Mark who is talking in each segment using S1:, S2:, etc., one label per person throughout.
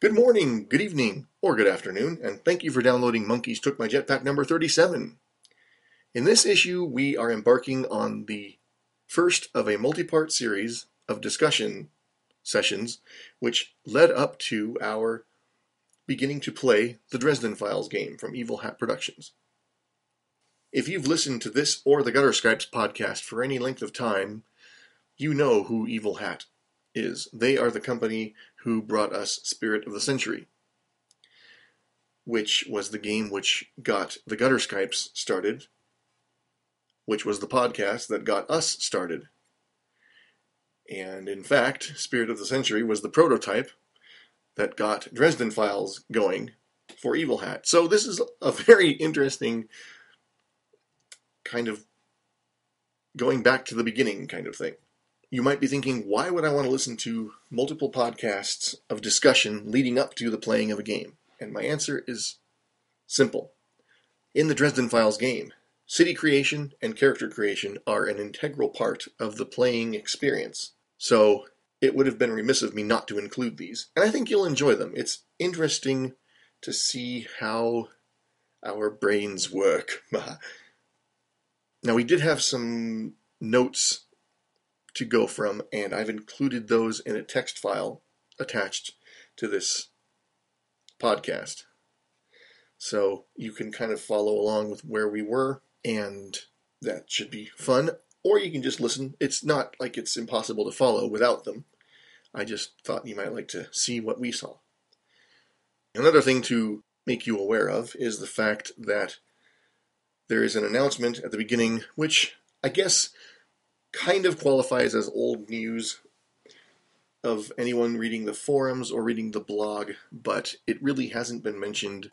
S1: Good morning, good evening, or good afternoon, and thank you for downloading Monkeys Took My Jetpack number 37. In this issue, we are embarking on the first of a multi part series of discussion sessions which led up to our beginning to play the Dresden Files game from Evil Hat Productions. If you've listened to this or the Gutter Skypes podcast for any length of time, you know who Evil Hat is. They are the company who brought us Spirit of the Century, which was the game which got the Gutter Skypes started, which was the podcast that got us started. And in fact, Spirit of the Century was the prototype that got Dresden Files going for Evil Hat. So this is a very interesting kind of going back to the beginning kind of thing. You might be thinking, why would I want to listen to multiple podcasts of discussion leading up to the playing of a game? And my answer is simple. In the Dresden Files game, city creation and character creation are an integral part of the playing experience. So it would have been remiss of me not to include these. And I think you'll enjoy them. It's interesting to see how our brains work. Now, we did have some notes to go from, and I've included those in a text file attached to this podcast. So you can kind of follow along with where we were, and that should be fun. Or you can just listen. It's not like it's impossible to follow without them. I just thought you might like to see what we saw. Another thing to make you aware of is the fact that there is an announcement at the beginning, which I guess kind of qualifies as old news of anyone reading the forums or reading the blog, but it really hasn't been mentioned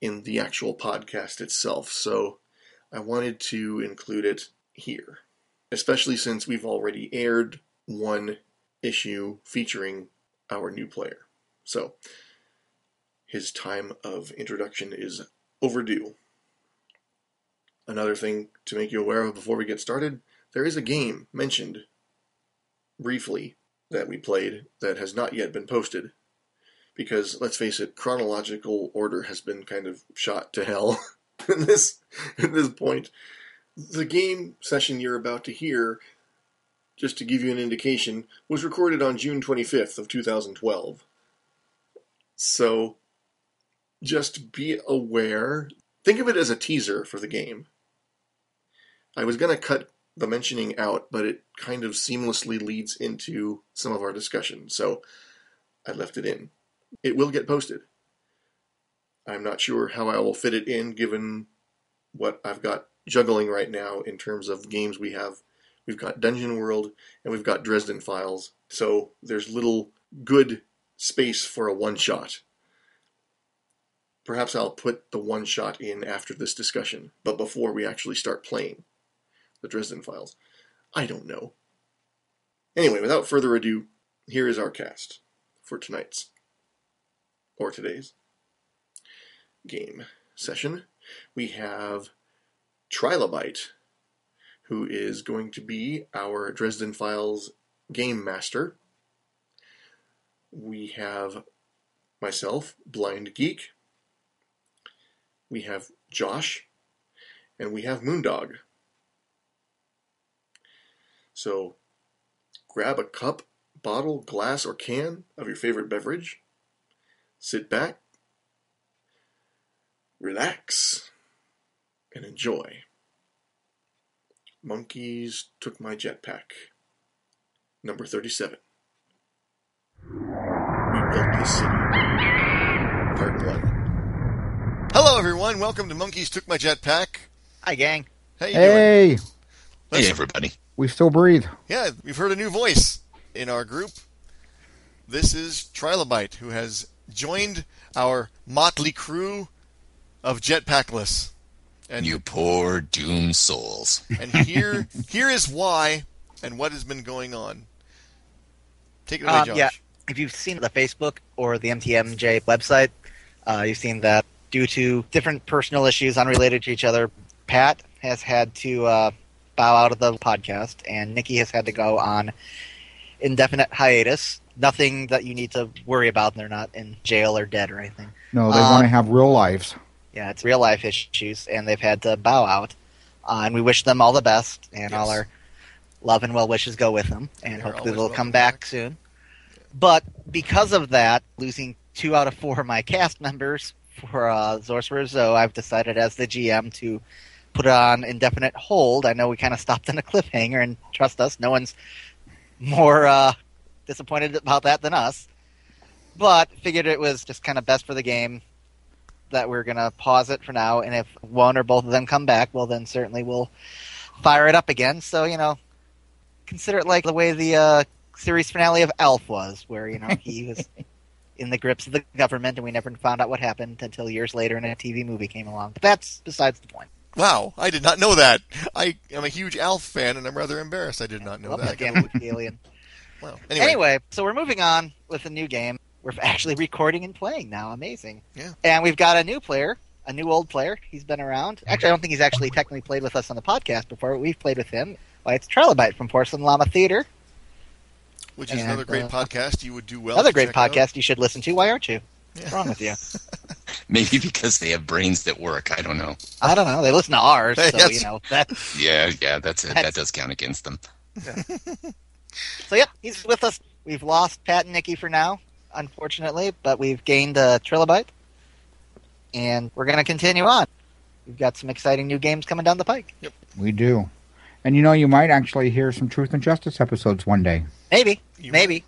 S1: in the actual podcast itself. So I wanted to include it here, especially since we've already aired one issue featuring our new player. So his time of introduction is overdue. Another thing to make you aware of before we get started there is a game mentioned briefly that we played that has not yet been posted. Because let's face it, chronological order has been kind of shot to hell at this at this point. The game session you're about to hear, just to give you an indication, was recorded on June 25th of 2012. So just be aware. Think of it as a teaser for the game. I was going to cut the mentioning out, but it kind of seamlessly leads into some of our discussion, so I left it in. It will get posted. I'm not sure how I will fit it in given what I've got juggling right now in terms of games we have. We've got Dungeon World and we've got Dresden Files, so there's little good space for a one shot. Perhaps I'll put the one shot in after this discussion, but before we actually start playing the Dresden Files. I don't know. Anyway, without further ado, here is our cast for tonight's or today's game session. We have Trilobite, who is going to be our Dresden Files game master. We have myself, Blind Geek. We have Josh, and we have Moondog. So grab a cup, bottle, glass, or can of your favorite beverage. Sit back, relax, and enjoy. Monkeys took my jetpack. Number 37. We built this city. Part 1. Hello, everyone. Welcome to Monkeys Took My Jetpack.
S2: Hi, gang.
S1: How you doing?
S3: Hey,
S4: Hey, everybody.
S3: we still breathe.
S1: Yeah, we've heard a new voice in our group. This is Trilobite, who has joined our motley crew of jetpackless. And
S4: You poor doomed souls.
S1: and here here is why and what has been going on. Take it away,
S2: Um,
S1: Josh.
S2: yeah, if you've seen the Facebook or the MTMJ website, uh, you've seen that due to different personal issues unrelated to each other, Pat has had to uh, bow out of the podcast, and Nikki has had to go on indefinite hiatus. nothing that you need to worry about, and they're not in jail or dead or anything.
S3: No, they
S2: Uh,
S3: want to have real lives.
S2: Yeah, it's real life issues, and they've had to bow out. Uh, and we wish them all the best, and all
S1: Yes.
S2: our love and well wishes go with them, and
S1: They're
S2: hopefully
S1: always
S2: they'll
S1: welcome
S2: come back soon. But because of that, losing two out of four of my cast members for uh, Sorcerer Zoe, I've decided as the GM to put it on indefinite hold. I know we kind of stopped in a cliffhanger, and trust us, no one's more uh, disappointed about that than us. But figured it was just kind of best for the game that we're going to pause it for now. And if one or both of them come back, well, then certainly we'll fire it up again. So, you know, consider it like the way the uh, series finale of Alf was, where, you know, he was in the grips of the government and we never found out what happened until years later and a TV movie came along. But that's besides the point.
S1: Wow, I did not know that. I am a huge Alf fan, and I'm rather embarrassed I did not know
S2: Well,
S1: that.
S2: again, with the alien.
S1: Wow.
S2: Anyway.
S1: Anyway,
S2: so we're moving on with a new game. We're actually recording and playing now. Amazing.
S1: Yeah.
S2: And we've got a new player, a new old player. He's been around. Actually, I don't think he's actually technically played with us on the podcast before, but we've played with him. Why, it's Trilobite from Porcelain Llama Theater.
S1: which is
S2: and,
S1: another great
S2: uh,
S1: podcast you would do well.
S2: Another
S1: to
S2: great
S1: check out.
S2: podcast you should listen to. Why aren't you?
S1: Yeah.
S2: What's wrong with you?
S4: Maybe because they have brains that work. I don't know.
S2: I don't know. They listen to ours, so,
S1: Yes.
S2: you know. That,
S4: Yeah, yeah, that's it.
S2: That's-
S4: That does count against them.
S2: so, yeah, he's with us. We've lost Pat and Nikki for now, unfortunately, but we've gained uh, Trilobite. And we're going to continue on. We've got some exciting new games coming down the pike.
S3: We do. And you know, you might actually hear some truth and justice episodes one day.
S2: Maybe,
S1: You-
S2: maybe.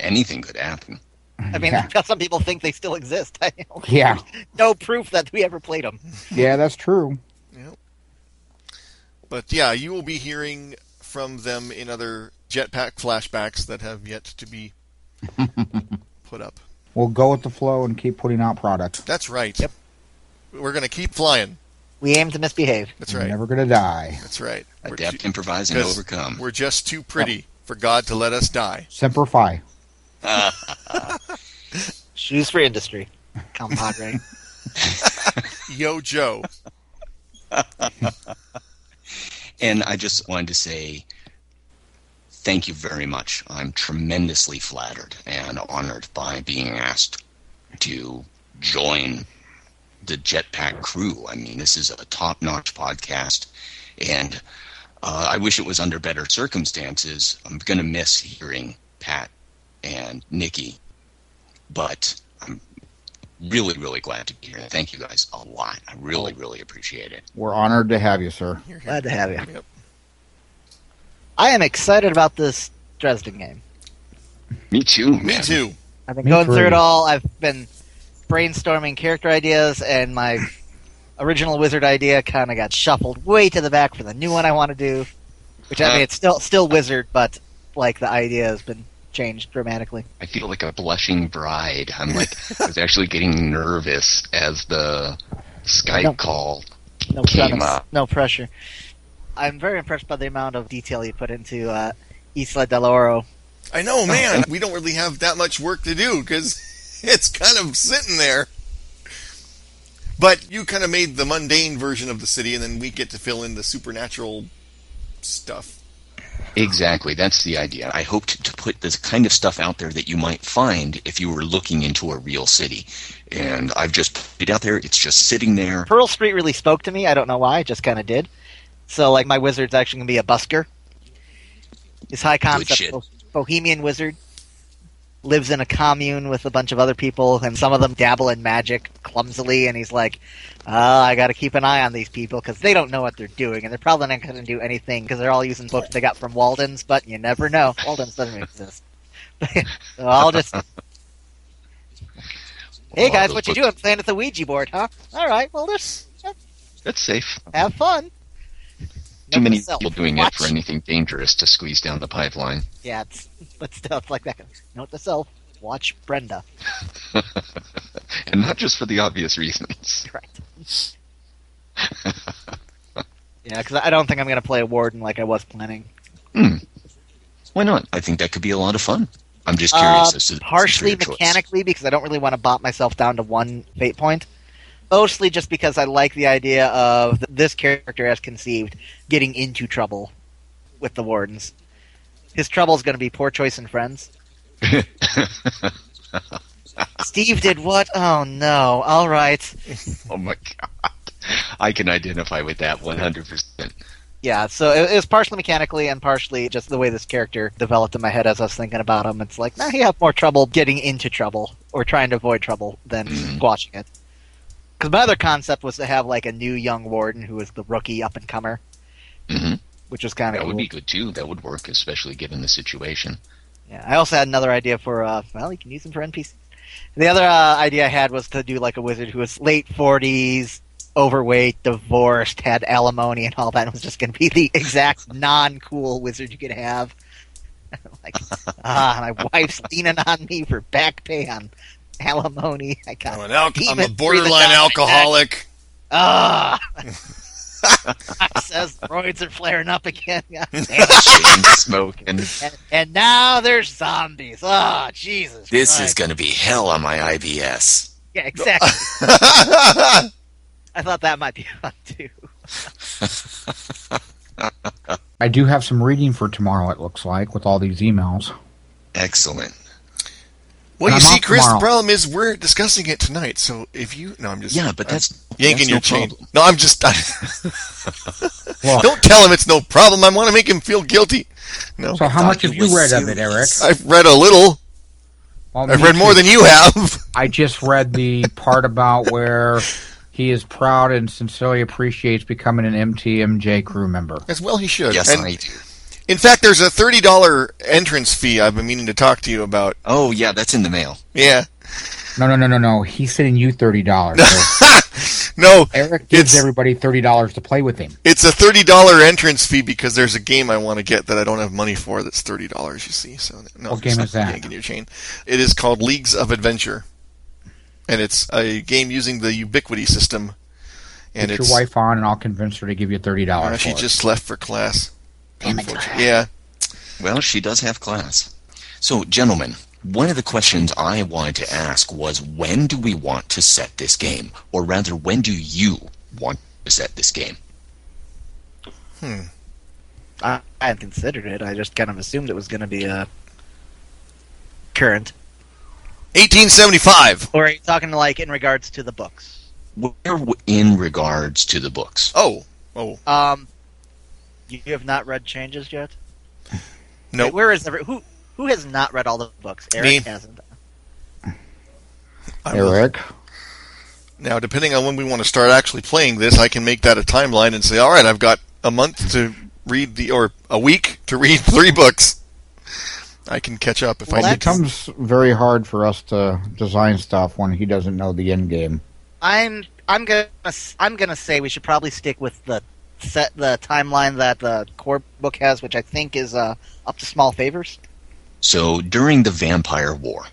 S4: Anything could happen.
S2: I mean,
S3: yeah.
S2: some people think they still exist. I don't-
S3: yeah,
S2: no proof that we ever played them.
S3: yeah, that's true.
S1: But yeah, you will be hearing from them in other jetpack flashbacks that have yet to be put up.
S3: We'll go with the flow and keep putting out product.
S1: That's right.
S2: Yep.
S1: We're gonna keep flying.
S2: We aim to misbehave.
S1: That's
S3: We're
S1: right.
S3: never gonna die.
S1: That's right. We're,
S4: Adapt,
S1: ju-
S4: improvise, and
S1: 'cause
S4: overcome.
S1: we're just too pretty for God to let us die.
S3: Semper Fi.
S2: Shoes for industry, compadre.
S1: Yo, Joe.
S4: And I just wanted to say thank you very much. I'm tremendously flattered and honored by being asked to join the Jetpack crew. I mean, this is a top notch podcast, and uh, I wish it was under better circumstances. I'm going to miss hearing Pat and Nikki, but I'm really, really glad to be here. Thank you guys a lot. I really, really appreciate it.
S3: We're honored to have you, sir.
S1: Here, here.
S2: Glad to have you.
S1: Yep.
S2: I am excited about this Dresden game.
S4: Me too.
S1: Me too.
S2: I've been
S3: Me
S2: going
S3: too.
S2: through it all. I've been brainstorming character ideas, and my original wizard idea kind of got shuffled way to the back for the new one I want to do. Which I mean, it's still still wizard, but like the idea has been changed dramatically.
S4: I feel like a blushing bride. I'm like, I was actually getting nervous as the
S2: Don't-
S4: Skype call.
S2: no
S4: came
S2: premise,
S4: up.
S2: no pressure. I'm very impressed by the amount of detail you put into uh, Isla del Oro.
S1: I know, man. we don't really have that much work to do because it's kind of sitting there. But you kind of made the mundane version of the city, and then we get to fill in the supernatural stuff.
S4: Exactly, that's the idea. I hoped to put this kind of stuff out there that you might find if you were looking into a real city. And I've just put it out there. It's just sitting there.
S2: Pearl Street really spoke to me. I don't know why. It just kind of did. So, like, my wizard's actually going to be a busker. His high concept
S4: shit.
S2: bo- bohemian wizard lives in a commune with a bunch of other people, and some of them dabble in magic clumsily. And he's like, oh, I got to keep an eye on these people because they don't know what they're doing, and they're probably not going to do anything because they're all using books they got from Walden's, but you never know. Walden's doesn't exist. so I'll just. Hey
S4: Well,
S2: guys,
S4: those
S2: what you
S4: books-
S2: doing? Playing at the Ouija board, huh? All right, well, there's
S4: That's safe.
S2: have fun.
S4: Too
S2: Note
S4: many
S2: to self,
S4: people doing
S2: watch-
S4: it for anything dangerous to squeeze down the pipeline.
S2: Yeah, it's, but stuff like that. Note to self, watch Brenda.
S4: And not just for the obvious reasons.
S2: Correct. yeah, because I don't think I'm going to play a warden like I was planning.
S4: Why not? I think that could be a lot of fun. I'm just curious
S2: Uh,
S4: as to as to
S2: partially
S4: your choice.
S2: mechanically because I don't really want to bop myself down to one fate point. Mostly just because I like the idea of th- this character as conceived getting into trouble with the wardens. His trouble is going to be poor choice in friends, Steve did what? Oh no! All right.
S4: Oh my god. I can identify with that 100%.
S2: Yeah. So it, it was partially mechanically and partially just the way this character developed in my head as I was thinking about him. It's like, now he had more trouble getting into trouble or trying to avoid trouble than
S4: Mm-hmm.
S2: squashing it. Because my other concept was to have like a new young warden who was the rookie up and comer,
S4: Mhm.
S2: which was kind of
S4: That
S2: cool.
S4: would be good too. That would work, especially given the situation.
S2: Yeah, I also had another idea for uh, well, you can use them for NPCs. The other uh, idea I had was to do like a wizard who was late forties, overweight, divorced, had alimony, and all that, and was just going to be the exact non-cool wizard you could have. like, ah, my wife's leaning on me for back pay on alimony. I
S5: I'm,
S2: got
S5: an al- I'm a
S2: Demon
S5: borderline
S2: breathing down my
S5: alcoholic.
S2: ah. I says roids are flaring up again.
S4: And smoke and
S2: and, and now there's zombies. Oh, Jesus!
S4: this
S2: Christ.
S4: is going to be hell on my IBS.
S2: yeah, exactly. I thought that might be fun too.
S3: I do have some reading for tomorrow, it looks like, with all these emails.
S4: Excellent.
S6: Well, you
S3: I'm
S6: see,
S3: off
S6: Chris,
S3: tomorrow.
S6: the problem is we're discussing it tonight. So if you, no, I'm just
S4: Yeah, but
S6: I'm
S4: that's
S6: yanking
S4: that's
S6: your
S4: no
S6: chain.
S4: problem.
S6: No, I'm just.
S3: Look.
S6: Don't tell him it's no problem. I want to make him feel guilty. No,
S3: So, how
S4: thought
S3: much have
S4: you
S3: you
S4: were
S3: read of it, Eric?
S4: serious.
S6: I've read a little.
S3: Well,
S6: I've
S3: me
S6: read more
S3: too.
S6: than you have.
S3: I just read the part about where he is proud and sincerely appreciates becoming an MTMJ crew member.
S6: As well, he should.
S4: Yes,
S6: and
S4: I do.
S6: in fact, there's a thirty dollar entrance fee. I've been meaning to talk to you about.
S4: Oh yeah, that's in the mail.
S6: Yeah.
S3: No, no, no, no, no. He's sending you thirty dollars.
S6: No,
S3: Eric gives
S6: It's-
S3: everybody thirty dollars to play with him.
S6: it's a thirty dollar entrance fee because there's a game I want to get that I don't have money for. That's thirty dollars. You see, so no,
S3: What game
S6: I'm
S3: is that?
S6: yanking your chain. It is called Leagues of Adventure, and it's a game using the Ubiquity system. And
S3: Get
S6: it's
S3: your wife on, and I'll convince her to give you thirty
S6: uh,
S3: dollars.
S6: she just left for class.
S3: Damn it.
S6: Yeah,
S4: Well, she does have class. So, gentlemen, one of the questions I wanted to ask was when do we want to set this game? Or rather, when do you want to set this game?
S2: I, I hadn't considered it. I just kind of assumed it was going to be a current.
S6: 1875.
S2: Or are you talking like in regards to the books?
S4: Where w- in regards to the books?
S6: Oh, oh,
S2: Um, you you have not read Changes yet.
S6: no.
S2: Wait, Where is every who who has not read all the books? Eric
S6: Me.
S2: hasn't.
S6: I will.
S3: Eric.
S6: Now, depending on when we want to start actually playing this, I can make that a timeline and say, all right, I've got a month to read the, or a week to read three books. I can catch up if
S2: Well,
S6: I
S3: It
S6: need to.
S3: becomes very hard for us to design stuff when he doesn't know the end game.
S2: I'm I'm gonna s- I'm gonna say we should probably stick with the set the timeline that the core book has, which I think is uh, up to small favors
S4: So, during the Vampire War.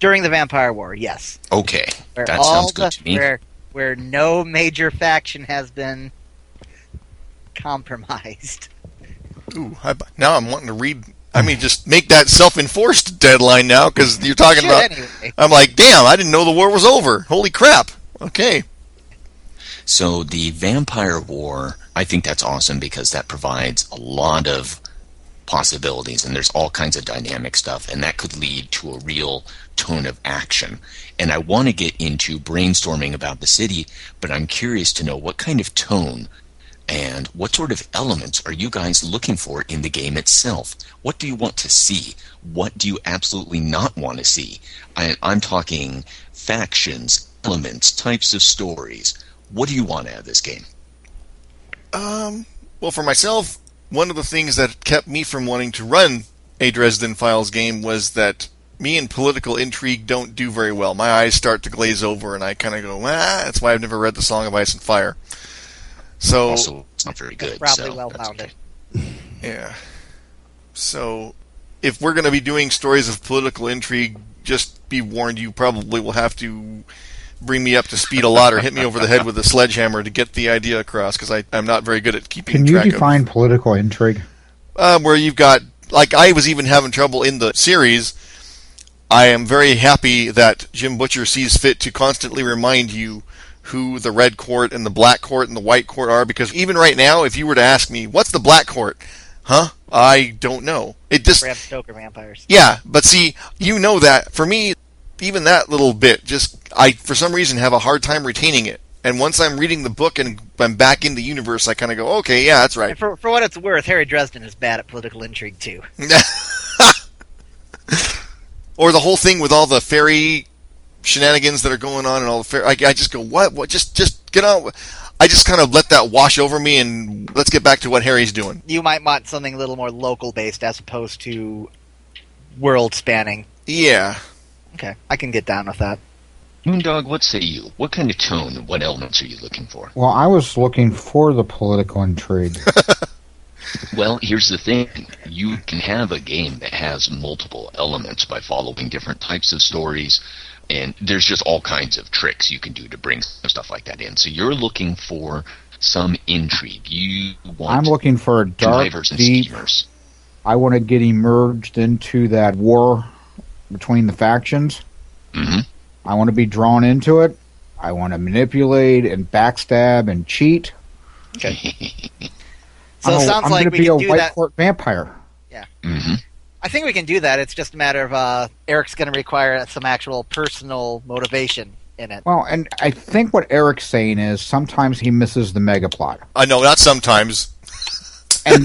S2: during the Vampire War. Yes.
S4: Okay.
S2: where
S4: That
S2: all
S4: sounds good
S2: the-
S4: to me.
S2: Where, where no major faction has been compromised.
S6: Ooh, I, now I'm wanting to read. I mean, just make that self-enforced deadline now because you're talking
S2: Should
S6: about.
S2: anyway.
S6: I'm like, damn, I didn't know the war was over. Holy crap! Okay,
S4: So, the Vampire War, I think that's awesome because that provides a lot of possibilities and there's all kinds of dynamic stuff and that could lead to a real tone of action and i want to get into brainstorming about the city but i'm curious to know what kind of tone and what sort of elements are you guys looking for in the game itself what do you want to see what do you absolutely not want to see I, i'm talking factions elements types of stories what do you want out of this game
S6: Um, well, for myself, one of the things that kept me from wanting to run a Dresden Files game was that me and political intrigue don't do very well. My eyes start to glaze over, and I kind of go, ah, that's why I've never read The Song of Ice and Fire. So,
S4: also it's not very good
S2: Probably
S4: so
S2: well
S4: that's
S2: bounded.
S4: okay.
S6: yeah. So, if we're going to be doing stories of political intrigue, just be warned you probably will have to bring me up to speed a lot or hit me over the head with a sledgehammer to get the idea across because I'm not very good at keeping
S3: Can you
S6: track of
S3: define political intrigue?
S6: um, where you've got like I was even having trouble in the series. I am very happy that Jim Butcher sees fit to constantly remind you who the red court and the black court and the white court are because even right now if you were to ask me what's the black court? Huh? I don't know. It just
S2: Bram Stoker vampires.
S6: yeah, but see, you know that for me, even that little bit, just I for some reason have a hard time retaining it. And once I'm reading the book and I'm back in the universe, I kind of go, okay, yeah, that's
S2: And
S6: right.
S2: for for what it's worth, Harry Dresden is bad at political intrigue too.
S6: or the whole thing with all the fairy shenanigans that are going on and all the fairy, I, I just go, what, what, just, just get on. I just kind of let that wash over me and let's get back to what Harry's doing.
S2: You might want something a little more local based as opposed to world spanning.
S6: Yeah,
S2: Okay, I can get down with that.
S4: Moondog, what say you? What kind of tone and what elements are you looking for?
S3: Well, I was looking for the political intrigue.
S4: Well, here's the thing. You can have a game that has multiple elements by following different types of stories, and there's just all kinds of tricks you can do to bring some stuff like that in. So you're looking for some intrigue. You
S3: I'm
S4: want
S3: looking for a dark,
S4: drivers and
S3: deep.
S4: schemers.
S3: I want to get emerged into that war between the factions.
S4: hmm
S3: I want to be drawn into it. I want to manipulate and backstab and cheat.
S2: So
S3: I'm
S2: it
S3: a-
S2: sounds
S3: I'm
S2: like
S3: gonna
S2: we
S3: be
S2: can
S3: a
S2: do
S3: white
S2: that.
S3: court vampire.
S4: hmm
S2: I think we can do that. It's just a matter of uh, Eric's going to require some actual personal motivation in it.
S3: Well, and I think what Eric's saying is sometimes he misses the mega plot,
S6: I know. Not sometimes.
S3: and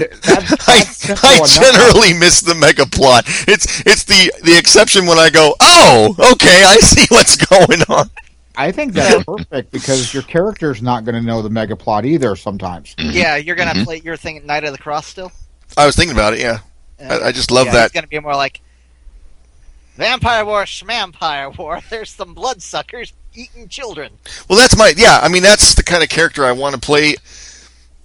S3: that's,
S6: I,
S3: that's simple
S6: I
S3: enough.
S6: generally miss the mega plot. It's it's the the exception when I go, oh, okay, I see what's going on.
S3: I think that's perfect because your character's not going to know the mega plot either. Sometimes
S2: Yeah, you're going to
S4: Mhm.
S2: play your thing, Knight of the Cross, still.
S6: I was thinking about it. Yeah, I, I just love
S2: yeah, It's
S6: that.
S2: going to be more like Vampire War, Schmampire War. There's some bloodsuckers eating children.
S6: Well, that's my yeah. I mean, that's the kind of character I want to play.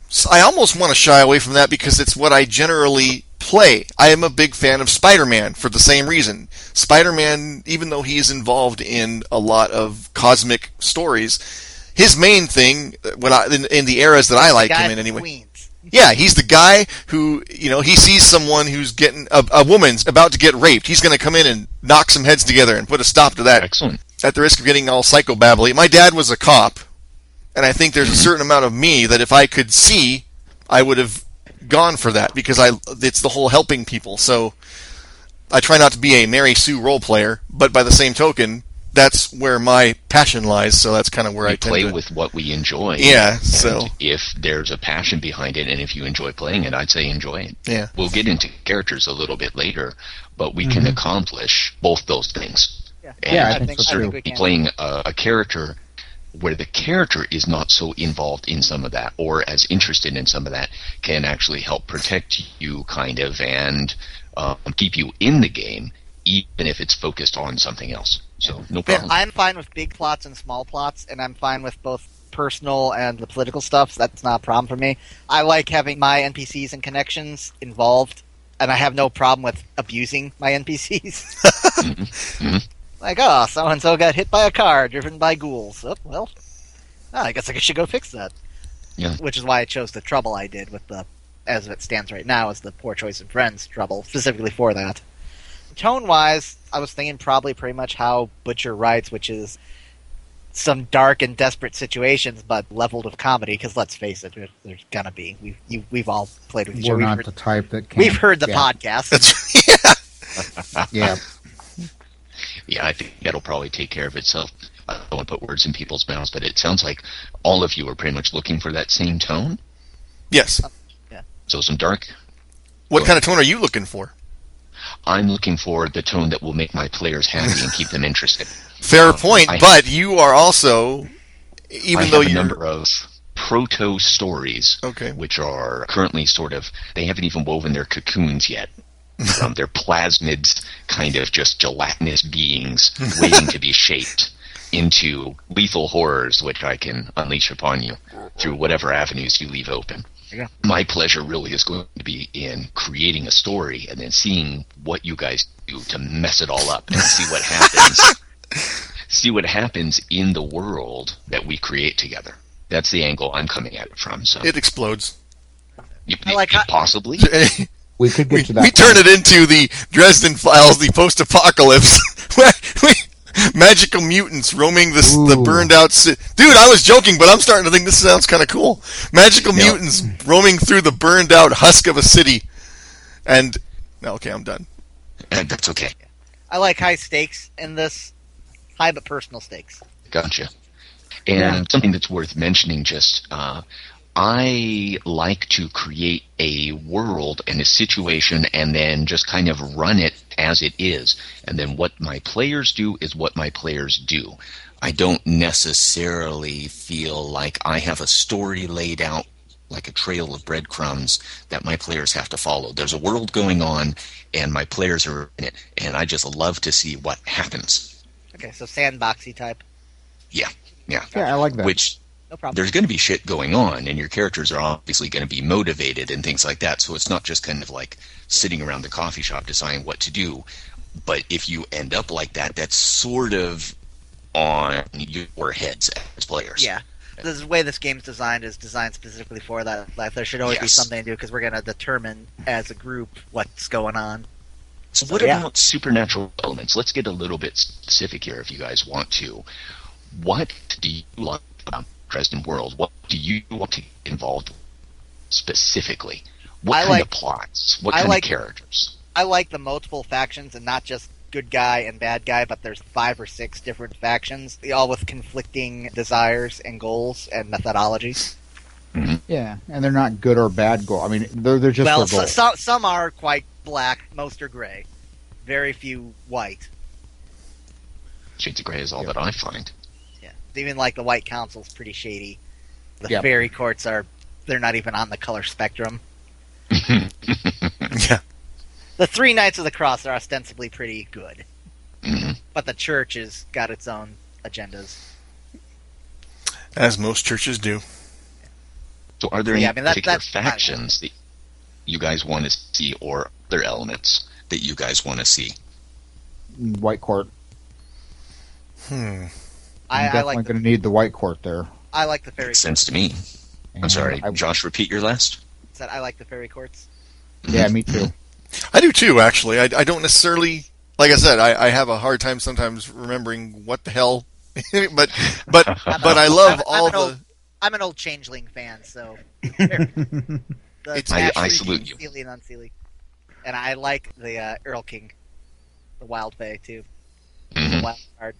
S6: S- I almost want to shy away from that because it's what I generally play. I am a big fan of Spider-Man for the same reason. Spider-Man, even though he is involved in a lot of cosmic stories, his main thing uh, when I in, in the eras that I like
S2: Guy
S6: him in
S2: from
S6: anyway.
S2: Queens.
S6: Yeah, he's the guy who, you know, he sees someone who's getting, a, a woman's about to get raped. He's going to come in and knock some heads together and put a stop to that
S4: Excellent.
S6: at the risk of getting all psychobabbly. My dad was a cop, and I think there's a certain amount of me that if I could see, I would have gone for that because I, it's the whole helping people. So I try not to be a Mary Sue role player, but by the same token, that's where my passion lies. So that's kind of where I
S4: We
S6: tend
S4: play
S6: to-
S4: with what we enjoy.
S6: Yeah,
S4: And
S6: so-
S4: if there's a passion behind it, and if you enjoy playing it, I'd say enjoy it.
S6: Yeah.
S4: We'll get into characters a little bit later, but we can
S6: Mm-hmm.
S4: accomplish both those things.
S2: Yeah.
S4: And
S3: Yeah, I
S4: I
S3: think
S4: think
S3: so,
S4: certainly
S2: too.
S4: playing a, a character where the character is not so involved in some of that or as interested in some of that can actually help protect you kind of and um, keep you in the game even if it's focused on something else. So no problem.
S2: I'm fine with big plots and small plots, and I'm fine with both personal and the political stuff. So that's not a problem for me. I like having my NPCs and connections involved, and I have no problem with abusing my NPCs.
S3: Mm-hmm.
S4: mhm.
S2: Like, oh, so and so got hit by a car driven by ghouls. Oh, well, ah, I guess I should go fix that.
S4: Yeah.
S2: Which is why I chose the trouble I did with the, as it stands right now, is the poor choice of friends trouble specifically for that tone wise, I was thinking probably pretty much how Butcher writes, which is some dark and desperate situations, but leveled with comedy. Because let's face it, there- there's gonna be. We've you, we've all played with each
S3: we're
S2: other. We've
S3: not
S2: heard,
S3: the type that can.
S2: we've heard the
S3: yeah,
S2: podcast.
S6: That's, yeah.
S3: Yeah,
S4: Yeah, I think that'll probably take care of itself. I don't want to put words in people's mouths, but it sounds like all of you are pretty much looking for that same tone.
S6: Yes.
S4: So some dark.
S6: What kind of tone are you looking for?
S4: I'm looking for the tone that will make my players happy and keep them interested.
S6: Fair point,
S4: um, I-
S6: but you are also,
S4: I
S6: even
S4: have
S6: though
S4: a
S6: you're
S4: number of proto stories,
S6: Okay.
S4: which are currently sort of they haven't even woven their cocoons yet. um, they're plasmids, kind of just gelatinous beings waiting to be shaped into lethal horrors, which I can unleash upon you through whatever avenues you leave open.
S2: Yeah.
S4: My pleasure really is going to be in creating a story and then seeing what you guys do to mess it all up and see what happens. see what happens in the world that we create together. That's the angle I'm coming at it from. So
S6: it explodes.
S4: you,
S2: I like how-
S4: possibly.
S6: we,
S3: we could get to that.
S6: we turn it into the Dresden Files, the post-apocalypse, where we magical mutants roaming this the
S3: Ooh.
S6: burned out city. Dude, I was joking, but I'm starting to think this sounds kind of cool. Magical
S4: Yeah.
S6: mutants roaming through the burned out husk of a city. And no, okay, I'm done.
S4: And that's okay.
S2: I like high stakes in this, high but personal stakes.
S4: Gotcha. And something that's worth mentioning just uh, I like to create a world and a situation and then just kind of run it as it is. And then what my players do is what my players do. I don't necessarily feel like I have a story laid out like a trail of breadcrumbs that my players have to follow. There's a world going on and my players are in it. And I just love to see what happens.
S2: Okay, so sandboxy type.
S4: Yeah. Yeah.
S3: Yeah, I like that.
S4: Which
S2: No problem.
S4: there's going to be shit going on, and your characters are obviously going to be motivated and things like that. So it's not just kind of like sitting around the coffee shop deciding what to do. But if you end up like that, that's sort of on your heads as players.
S2: Yeah. The way this game's designed is designed specifically for that life. There should always be
S4: Yes.
S2: something to do because we're going to determine as a group what's going on.
S4: So what
S2: Yeah.
S4: about supernatural elements? Let's get a little bit specific here, if you guys want to. What do you like about Dresden World? What do you want to get involved with specifically? What
S2: I
S4: kind
S2: like-
S4: of plots? What
S2: I
S4: kind
S2: like-
S4: of characters?
S2: I like the multiple factions and not just good guy and bad guy, but there's five or six different factions, all with conflicting desires and goals and methodologies.
S3: Yeah, and they're not good or bad goal. I mean, they're they're just
S2: well,
S3: for goal.
S2: so, some some are quite black, most are gray, very few white.
S4: Shades of Grey is all that I find.
S2: Yeah, even like the white council's pretty shady. The
S3: Yeah.
S2: fairy courts are they're not even on the color spectrum.
S6: Yeah.
S2: The three knights of the cross are ostensibly pretty good,
S4: hmm
S2: but the church has got its own agendas.
S6: As most churches do.
S4: So, are there
S2: Yeah,
S4: any
S2: I mean, that-
S4: particular
S2: that's not-
S4: factions that you guys want to see, or other elements that you guys want to see?
S3: white court.
S6: Hmm.
S3: I'm
S2: I, I
S3: Mm, definitely
S2: like the,
S3: going to need the white court there.
S2: I like the fairy
S4: Makes sense to me. I'm
S3: And
S4: sorry,
S3: I-
S4: Josh. Repeat your last.
S2: courts. I like the fairy courts.
S3: yeah, me too.
S6: I do too, actually. I, I don't necessarily, like I said, I, I have a hard time sometimes remembering what the hell. but but but I love
S2: I'm- I'm
S6: all
S2: an old-
S6: the.
S2: I'm an old Changeling fan, so the
S6: It's-
S4: I- I
S2: Snatch
S4: salute
S2: Reach,
S4: you.
S2: Sealy and Unsealy. And I like the uh, Earl King, the Wild Fae too. The
S4: Mhm.
S2: wild card.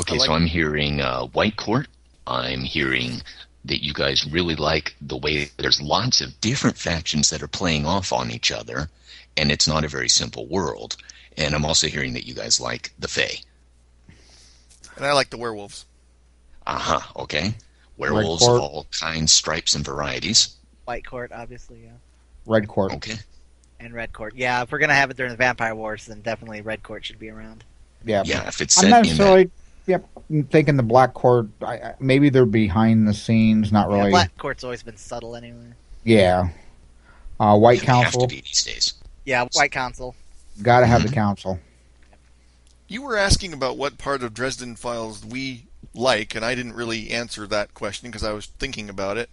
S4: Okay,
S6: I like-
S4: so I'm hearing uh, White Court. I'm hearing that you guys really like the way there's lots of different factions that are playing off on each other, and it's not a very simple world. And I'm also hearing that you guys like the Fae.
S6: And I like the werewolves.
S4: Uh huh. Okay. Werewolves
S3: Court.
S4: of all kinds, stripes, and varieties.
S2: White Court, obviously, yeah.
S3: Red court.
S4: Okay.
S2: And Red Court. Yeah, if we're gonna have it during the Vampire Wars, then definitely Red Court should be around.
S3: Yeah.
S4: Yeah, if it's
S3: I'm
S4: set
S3: not
S4: in that.
S3: necessarily. Yep. I'm thinking the black court. I, I, maybe they're behind the scenes. Not
S2: Yeah,
S3: really. Yeah.
S2: Black Court's always been subtle anyway.
S3: Uh,
S4: they
S3: white
S4: have to
S3: council.
S4: be Mm-hmm. these days.
S2: Yeah, White Council.
S3: Got to have the council.
S6: You were asking about what part of Dresden Files we like, and I didn't really answer that question because I was thinking about it.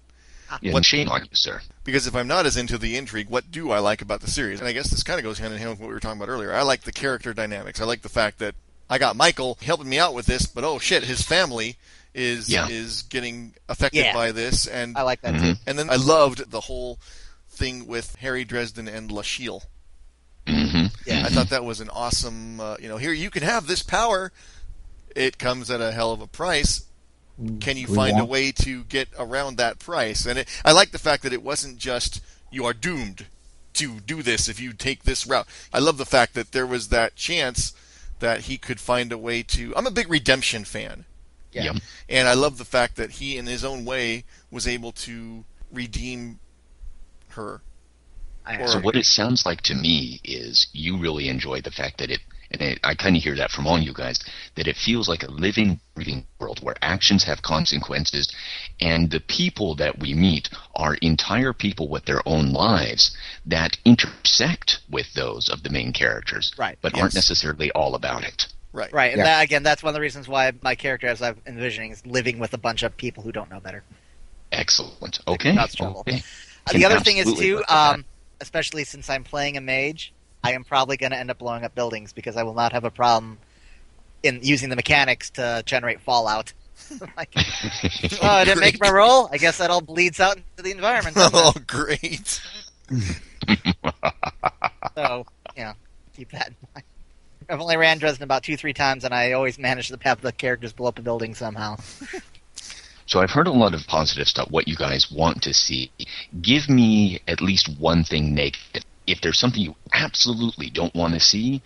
S4: Yeah,
S6: What-
S4: shame on you, sir.
S6: Because if I'm not as into the intrigue, what do I like about the series? And I guess this kind of goes hand in hand with what we were talking about earlier. I like the character dynamics. I like the fact that I got Michael helping me out with this, but oh shit, his family is
S4: Yeah.
S6: is getting affected
S2: Yeah. Oh.
S6: by this, and
S2: I like that
S4: Mhm.
S2: too.
S6: and then I loved the whole thing with Harry Dresden and Lashiel.
S4: hmm
S2: Yeah.
S6: I
S3: Mm-hmm.
S6: thought that was an awesome. Uh, you know, here you can have this power. It comes at a hell of a price. Can you
S3: We
S6: find a
S3: want-
S6: way to get around that price? And it, I like the fact that it wasn't just you are doomed to do this if you take this route. I love the fact that there was that chance that he could find a way to. I'm a big redemption fan.
S3: Yeah.
S4: Yep.
S6: And I love the fact that he, in his own way, was able to redeem her.
S2: I,
S6: Or-
S4: So what it sounds like to me is you really enjoy the fact that it, and it, I kind of hear that from all you guys, that it feels like a living, breathing world where actions have consequences, and the people that we meet are entire people with their own lives that intersect with those of the main characters,
S2: Right.
S4: but aren't
S6: Yes.
S4: necessarily all about it.
S6: Right.
S2: Right, and
S3: Yeah.
S2: that, again, that's one of the reasons why my character, as I'm envisioning, is living with a bunch of people who don't know better.
S4: Excellent. Okay.
S2: That's trouble.
S4: okay.
S2: Uh,
S4: Can
S2: the other thing is
S4: absolutely
S2: too,
S4: look at that.
S2: um, especially since I'm playing a mage, I am probably going to end up blowing up buildings because I will not have a problem in using the mechanics to generate fallout. like, oh, I didn't make my roll. I guess that all bleeds out into the environment. doesn't
S6: Oh,
S2: it?
S6: great.
S2: So, you know, keep that in mind. I've only ran Dresden about two, three times, and I always manage to have the characters blow up a building somehow.
S4: So I've heard a lot of positive stuff, what you guys want to see. Give me at least one thing negative. If there's something you absolutely don't want to see,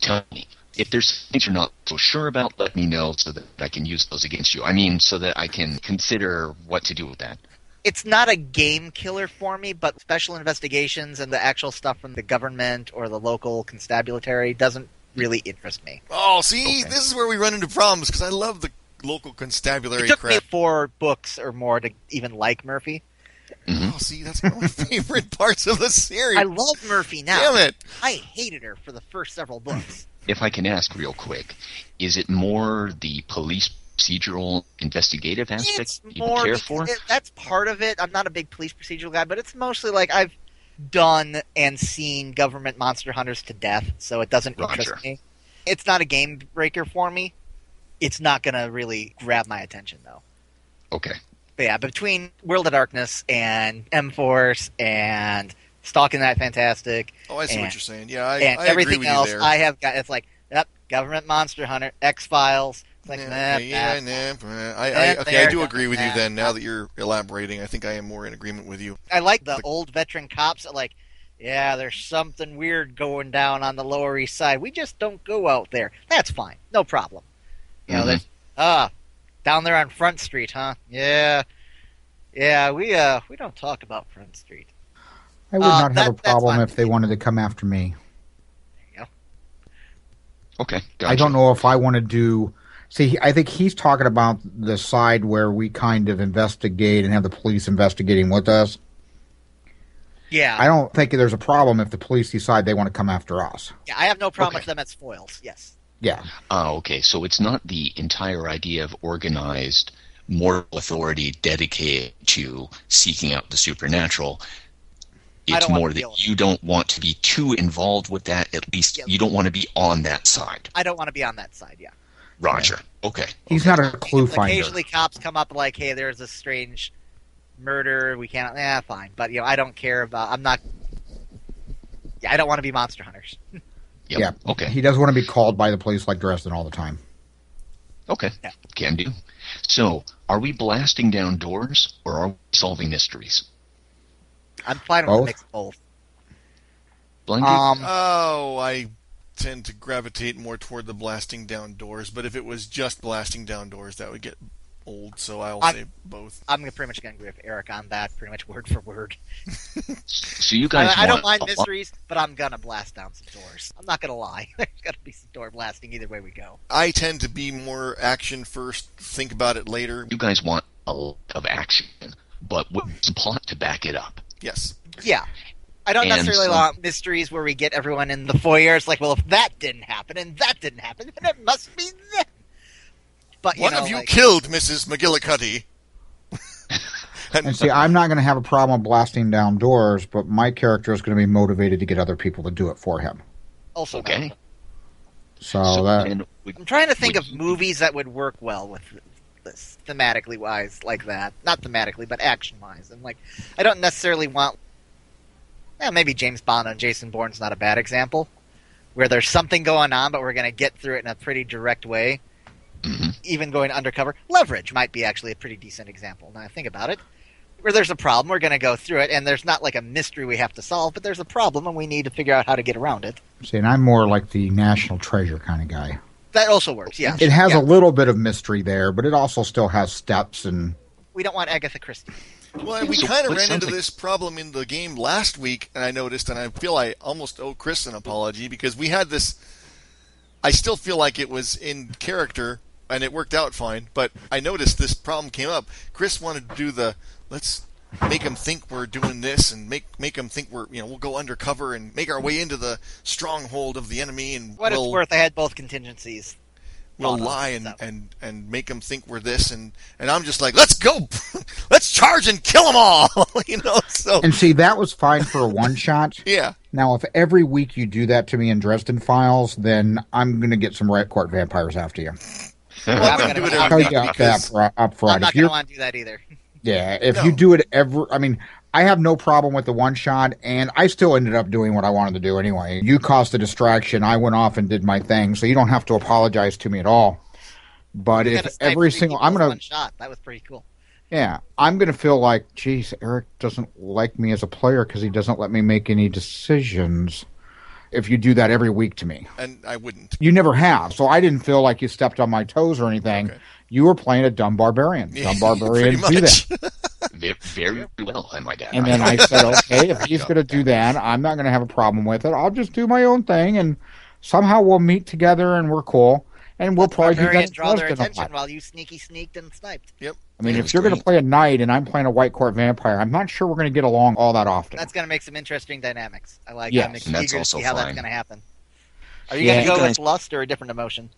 S4: tell me. If there's things you're not so sure about, let me know so that I can use those against you. I mean, so that I can consider what to do with that.
S2: It's not a game killer for me, but special investigations and the actual stuff from the government or the local constabulary doesn't really interest me.
S6: Oh, see,
S4: Okay.
S6: this is where we run into problems because I love the local constabulary
S2: it took me
S6: crap.
S2: four books or more to even like Murphy.
S6: Oh, see, that's one of my favorite parts of the series.
S2: I love Murphy now.
S6: Damn it!
S2: I hated her for the first several books.
S4: If I can ask real quick, is it more the police procedural investigative aspect
S2: it's
S4: you
S2: more
S4: care
S2: because
S4: for?
S2: it- that's part of it. I'm not a big police procedural guy, but it's mostly like I've done and seen government monster hunters to death, so it doesn't
S4: Roger.
S2: interest me. It's not a game breaker for me. It's not going to really grab my attention though.
S4: Okay.
S2: But yeah, between World of Darkness and M Force and Stalking That Fantastic
S6: Oh, I see
S2: And-
S6: what you're saying. Yeah, I,
S2: and
S6: I agree
S2: everything
S6: with
S2: else
S6: you there.
S2: I have got it's like yep, government monster hunter, X Files. It's like
S6: yeah,
S2: nah,
S6: okay, yeah,
S2: nah.
S6: nah, nah. I, I,
S2: That
S6: okay, I
S2: there,
S6: do agree with you
S2: that.
S6: then. Now that you're elaborating, I think I am more in agreement with you.
S2: I like the old veteran cops that like, yeah, there's something weird going down on the Lower East Side. We just don't go out there. That's fine, no problem. You know,
S4: Mhm.
S2: there's ah, down there on Front Street, huh? Yeah, yeah, we uh we don't talk about Front Street.
S3: I would
S2: Uh,
S3: not have
S2: that-
S3: a
S2: that's
S3: problem
S2: fine.
S3: if they wanted to come after me.
S4: Mm-hmm. Okay.
S3: I
S4: Gotcha.
S3: don't know if I want to do. See, I think he's talking about the side where we kind of investigate and have the police investigating with us.
S2: Yeah,
S3: I don't think there's a problem if the police decide they want to come after us.
S2: yeah, I have no problem
S4: Okay.
S2: with them as foils. Yes,
S3: Yeah.
S4: Ah, okay. So it's not the entire idea of organized moral authority dedicated to seeking out the supernatural.
S2: I
S4: It's
S2: don't wanna
S4: more
S2: deal
S4: that
S2: with
S4: you don't want to be too involved with that. At least
S2: Yeah.
S4: you don't want to be on that side.
S2: I don't want to be on that side. Yeah.
S4: Roger. Okay.
S3: He's not a clue finder.
S2: Occasionally, cops come up like, "Hey, there's a strange murder. We can't." Yeah, fine, but you know, I don't care about. I'm not. Yeah, I don't want to be monster hunters.
S4: Yep.
S3: Yeah.
S4: Okay.
S3: He doesn't want to be called by the police like Dresden all the time.
S4: Okay.
S2: Yeah.
S4: Can do. So, are we blasting down doors or are we solving mysteries?
S2: I'm fine with
S3: Both?
S2: a mix of both.
S4: Blinded?
S2: Um,
S6: Oh, I tend to gravitate more toward the blasting down doors, but if it was just blasting down doors, that would get old, so I'll
S2: I'm-
S6: say both.
S2: I'm pretty much going to agree with Eric on that, pretty much word for word.
S4: so you guys
S2: I, I don't
S4: want
S2: mind
S4: a lot-
S2: mysteries, but I'm going to blast down some doors. I'm not going to lie. There's going to be some door blasting either way we go.
S6: I tend to be more action first, think about it later.
S4: You guys want a lot of action, but with some plot to back it up.
S6: Yes.
S2: Yeah. I don't
S4: And
S2: necessarily
S4: some-
S2: want mysteries where we get everyone in the foyer. It's like, well, if that didn't happen and that didn't happen, then it must be them. But you
S6: One
S2: know,
S6: of you
S2: like,
S6: killed Mrs. McGillicuddy.
S3: And see, I'm not going to have a problem blasting down doors, but my character is going to be motivated to get other people to do it for him.
S2: also no.
S4: Okay.
S3: So,
S4: so
S3: that,
S4: then we
S2: I'm trying to think
S4: Would
S2: of
S4: you-
S2: movies that would work well with this thematically wise, like that. Not thematically, but action wise. And like, I don't necessarily want. Yeah, maybe James Bond and Jason Bourne's not a bad example, where there's something going on, but we're going to get through it in a pretty direct way.
S3: Mm-hmm.
S4: Mhm.
S2: Even going undercover, leverage might be actually a pretty decent example. Now I think about it, where there's a problem, we're going to go through it, and there's not like a mystery we have to solve, but there's a problem, and we need to figure out how to get around it.
S3: see, and I'm more like the national treasure kind of guy.
S2: That also works. Yeah,
S3: It has
S2: Yeah.
S3: a little bit of mystery there, but it also still has steps and
S2: we don't want Agatha Christie.
S6: Well, and we
S4: So
S6: kind of
S4: what
S6: ran
S4: sounds
S6: into
S4: like-
S6: this problem in the game last week, and I noticed, and I feel I almost owe Chris an apology because we had this. I still feel like it was in character, and it worked out fine. But I noticed this problem came up. Chris wanted to do the let's make them think we're doing this, and make make them think we're you know we'll go undercover and make our way into the stronghold of the enemy, and
S2: what
S6: we'll
S2: it's worth, I had both contingencies.
S6: will
S2: thought of,
S6: lie and,
S2: so.
S6: and, and make them think we're this and, and I'm just like let's go let's charge and kill them all you know so
S3: and see that was fine for a one shot.
S6: yeah
S3: Now, if every week you do that to me in Dresden Files, then I'm going to get some red court vampires after you.
S6: well,
S2: I'm
S6: I'm gonna
S2: gonna
S6: do it
S2: be-
S3: I'll
S6: every
S3: tell
S6: week
S3: you up,
S6: because
S3: up, up
S2: I'm
S3: front.
S2: not going
S3: If
S2: to
S3: you
S2: want to do that either.
S3: yeah, if
S6: No.
S3: you do it ever, I mean, I have no problem with the one shot, and I still ended up doing what I wanted to do anyway. You caused the distraction. I went off and did my thing, so you don't have to apologize to me at all. But
S2: You gotta
S3: if
S2: snipe
S3: every
S2: three
S3: single,
S2: people
S3: I'm
S2: with
S3: gonna,
S2: one shot. That was pretty cool.
S3: yeah, I'm gonna feel like, geez, Eric doesn't like me as a player because he doesn't let me make any decisions. If you do that every week to me,
S6: and I wouldn't.
S3: you never have. So I didn't feel like you stepped on my toes or anything.
S6: Okay.
S3: You were playing a dumb barbarian. Dumb
S6: Pretty
S3: barbarian do that.
S6: much.
S4: Ve- Very well, I might add.
S3: And then I said, okay, if he's going to do that, I'm not going to have a problem with it. I'll just do my own thing, and somehow we'll meet together and we're cool. And we'll probably do
S2: Barbarian
S3: that.
S2: draw their
S3: less than a
S2: attention
S3: lot.
S2: while you sneaky sneaked and sniped.
S3: I mean,
S4: It
S3: if
S4: was
S3: you're going to
S4: great.
S3: play a knight and I'm playing a white court vampire, I'm not sure we're going to get along all that often.
S2: That's going to make some interesting dynamics. I like.
S3: Yes.
S2: I'm
S4: And that's
S2: eager to
S4: also
S2: see how that's
S4: fine.
S2: going to happen. Are you
S3: Yeah.
S2: going to go
S4: Guys-
S2: with lust or a different emotion?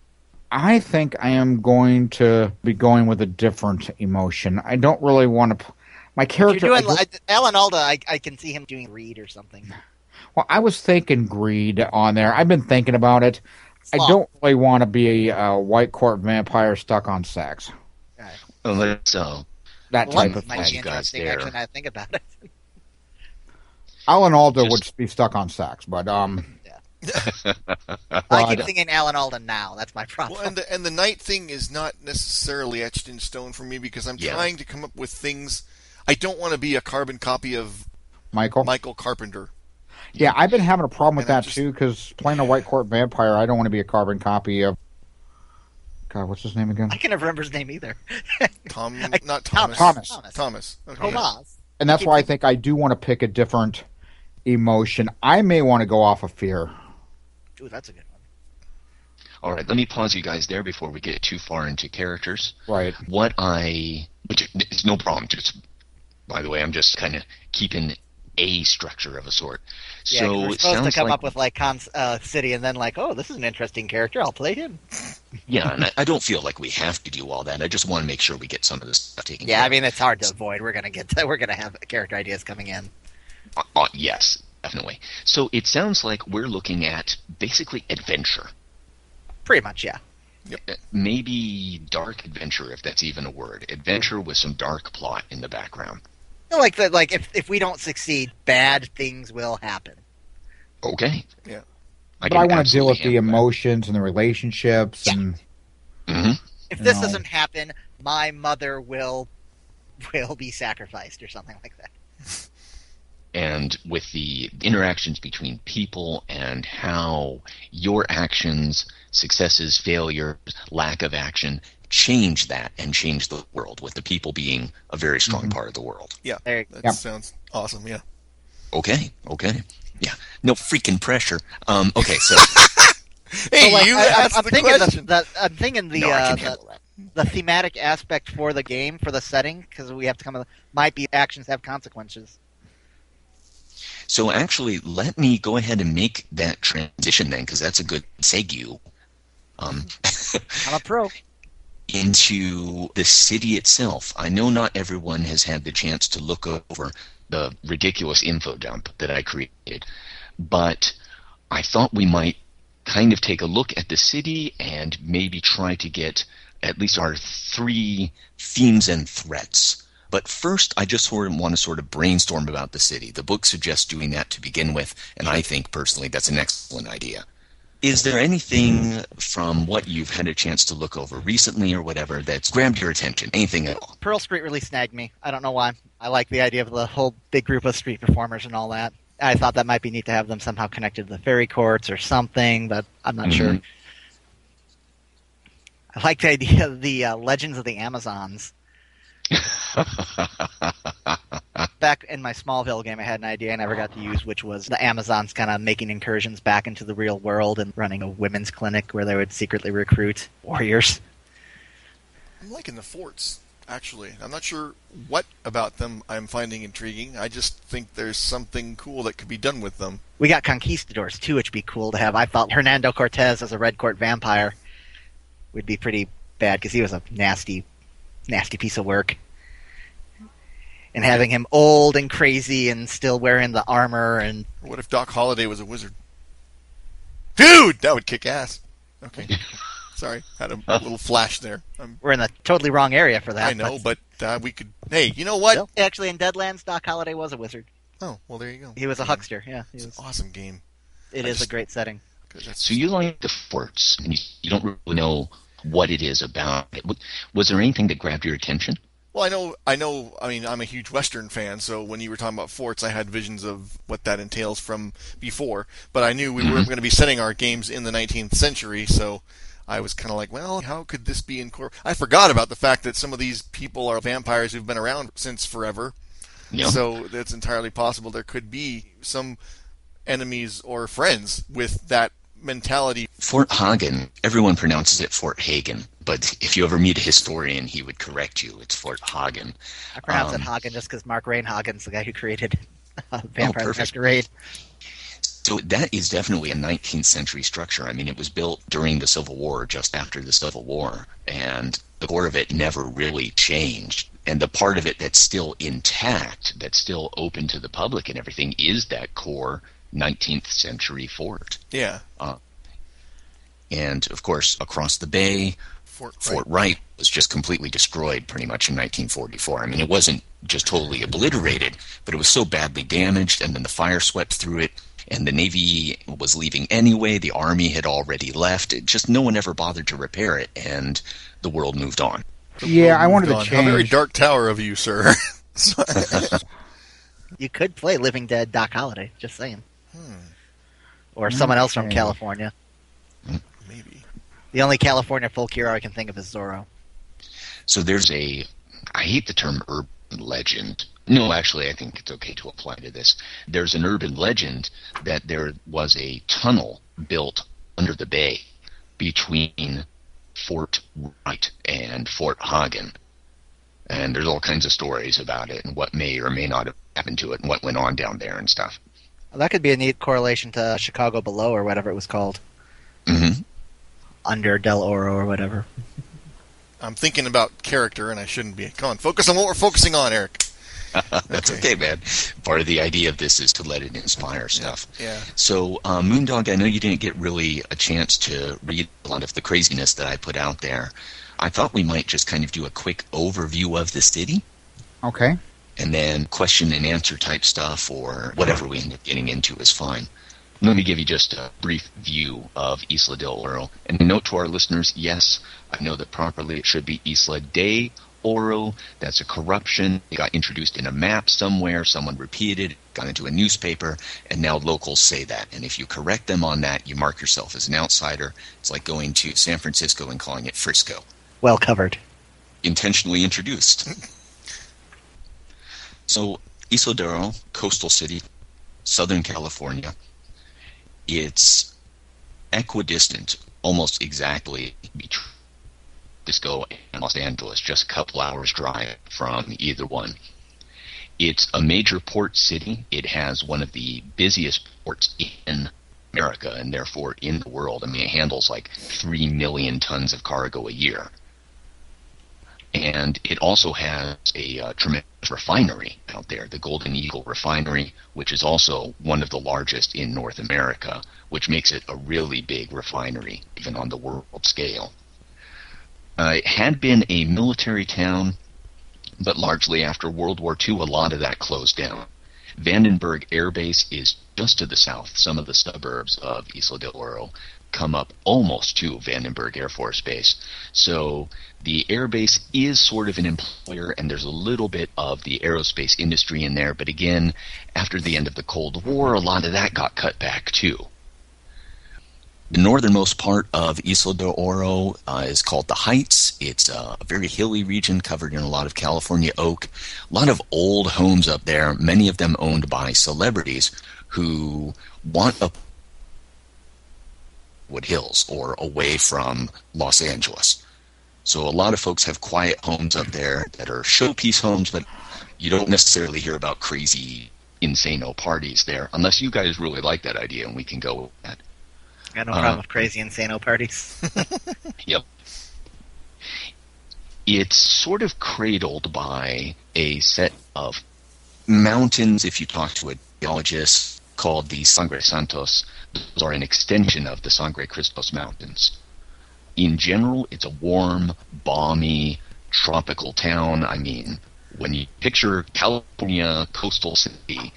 S3: I think I am going to be going with a different emotion. I don't really want to. P- my
S2: If
S3: character.
S2: You're doing
S3: I-
S2: I, Alan Alda. I, I can see him doing read or something.
S3: Well, I was thinking greed on there. I've been thinking about it. I
S2: Sloth.
S3: don't really want to be a, uh white court vampire stuck on sex.
S4: Oh, but so
S3: That
S2: Lust
S3: type of
S2: might be
S3: thing.
S4: You guys
S2: interesting.
S4: there.
S2: Actually, now I think about it.
S3: Alan Alda
S4: Just-
S3: would be stuck on sex, but um,
S2: I keep
S3: God.
S2: thinking Alan Alda now. That's my problem.
S6: Well, and the, and the night thing is not necessarily etched in stone for me because I'm
S4: Yeah.
S6: trying to come up with things. I don't want to be a carbon copy of
S3: Michael.
S6: Michael Carpenter.
S3: yeah, I've been having a problem with
S6: And I
S3: that
S6: just-
S3: too because playing a white court vampire, I don't want to be a carbon copy of. God, what's his name again?
S2: I can never remember his name either.
S6: Tom,
S2: I-
S6: not
S2: Thomas.
S6: Thomas.
S3: Thomas.
S2: Thomas.
S6: Thomas. Oh, Okay.
S2: Thomas.
S3: And that's why I think I do want to pick a different emotion. I may want to go off of fear.
S2: Ooh, that's a good one.
S4: all right, let me pause you guys there before we get too far into characters.
S3: Right.
S4: what I, which is no problem. Just by the way, I'm just kind of keeping a structure of a sort.
S2: Yeah, 'cause
S4: so
S2: we're
S4: it
S2: supposed to
S4: sounds
S2: come
S4: like
S2: up with like Con uh, City, and then like, oh, this is an interesting character. I'll play him.
S4: yeah, and I, I don't feel like we have to do all that. I just want to make sure we get some of this stuff taken.
S2: Yeah, I
S4: care
S2: mean it's hard to avoid. We're gonna get we're gonna have character ideas coming in.
S4: of. Uh, uh, yes, definitely. So it sounds like we're looking at basically adventure,
S2: Pretty much, yeah.
S4: Uh, maybe dark adventure, if that's even a word. Adventure with some dark plot in the background.
S2: You know, Like the, like if if we don't succeed, bad things will happen.
S4: Okay.
S6: Yeah.
S3: but I want to deal
S4: absolutely
S3: with the
S4: handle that.
S3: emotions and the relationships
S2: Yeah.
S3: and
S4: Mhm.
S2: If this
S3: No.
S2: doesn't happen, my mother will will be sacrificed or something like that.
S4: and with the interactions between people and how your actions, successes, failures, lack of action change that and change the world, with the people being a very strong
S3: Mm-hmm.
S4: part of the world.
S2: There you go.
S6: That
S3: Yep.
S6: sounds awesome. Yeah.
S4: Okay, okay. Yeah, no freaking pressure. Um, okay, so
S6: Hey,
S2: Like,
S6: you
S2: I, I'm-
S6: asked
S2: I'm
S6: the
S2: thinking
S6: question.
S2: The, the, I'm thinking the,
S4: no, I
S2: uh,
S4: can
S2: the
S4: handle that.
S2: the thematic aspect for the game for the setting because we have to come up might be actions have consequences.
S4: So actually, let me go ahead and make that transition then, because that's a good segue. Um,
S2: I'm a pro.
S4: into the city itself. I know not everyone has had the chance to look over the ridiculous info dump that I created, but I thought we might kind of take a look at the city and maybe try to get at least our three themes and threats. But first, I just sort of want to sort of brainstorm about the city. The book suggests doing that to begin with, and I think personally that's an excellent idea is there anything from what you've had a chance to look over recently or whatever that's grabbed your attention? Anything at all?
S2: Pearl Street really snagged me. I don't know why. I like the idea of the whole big group of street performers and all that. I thought that might be neat to have them somehow connected to the fairy courts or something, but I'm not sure.
S4: Mhm.
S2: I like the idea of the uh, Legends of the Amazons. back in my Smallville game, I had an idea I never got to use, which was the Amazons kind of making incursions back into the real world and running a women's clinic where they would secretly recruit warriors.
S6: I'm liking the forts, actually. I'm not sure what about them I'm finding intriguing. I just think there's something cool that could be done with them.
S2: We got conquistadors too, which would be cool to have. I thought Hernando Cortez as a red court vampire would be pretty bad because he was a nasty, nasty piece of work. And having him old and crazy and still wearing the armor and
S6: Or what if Doc Holliday was a wizard? Dude, that would kick ass. Okay. Sorry, had a little flash there. I'm,
S2: we're in the totally wrong area for that.
S6: I know, but That we could. Hey, you know what?
S2: Well, actually, in Deadlands, Doc Holliday was a wizard.
S6: Oh, well, there you go.
S2: He was a huckster. Yeah, he
S6: It's
S2: was,
S6: an awesome game.
S2: it
S6: I
S2: is a
S6: just-
S2: great setting.
S6: Good, That's,
S4: So you like the forts, and you, you don't really know what it is about. it. W- Was there anything that grabbed your attention?
S6: well, I know. I know. I mean, I'm a huge Western fan, so when you were talking about forts, I had visions of what that entails from before. But I knew we weren't going to be setting our games in the 19th century, so I was kind of like, well, how could this be incorporated? I forgot about the fact that some of these people are vampires who've been around since forever.
S4: No.
S6: So it's entirely possible there could be some enemies or friends with that mentality.
S4: Fort Hagen. Everyone pronounces it Fort Hagen, but if you ever meet a historian, he would correct you. It's Fort Hagen.
S2: I pronounce
S4: Um,
S2: it Hagen just because Mark Reinhagen's the guy who created uh,
S6: Oh,
S2: Vampire the
S4: perfect.
S2: Masquerade.
S4: So that is definitely a 19th century structure. I mean, it was built during the Civil War, just after the Civil War, and the core of it never really changed. And the part of it that's still intact, that's still open to the public and everything, is that core 19th century fort.
S6: Yeah.
S4: And of course, across the bay,
S6: Fort,
S4: Fort Wright was just completely destroyed pretty much in 1944. I mean, it wasn't just totally obliterated, but it was so badly damaged, and then the fire swept through it, and the Navy was leaving anyway. The Army had already left. It just no one ever bothered to repair it, and the world moved on.
S3: Yeah, I wanted to
S6: Gone. How very
S3: change.
S6: dark tower of you, sir.
S2: You could play Living Dead Doc Holliday. Just saying. Or someone else from
S3: Okay.
S2: California.
S6: Maybe.
S2: The only California folk hero I can think of is Zorro.
S4: So there's a, I hate the term urban legend. No, actually, I think it's okay to apply to this. There's an urban legend that there was a tunnel built under the bay between Fort Wright and Fort Hagen. And there's all kinds of stories about it and what may or may not have happened to it and what went on down there and stuff.
S2: That could be a neat correlation to Chicago Below or whatever it was called.
S4: hmm
S2: Under Del Oro or whatever.
S6: I'm thinking about character, and I shouldn't be. Come on, focus on what we're focusing on, Eric.
S4: That's okay. man. Part of the idea of this is to let it inspire stuff.
S6: Yeah.
S4: So, uh, Moondog, I know you didn't get really a chance to read a lot of the craziness that I put out there. I thought we might just kind of do a quick overview of the city
S3: Okay.
S4: and then question and answer type stuff or whatever we end up getting into is fine. Let me give you just a brief view of Isla del Oro. And a note to our listeners yes, I know that properly it should be Isla de Oro. That's a corruption. It got introduced in a map somewhere, someone repeated it, got into a newspaper, and now locals say that. And if you correct them on that, you mark yourself as an outsider. It's like going to San Francisco and calling it Frisco
S2: Well covered.
S4: intentionally introduced. so, Isodoro, coastal city, Southern California, it's equidistant almost exactly between Disco and Los Angeles, just a couple hours drive from either one. It's a major port city. It has one of the busiest ports in America and therefore in the world. I mean, it handles like 3 million tons of cargo a year and it also has a uh, tremendous refinery out there, the Golden Eagle Refinery, which is also one of the largest in North America, which makes it a really big refinery, even on the world scale. Uh, it had been a military town, but largely after World War II, a lot of that closed down. Vandenberg Air Base is just to the south. Some of the suburbs of Isla del Oro come up almost to Vandenberg Air Force Base. So the airbase is sort of an employer, and there's a little bit of the aerospace industry in there. But again, after the end of the Cold War, a lot of that got cut back too. The northernmost part of Isla de Oro uh, is called the Heights. It's a very hilly region covered in a lot of California oak. A lot of old homes up there, many of them owned by celebrities who want a Wood Hills or away from Los Angeles. So a lot of folks have quiet homes up there that are showpiece homes, but you don't necessarily hear about crazy insano parties there unless you guys really like that idea and we can go with that.
S2: Got no
S4: Uh-huh.
S2: problem with crazy insano parties.
S4: It's sort of cradled by a set of mountains if you talk to a geologist called the Sangre Santos. Those are an extension of the Sangre Cristos Mountains. In general, it's a warm, balmy, tropical town. I mean, when you picture California coastal city,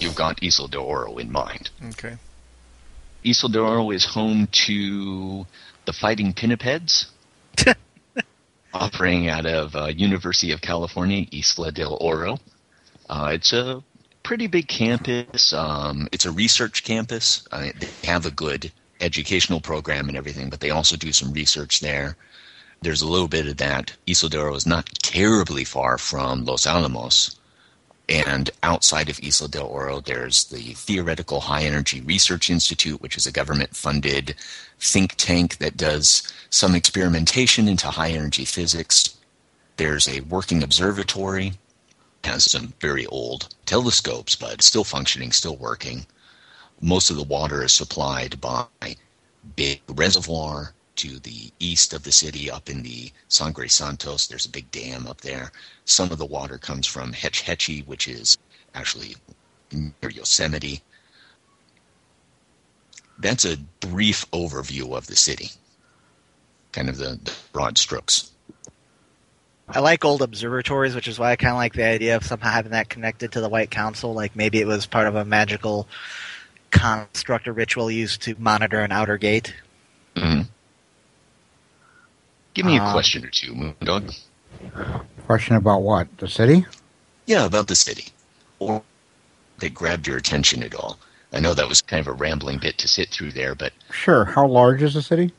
S4: you've got Isidoro in mind.
S6: Okay.
S4: Isidoro is home to the Fighting Pinnipeds, operating out of uh, University of California, Isla del Oro. Uh, it's a pretty big campus. Um, it's a research campus. Uh, they have a good educational program and everything, but they also do some research there. There's a little bit of that. Isidoro is not terribly far from Los Alamos. And outside of Isla del Oro, there's the Theoretical High Energy Research Institute, which is a government funded think tank that does some experimentation into high energy physics. There's a working observatory, has some very old telescopes, but it's still functioning, still working. Most of the water is supplied by big reservoir to the east of the city up in the Sangre Santos. There's a big dam up there. Some of the water comes from Hetch Hetchy, which is actually near Yosemite. That's a brief overview of the city, kind of the, the broad strokes.
S2: I like old observatories, which is why I kind of like the idea of somehow having that connected to the White Council. Like maybe it was part of a magical construct or ritual used to monitor an outer gate.
S4: Mhm. Give me a
S2: Um,
S4: question or two, Moondog.
S3: Question about what? The city?
S4: Yeah, about the city. Or that grabbed your attention at all. I know that was kind of a rambling bit to sit through there, but
S3: Sure. How large is the city?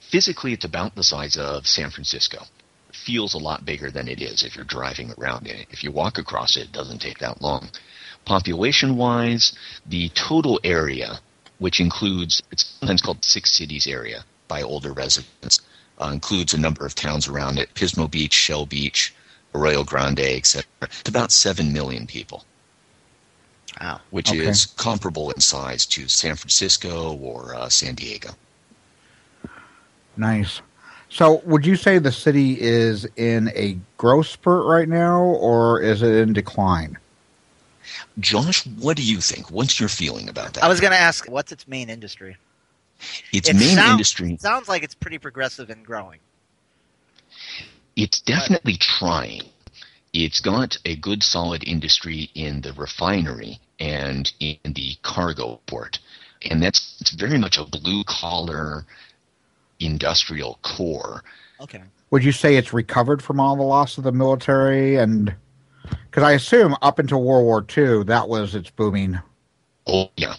S4: physically it's about the size of San Francisco. Feels a lot bigger than it is if you're driving around in it. If you walk across it, it doesn't take that long. Population wise, the total area, which includes, it's sometimes called Six Cities area by older residents, uh, includes a number of towns around it Pismo Beach, Shell Beach, Arroyo Grande, etc. It's about 7 million people
S2: Wow.
S4: which
S3: Okay.
S4: is comparable in size to San Francisco or uh, San Diego.
S3: Nice. So, would you say the city is in a growth spurt right now, or is it in decline?
S4: Josh, what do you think? What's your feeling about that?
S2: I was going to ask, what's its main industry?
S4: its
S2: it
S4: main
S2: sounds-
S4: industry,
S2: It sounds like it's pretty progressive and growing.
S4: it's definitely trying. It's got a good solid industry in the refinery and in the cargo port. And that's it's very much a blue collar industrial core.
S2: Okay.
S3: Would you say it's recovered from all the loss of the military and? Because I assume up until World War II, that was its booming
S4: Oh yeah.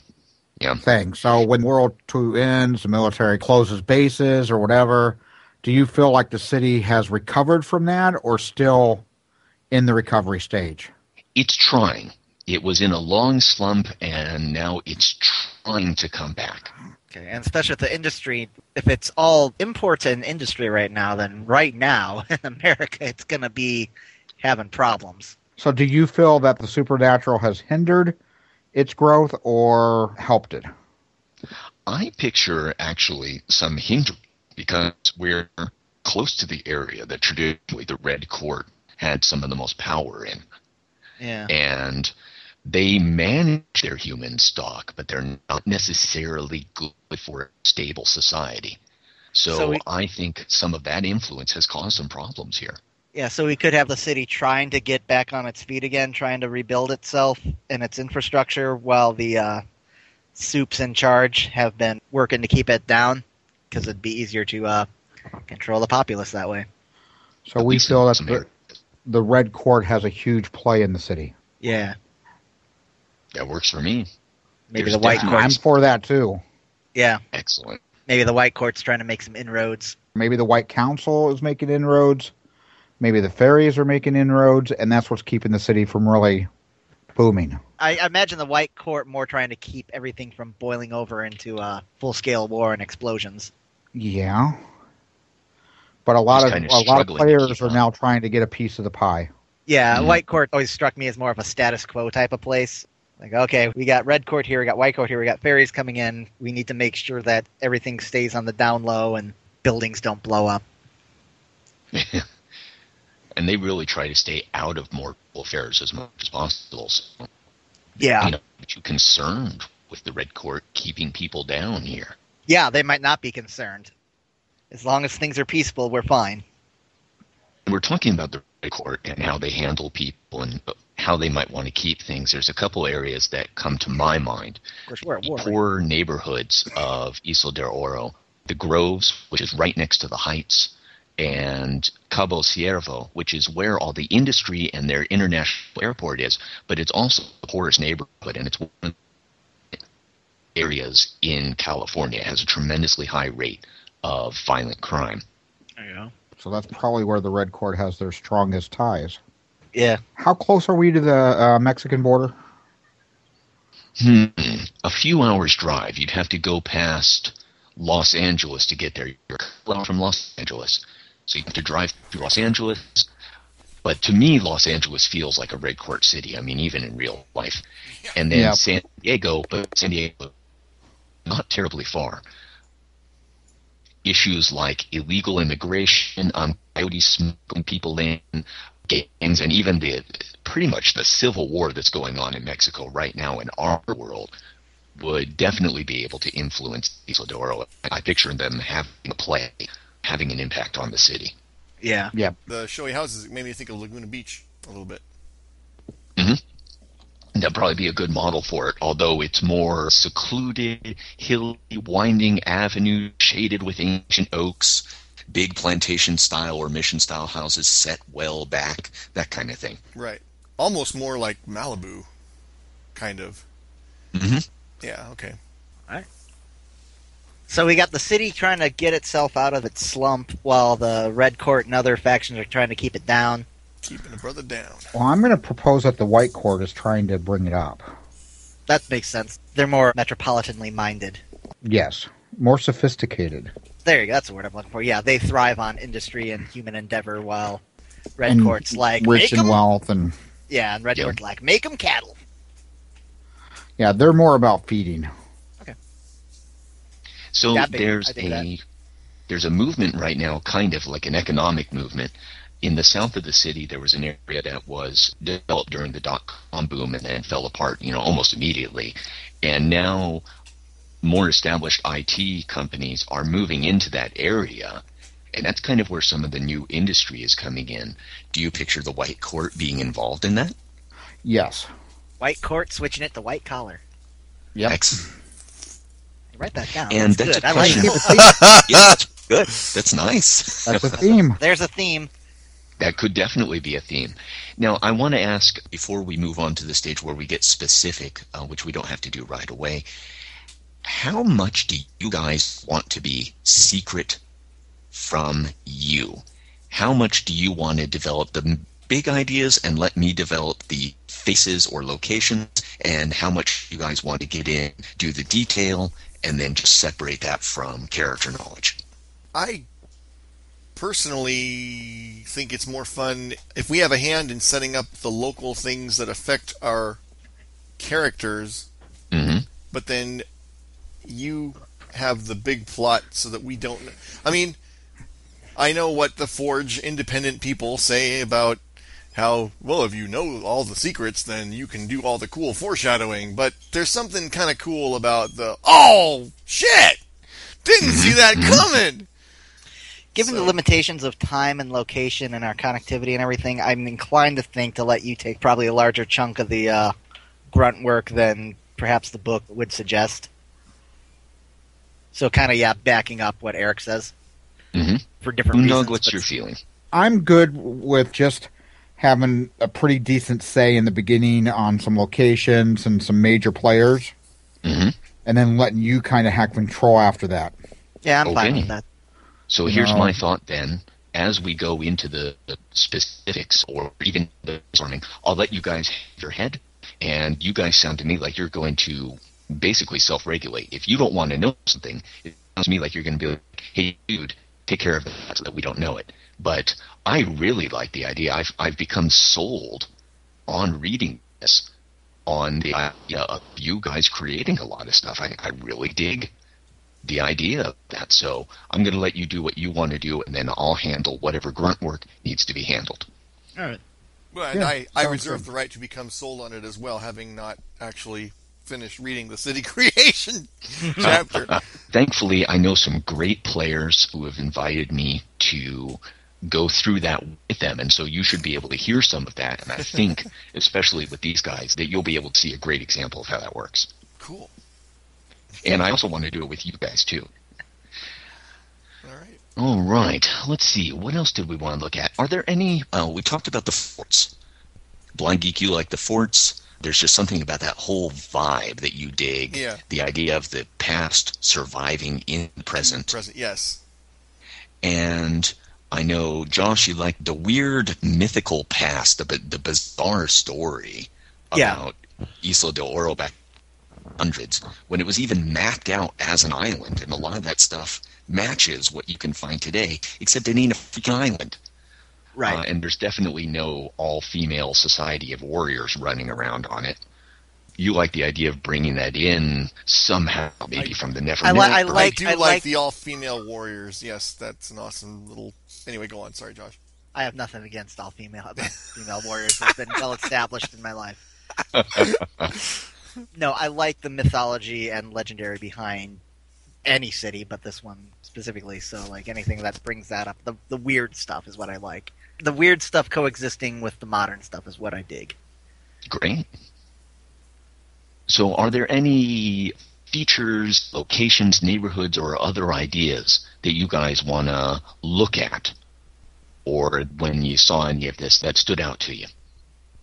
S4: Yeah.
S3: thing. So when World War II ends, the military closes bases or whatever. Do you feel like the city has recovered from that, or still in the recovery stage?
S4: it's trying. It was in a long slump and now it's trying to come back.
S2: Okay. And especially with the industry, if it's all imports and industry right now, then right now in America, it's going to be having problems.
S3: So, do you feel that the supernatural has hindered its growth or helped it?
S4: I picture actually some hindrance because we're close to the area that traditionally the Red Court had some of the most power in.
S2: Yeah.
S4: And they manage their human stock, but they're not necessarily good for a stable society. So,
S2: So we-
S4: I think some of that influence has caused some problems here.
S2: Yeah, so we could have the city trying to get back on its feet again, trying to rebuild itself and its infrastructure, while the uh, soups in charge have been working to keep it down because it'd be easier to uh, control the populace that way.
S3: So, we
S4: At least
S3: feel
S4: in
S3: that
S4: some
S3: the,
S4: areas.
S3: the Red Court has a huge play in the city.
S2: Yeah,
S4: that works for me.
S2: maybe
S4: There's
S2: the white
S4: definitely-
S2: court.
S3: I'm for that too.
S2: Yeah,
S4: Excellent.
S2: maybe the white court's trying to make some inroads.
S3: Maybe the White Council is making inroads. Maybe the ferries are making inroads, and that's what's keeping the city from really booming.
S2: I, I imagine the white court more trying to keep everything from boiling over into uh, full-scale war and explosions.
S3: Yeah. But a lot
S4: It's
S3: of
S4: kind of
S3: a lot of
S4: struggling to keep
S3: players are
S4: up.
S3: now trying to get a piece of the pie.
S2: Yeah,
S4: Mhm.
S2: White Court always struck me as more of a status quo type of place. Like, okay, we got Red Court here, we got White Court here, we got ferries coming in. We need to make sure that everything stays on the down low and buildings don't blow up.
S4: and they really try to stay out of more affairs as much as possible. So,
S2: Yeah.
S4: you know, aren't you concerned with the Red Court keeping people down here?
S2: Yeah, they might not be concerned. As long as things are peaceful, we're fine.
S4: we're talking about the Red court and how they handle people and how they might want to keep things, there's a couple areas that come to my mind.
S2: Of course, we're at
S4: The
S2: war.
S4: poor neighborhoods of Isla de Oro, the Groves, which is right next to the Heights, and Cabo Ciervo, which is where all the industry and their international airport is, but it's also the poorest neighborhood, and it's one of the areas in California. It has a tremendously high rate of violent crime.
S7: There you go.
S3: So that's probably where the Red Court has their strongest ties.
S2: Yeah,
S3: How close are we to the uh, Mexican border?
S4: Hmm. A few hours drive. You'd have to go past Los Angeles to get there. You're well from Los Angeles, so you have to drive through Los Angeles. But to me, Los Angeles feels like a red court city. I mean, even in real life. And then
S3: Yeah.
S4: San Diego, but San Diego, not terribly far. Issues like illegal immigration, um, coyotes smoking people in, gangs and even the pretty much the civil war that's going on in Mexico right now in our world would definitely be able to influence Isla de Oro. I picture them having a play, having an impact on the city.
S2: yeah.
S6: The showy houses it made me think of Laguna Beach a little bit.
S4: And that'd probably be a good model for it, although it's more secluded, hilly, winding avenue shaded with ancient oaks, big plantation style or mission style houses set well back, that kind of thing.
S6: Right. Almost more like Malibu, kind of.
S4: Mhm.
S6: Yeah. Okay.
S2: So we got the city trying to get itself out of its slump, while the Red Court and other factions are trying to keep it down.
S6: Keeping a brother down.
S3: Well, I'm going to propose that the White Court is trying to bring it up.
S2: That makes sense. They're more metropolitanly minded.
S3: Yes, more sophisticated.
S2: There you go. That's the word I'm looking for. Yeah, they thrive on industry and human endeavor, while Red
S3: And
S2: Court's like make
S3: rich and
S2: 'em-
S3: wealth and
S2: Yeah, and Red
S4: Yeah.
S2: Court's like make 'em cattle.
S3: yeah, they're more about feeding.
S4: So
S2: That big- I
S4: there's
S2: think
S4: a there's a movement right now, kind of like an economic movement. In the south of the city, there was an area that was developed during the dot com boom and then fell apart, you know, almost immediately. And now more established IT companies are moving into that area. And that's kind of where some of the new industry is coming in. Do you picture the white court being involved in that?
S3: Yes.
S2: White Court switching it to white collar.
S3: Yep.
S4: Excellent.
S2: Write that down.
S4: And
S2: that's
S4: that's
S2: good.
S4: a
S2: I like
S4: question.
S2: it.
S4: Yeah, that's good. That's nice.
S3: That's a theme.
S2: There's a theme.
S4: That could definitely be a theme. Now, I want to ask before we move on to the stage where we get specific, uh, which we don't have to do right away, how much do you guys want to be secret from you? How much do you want to develop the m- big ideas and let me develop the faces or locations? And how much you guys want to get in, do the detail, and then just separate that from character knowledge?
S6: I personally think it's more fun if we have a hand in setting up the local things that affect our characters,
S4: hmm
S6: but then you have the big plot so that we don't. I mean, I know what the Forge independent people say about how, well, if you know all the secrets, then you can do all the cool foreshadowing, but there's something kind of cool about the, oh, shit! Didn't see that coming!
S2: Given the
S6: So-
S2: limitations of time and location and our connectivity and everything, I'm inclined to think to let you take probably a larger chunk of the uh, grunt work than perhaps the book would suggest. So, kind of, yeah, backing up what Eric says
S4: Mhm.
S2: for different reasons.
S4: Nog, what's
S2: but-
S4: your feeling?
S3: I'm good with just having a pretty decent say in the beginning on some locations and some major players,
S4: hmm
S3: and then letting you kind of have control after that.
S2: Yeah, I'm fine
S4: Okay.
S2: with that.
S4: So
S3: You
S4: here's
S3: know.
S4: my thought then. As we go into the, the specifics or even the brainstorming, I'll let you guys have your head, and you guys sound to me like you're going to basically self regulate. If you don't want to know something, it sounds to me like you're going to be like, hey, dude, take care of that so that we don't know it. But I really like the idea. I've, I've become sold on reading this, on the idea of you guys creating a lot of stuff. I, I really dig the idea of that. So I'm going to let you do what you want to do, and then I'll handle whatever grunt work needs to be handled.
S7: All right.
S6: Well, and
S3: Yeah,
S6: I, I
S3: sounds
S6: reserve
S3: good.
S6: the right to become sold on it as well, having not actually finished reading the City Creation chapter.
S4: Thankfully, I know some great players who have invited me to go through that with them. And so you should be able to hear some of that. And I think, especially with these guys, that you'll be able to see a great example of how that works.
S6: Cool.
S4: And I also want to do it with you guys, too.
S6: All right.
S4: All right. Let's see. What else did we want to look at? Are there any? Oh, we talked about the forts. Blind Geek, you like the forts. There's just something about that whole vibe that you dig.
S6: Yeah.
S4: The idea of the past surviving in the present.
S6: Present. Yes.
S4: And I know, Josh, you like the weird mythical past, the, bi- the bizarre story
S2: Yeah.
S4: about Isla de Oro back hundreds, when it was even mapped out as an island, and a lot of that stuff matches what you can find today, except it ain't a freaking island. Uh, and there's definitely no all female society of warriors running around on it. You like the idea of bringing that in somehow, maybe from the Never
S2: I li-
S4: Never.
S2: I like-
S6: I do
S2: I
S6: like,
S2: like-
S6: the all-female warriors. Yes, that's an awesome little. Anyway, go on. Sorry, Josh.
S2: I have nothing against all female female warriors. It's been well established in my life. no, I like the mythology and legendary behind any city, but this one specifically. So, like anything that brings that up, the the weird stuff is what I like. The weird stuff coexisting with the modern stuff is what I dig.
S4: Great. So, are there any features, locations, neighborhoods, or other ideas that you guys want to look at? Or when you saw any of this that stood out to you?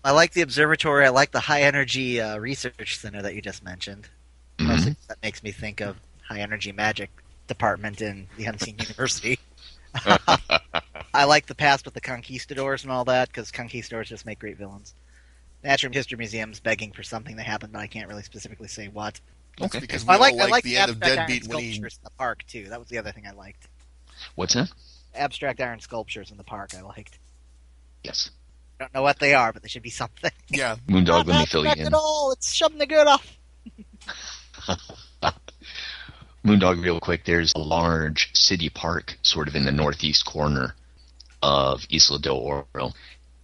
S2: I like the observatory. I like the high energy uh, research center that you just mentioned.
S4: Mhm.
S6: Mm-hmm.
S2: Mostly that makes me think of high energy magic department in the Unseen University. I like the past with the conquistadors and all that because conquistadors just make great villains. Natural History Museum's begging for something that happened, but I can't really specifically say what.
S6: That's
S4: Okay.
S6: Because we
S2: I like,
S6: all
S2: I like
S6: the end of
S2: abstract
S6: Deadbeat
S2: iron
S6: when he.
S2: sculptures in the park too. That was the other thing I liked.
S4: What's that?
S2: Abstract iron sculptures in the park. I liked.
S4: Yes.
S2: I don't know what they are, but they should be something.
S6: Yeah.
S4: Moondog,
S2: Not
S4: let me fill you
S2: abstract at
S4: in.
S2: all. It's shoving the good off.
S4: Moondog, real quick, there's a large city park sort of in the northeast corner of Isla del Oro.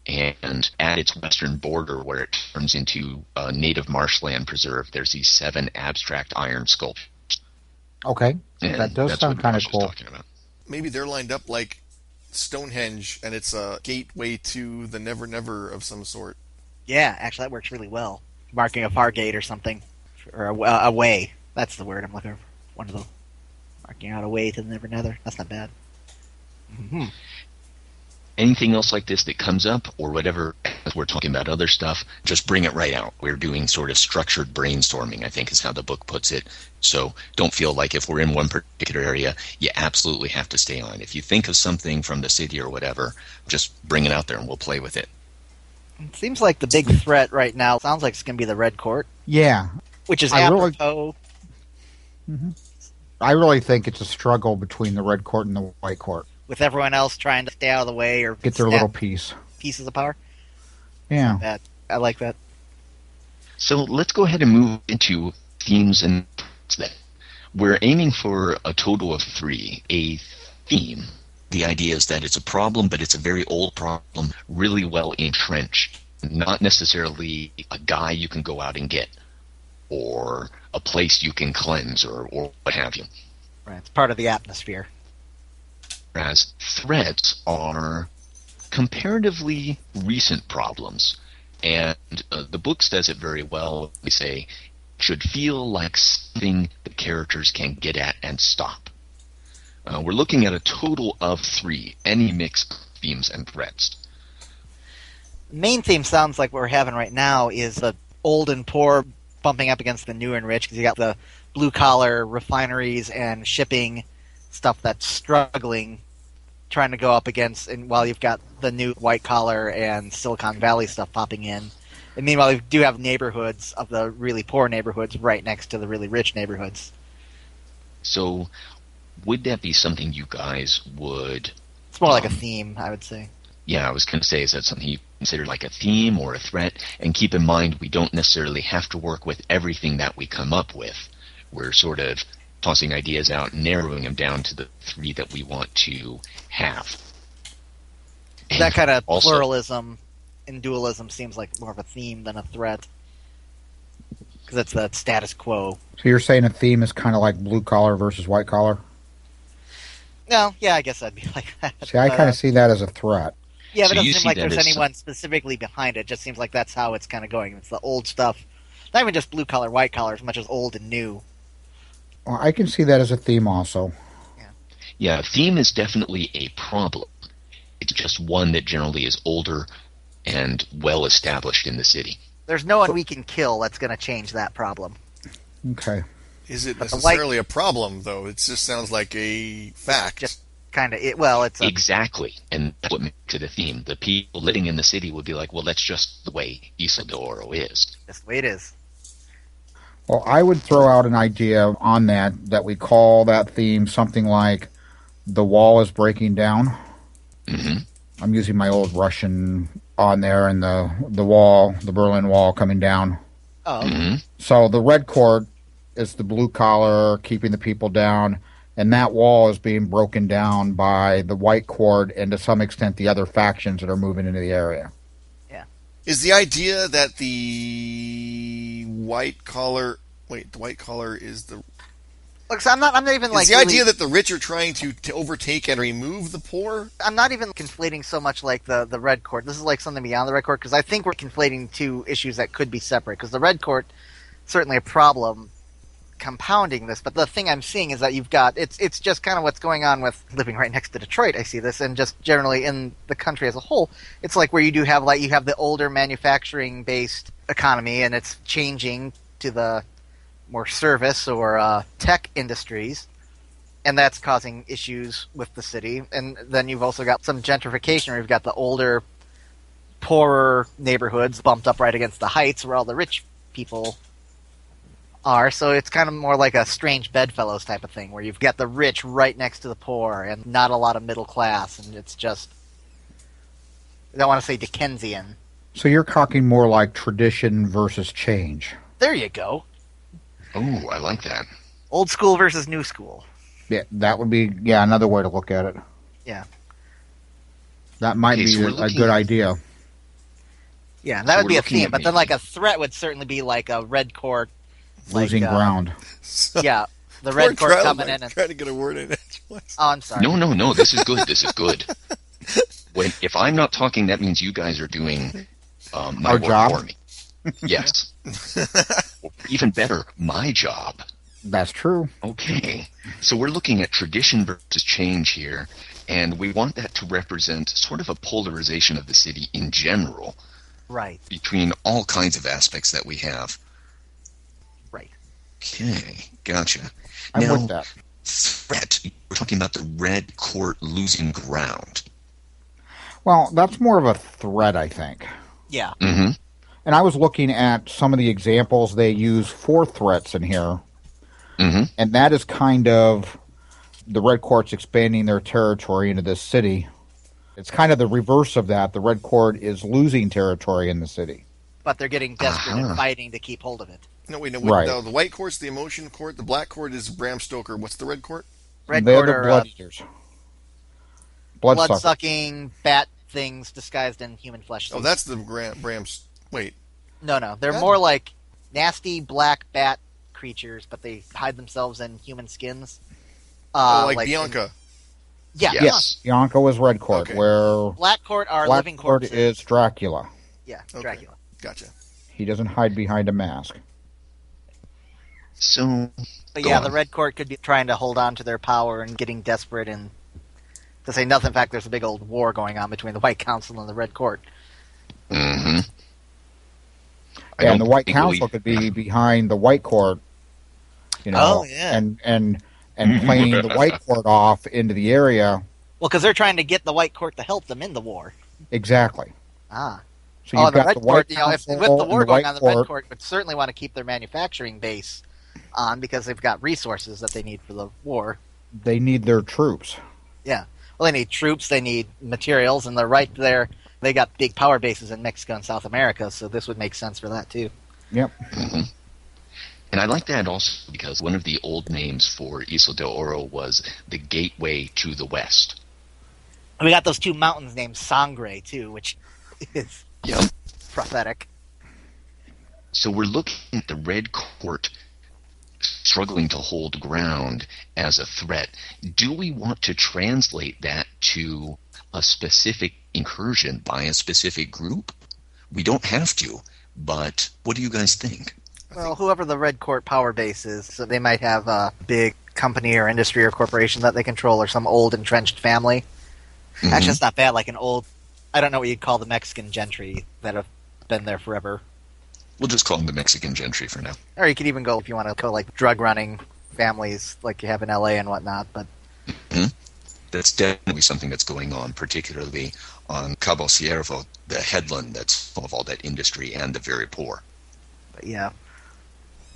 S4: And at its western border, where it turns into a native marshland preserve, there's these seven abstract iron sculptures.
S3: Okay.
S4: And
S3: That does
S4: that's
S3: sound
S4: what
S3: kinda
S4: Josh is
S3: cool.
S4: talking about.
S6: Maybe they're lined up like Stonehenge, and it's a gateway to the Never Never of some sort.
S2: Yeah, actually, that works really well. Marking a far gate or something, or a, uh, a way. That's the word I'm looking for. One of the marking out a way to the never nether. That's not bad.
S3: Mm-hmm.
S2: hmm
S4: Anything else like this that comes up, or whatever, as we're talking about other stuff, just bring it right out. We're doing sort of structured brainstorming, I think is how the book puts it. So don't feel like if we're in one particular area, you absolutely have to stay on. If you think of something from the city or whatever, just bring it out there and we'll play with it.
S2: It seems like the big threat right now sounds like it's going to be the red court,
S3: Yeah.
S2: which is
S3: I really-
S2: apropos.
S3: I really think it's a struggle between the red court and the white court.
S2: With everyone else trying to stay out of the way or
S3: Get their
S2: snap
S3: little piece.
S2: pieces of power.
S3: Yeah.
S2: That I like that.
S4: So let's go ahead and move into themes and topics then. We're aiming for a total of three. A theme. The idea is that it's a problem, but it's a very old problem, really well entrenched. Not necessarily a guy you can go out and get, or a place you can cleanse, or, or what have you.
S2: Right, it's part of the atmosphere.
S4: Whereas threats are comparatively recent problems. And uh, the book says it very well. We say, should feel like something the characters can get at and stop. Uh, we're looking at a total of three, any mix of themes and threats.
S2: main theme sounds like what we're having right now is the old and poor bumping up against the new and rich because you got the blue collar refineries and shipping stuff that's struggling trying to go up against and while you've got the new white collar and silicon valley stuff popping in and meanwhile you do have neighborhoods of the really poor neighborhoods right next to the really rich neighborhoods
S4: So, would that be something you guys would?
S2: it's more like a theme i would say
S4: Yeah, I was going to say, is that something you consider like a theme or a threat? And keep in mind, we don't necessarily have to work with everything that we come up with. We're sort of tossing ideas out, narrowing them down to the three that we want to have.
S2: that kind of
S4: Also-
S2: pluralism and dualism seems like more of a theme than a threat because that's the status quo
S3: So you're saying a theme is kind of like blue collar versus white collar?
S2: No, yeah, I guess I'd be like that.
S3: See, I
S2: But,
S3: kind
S2: uh,
S3: of see that as a threat.
S2: Yeah, but
S4: So
S2: it
S4: you
S2: doesn't seem
S4: see
S2: like
S4: that
S2: there's
S4: as some-
S2: anyone specifically behind it. It just seems like that's how it's kind of going. It's the old stuff. Not even just blue collar, white collar, as much as old and new.
S3: Well, I can see that as a theme also.
S4: Yeah, theme is definitely a problem. It's just one that generally is older and well established in the city.
S2: There's no one we can kill that's going to change that problem.
S3: Okay.
S6: Is it
S2: But the
S6: necessarily a problem though? It just sounds like a fact.
S2: Just- Kind of. It, well, it's a,
S4: Exactly. And that's what makes it a theme. The people living in the city would be like, well, that's just the way Isidoro is.
S2: just the way it is.
S3: Well, I would throw out an idea on that that we call that theme something like "The Wall is Breaking Down."
S4: hmm
S3: I'm using my old Russian on there, and the the wall, the Berlin Wall, coming down.
S2: Oh,
S4: hmm
S3: So the red cord is the blue collar keeping the people down, and that wall is being broken down by the white cord and to some extent the other factions that are moving into the area.
S6: Is the idea that the white collar wait, the white collar is the
S2: look, so I'm not. I'm not even like
S6: is the
S2: really-
S6: idea that the rich are trying to, to overtake and remove the poor?
S2: I'm not even conflating so much like the the red court. This is like something beyond the red court because I think we're conflating two issues that could be separate. Because the red court certainly a problem compounding this, but the thing I'm seeing is that you've got it's it's just kind of what's going on with living right next to Detroit. I see this, and just generally in the country as a whole, it's like where you do have like you have the older manufacturing based economy, and it's changing to the more service or uh, tech industries and that's causing issues with the city. And then you've also got some gentrification where you've got the older, poorer neighborhoods bumped up right against the heights where all the rich people are. So it's kind of more like a strange bedfellows type of thing where you've got the rich right next to the poor and not a lot of middle class. And it's just, I don't want to say Dickensian.
S3: So you're talking more like tradition versus change.
S2: There you go.
S4: Oh, I like that.
S2: Old school versus new school.
S3: Yeah, that would be yeah another way to look at it.
S2: Yeah.
S3: That might
S4: Okay,
S3: be
S4: so we're
S3: a, a
S4: looking
S3: good
S4: at-
S3: idea.
S2: Yeah, that
S4: So
S2: would
S4: we're
S2: be a
S4: looking
S2: theme.
S4: at
S2: But then, like,
S4: maybe-
S2: a threat would certainly be like a red court. like,
S3: Losing
S2: uh,
S3: ground.
S6: So,
S2: yeah, the
S6: poor
S2: red court
S6: Trout,
S2: coming
S6: like,
S2: in. And,
S6: trying to get a word in edgewise.
S2: oh, I'm sorry.
S4: No, no, no. This is good. This is good. When if I'm not talking, that means you guys are doing um, my
S3: Our
S4: work
S3: job?
S4: for me. Yes. Or Even better, my job.
S3: That's true.
S4: Okay. So we're looking at tradition versus change here, and we want that to represent sort of a polarization of the city in general
S2: Right,
S4: between all kinds of aspects that we have.
S2: right.
S4: Okay. Gotcha.
S3: I'm
S4: now,
S3: with that.
S4: threat. We're talking about the red court losing ground.
S3: Well, that's more of a threat, I think.
S2: Yeah,
S4: Mm-hmm.
S3: And I was looking at some of the examples they use for threats in here,
S4: Mm-hmm.
S3: and that is kind of the Red Court's expanding their territory into this city. It's kind of the reverse of that. The Red Court is losing territory in the city.
S2: but they're getting desperate
S4: Uh-huh.
S2: and fighting to keep hold of it.
S6: No, wait, no, wait,
S3: Right.
S6: no. The white court's the emotion court. The black court is Bram Stoker. What's the red court?
S2: Red
S3: They're
S2: court
S3: the
S2: are uh,
S3: blood eaters. Blood,
S2: blood
S3: suckers.
S2: sucking bat things disguised in human flesh.
S6: Oh,
S2: suits.
S6: that's the Gram, Bram's. Wait,
S2: no, no. They're
S6: that-
S2: more like nasty black bat creatures, but they hide themselves in human skins. Uh,
S6: oh, like, Bianca.
S2: yeah,
S4: Yes.
S2: Bianca.
S3: Bianco is Red Court,
S6: Okay.
S3: where
S2: Black court are
S3: Black
S2: living
S3: Court
S2: corpses.
S3: is Dracula.
S2: yeah,
S6: Okay.
S2: Dracula.
S6: Gotcha.
S3: He doesn't hide behind a mask.
S4: So
S2: But
S4: Go
S2: yeah,
S4: on.
S2: the red court could be trying to hold on to their power and getting desperate and to say nothing. In fact, there's a big old war going on between the White Council and the Red Court.
S4: Mm-hmm.
S3: Yeah, and the White Council could be behind the White Court, you know,
S2: Oh, yeah.
S3: and and and playing the White Court off into the area.
S2: Well, because they're trying to get the White Court to help them in the war.
S3: Exactly.
S2: Ah,
S3: So
S2: oh, and
S3: you've
S2: the
S3: got
S2: Red
S3: the
S2: Court.
S3: White
S2: You know, if,
S3: Council
S2: with the war
S3: and the
S2: going
S3: White
S2: on, the Red Court would certainly want to keep their manufacturing base on because they've got resources that they need for the war.
S3: They need their troops.
S2: Well, they need troops, they need materials, and they're right there. They got big power bases in Mexico and South America, so this would make sense for that too.
S3: Yep.
S4: And I like that also because one of the old names for Isla de Oro was the gateway to the west.
S2: And we got those two mountains named Sangre too, which is
S4: Yep.
S2: prophetic.
S4: So we're looking at the Red Court struggling to hold ground as a threat. Do we want to translate that to a specific incursion by a specific group? We don't have to, but what do you guys think?
S2: Well, whoever the Red Court power base is, so they might have a big company or industry or corporation that they control, or some old entrenched family.
S4: Mm-hmm.
S2: Actually, it's not bad. Like an old, I don't know what you'd call the Mexican gentry that have been there forever.
S4: We'll just call them the Mexican gentry for now.
S2: Or you could even go if you want to go like drug running families like you have in LA and whatnot. But
S4: that's definitely something that's going on, particularly on Cabo Ciervo, the headland that's full of all that industry and the very poor.
S2: but yeah,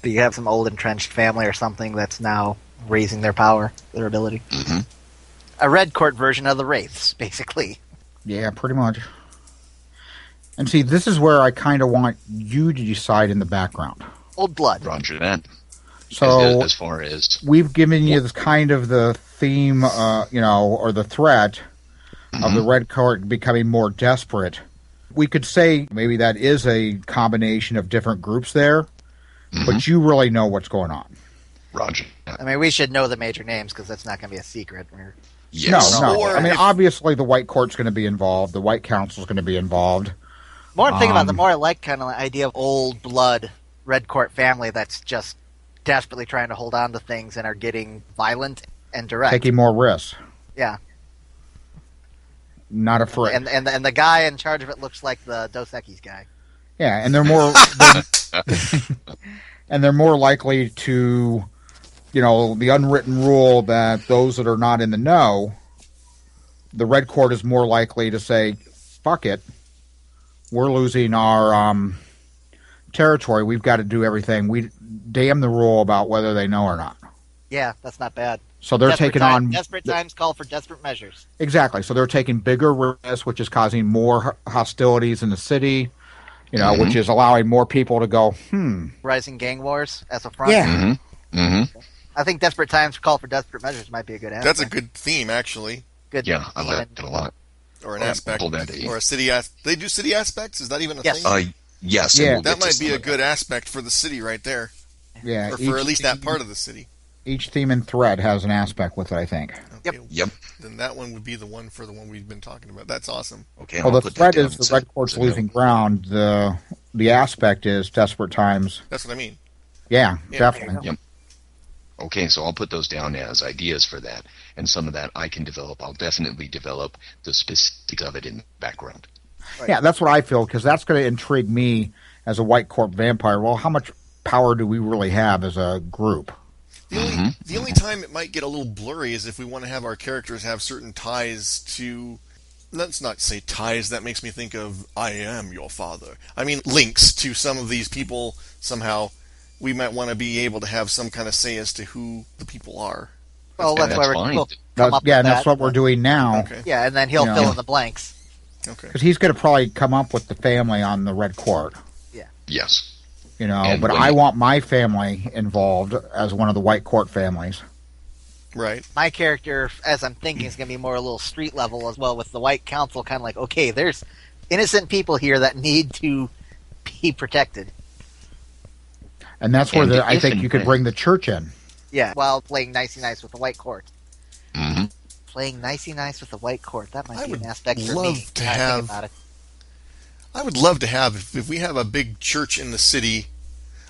S2: but you have some old entrenched family or something that's now raising their power, their ability.
S4: Mhm.
S2: A red court version of the wraiths, basically.
S3: Yeah, pretty much. And see, this is where I kind of want you to decide in the background.
S2: Old blood.
S4: Roger that.
S3: So Oh.
S4: as, as far as
S3: we've given you this kind of the theme, uh, you know, or the threat of the Red Court becoming more desperate. We could say maybe that is a combination of different groups there, but you really know what's going on.
S4: Roger, that.
S2: I mean, we should know the major names because that's not going to be a secret. We're-
S4: yes,
S3: No, no.
S6: Or
S3: I mean,
S6: if-
S3: obviously, the White Court's going to be involved. The White Council's going to be involved.
S2: More I'm thinking about, it, the
S3: Um,
S2: more I like kind of the idea of old blood red court family that's just desperately trying to hold on to things and are getting violent and direct.
S3: taking more risks,
S2: yeah,
S3: not afraid.
S2: and and and the guy in charge of it looks like the Dos Equis guy.
S3: yeah, and they're more they're, and they're more likely to, you know, the unwritten rule that those that are not in the know, the red court is more likely to say, "Fuck it, we're losing our um, territory. We've got to do everything. We damn the rule about whether they know or not."
S2: Yeah, that's not bad.
S3: So they're
S2: Desperate
S3: taking
S2: time-
S3: on
S2: desperate times call for desperate measures.
S3: Exactly. So they're taking bigger risks, which is causing more h- hostilities in the city, you know,
S6: Mm-hmm.
S3: which is allowing more people to go, hmm,
S2: Rising gang wars as a front.
S3: Yeah.
S4: hmm
S2: I think desperate times call for desperate measures might be a good answer.
S6: That's a good theme, actually,
S2: good
S4: yeah, I like
S2: even-
S4: that a lot.
S6: or an
S4: Or
S6: aspect,
S4: pull that in.
S6: or a city. As- they do city aspects. Is that even a
S2: Yes.
S6: thing?
S4: Uh, yes, and
S3: Yeah.
S4: we'll
S6: that
S4: get to
S6: might be
S4: some
S6: a
S4: of
S6: good aspect for the city right there,
S3: yeah.
S6: or for
S3: each
S6: at least that
S3: theme-
S6: part of the city.
S3: Each theme and thread has an aspect with it, I think.
S6: Okay,
S4: that. Yep.
S6: Then that one would be the one for the one we've been talking about. That's awesome.
S4: Okay.
S3: well,
S4: I'll
S3: the
S4: put that
S3: thread
S4: down
S3: is
S4: as
S3: the
S4: a-
S3: red court's
S4: as a note.
S3: losing ground. The the aspect is desperate times.
S6: That's what I mean.
S3: Yeah,
S6: Yeah.
S3: definitely.
S4: Yeah. Okay, so I'll put those down as ideas for that, and some of that I can develop. I'll definitely develop the specifics of it in the background.
S3: Yeah, that's what I feel because that's going to intrigue me as a white corp vampire. Well, how much power do we really have as a group?
S6: The only, the only time it might get a little blurry is if we want to have our characters have certain ties to. Let's not say ties, that makes me think of I am your father. I mean, links to some of these people somehow. We might want to be able to have some kind of say as to who the people are.
S2: Well,
S4: And
S2: that's, why
S4: that's
S2: we're
S4: fine.
S2: we'll
S3: That's,
S2: come up
S3: yeah,
S2: with
S3: and that's
S2: that. uh,
S3: what we're doing now.
S6: Okay.
S2: Yeah, and then he'll
S3: Yeah.
S2: fill in the blanks.
S6: Okay.
S3: because he's going to probably come up with the family on the red court,
S4: Yes.
S3: you know.
S4: And
S3: but
S4: when
S3: I
S4: you-
S3: want my family involved as one of the white court families.
S6: Right.
S2: My character, as I'm thinking, is going to be more a little street level as well with the White Council, kind of like, okay, there's innocent people here that need to be protected.
S3: And that's where
S4: And
S3: the, I
S4: if
S3: think
S4: in
S3: you could
S4: fact-
S3: bring the church in.
S2: Yeah, while playing nicey nice with the White Court.
S4: hmm
S2: Playing nicey nice with the White Court. That might
S6: I
S2: be
S6: would
S2: an aspect for
S6: love
S2: me.
S6: to
S2: when I think
S6: have-
S2: about it.
S6: I would love to have, if, if we have a big church in the city,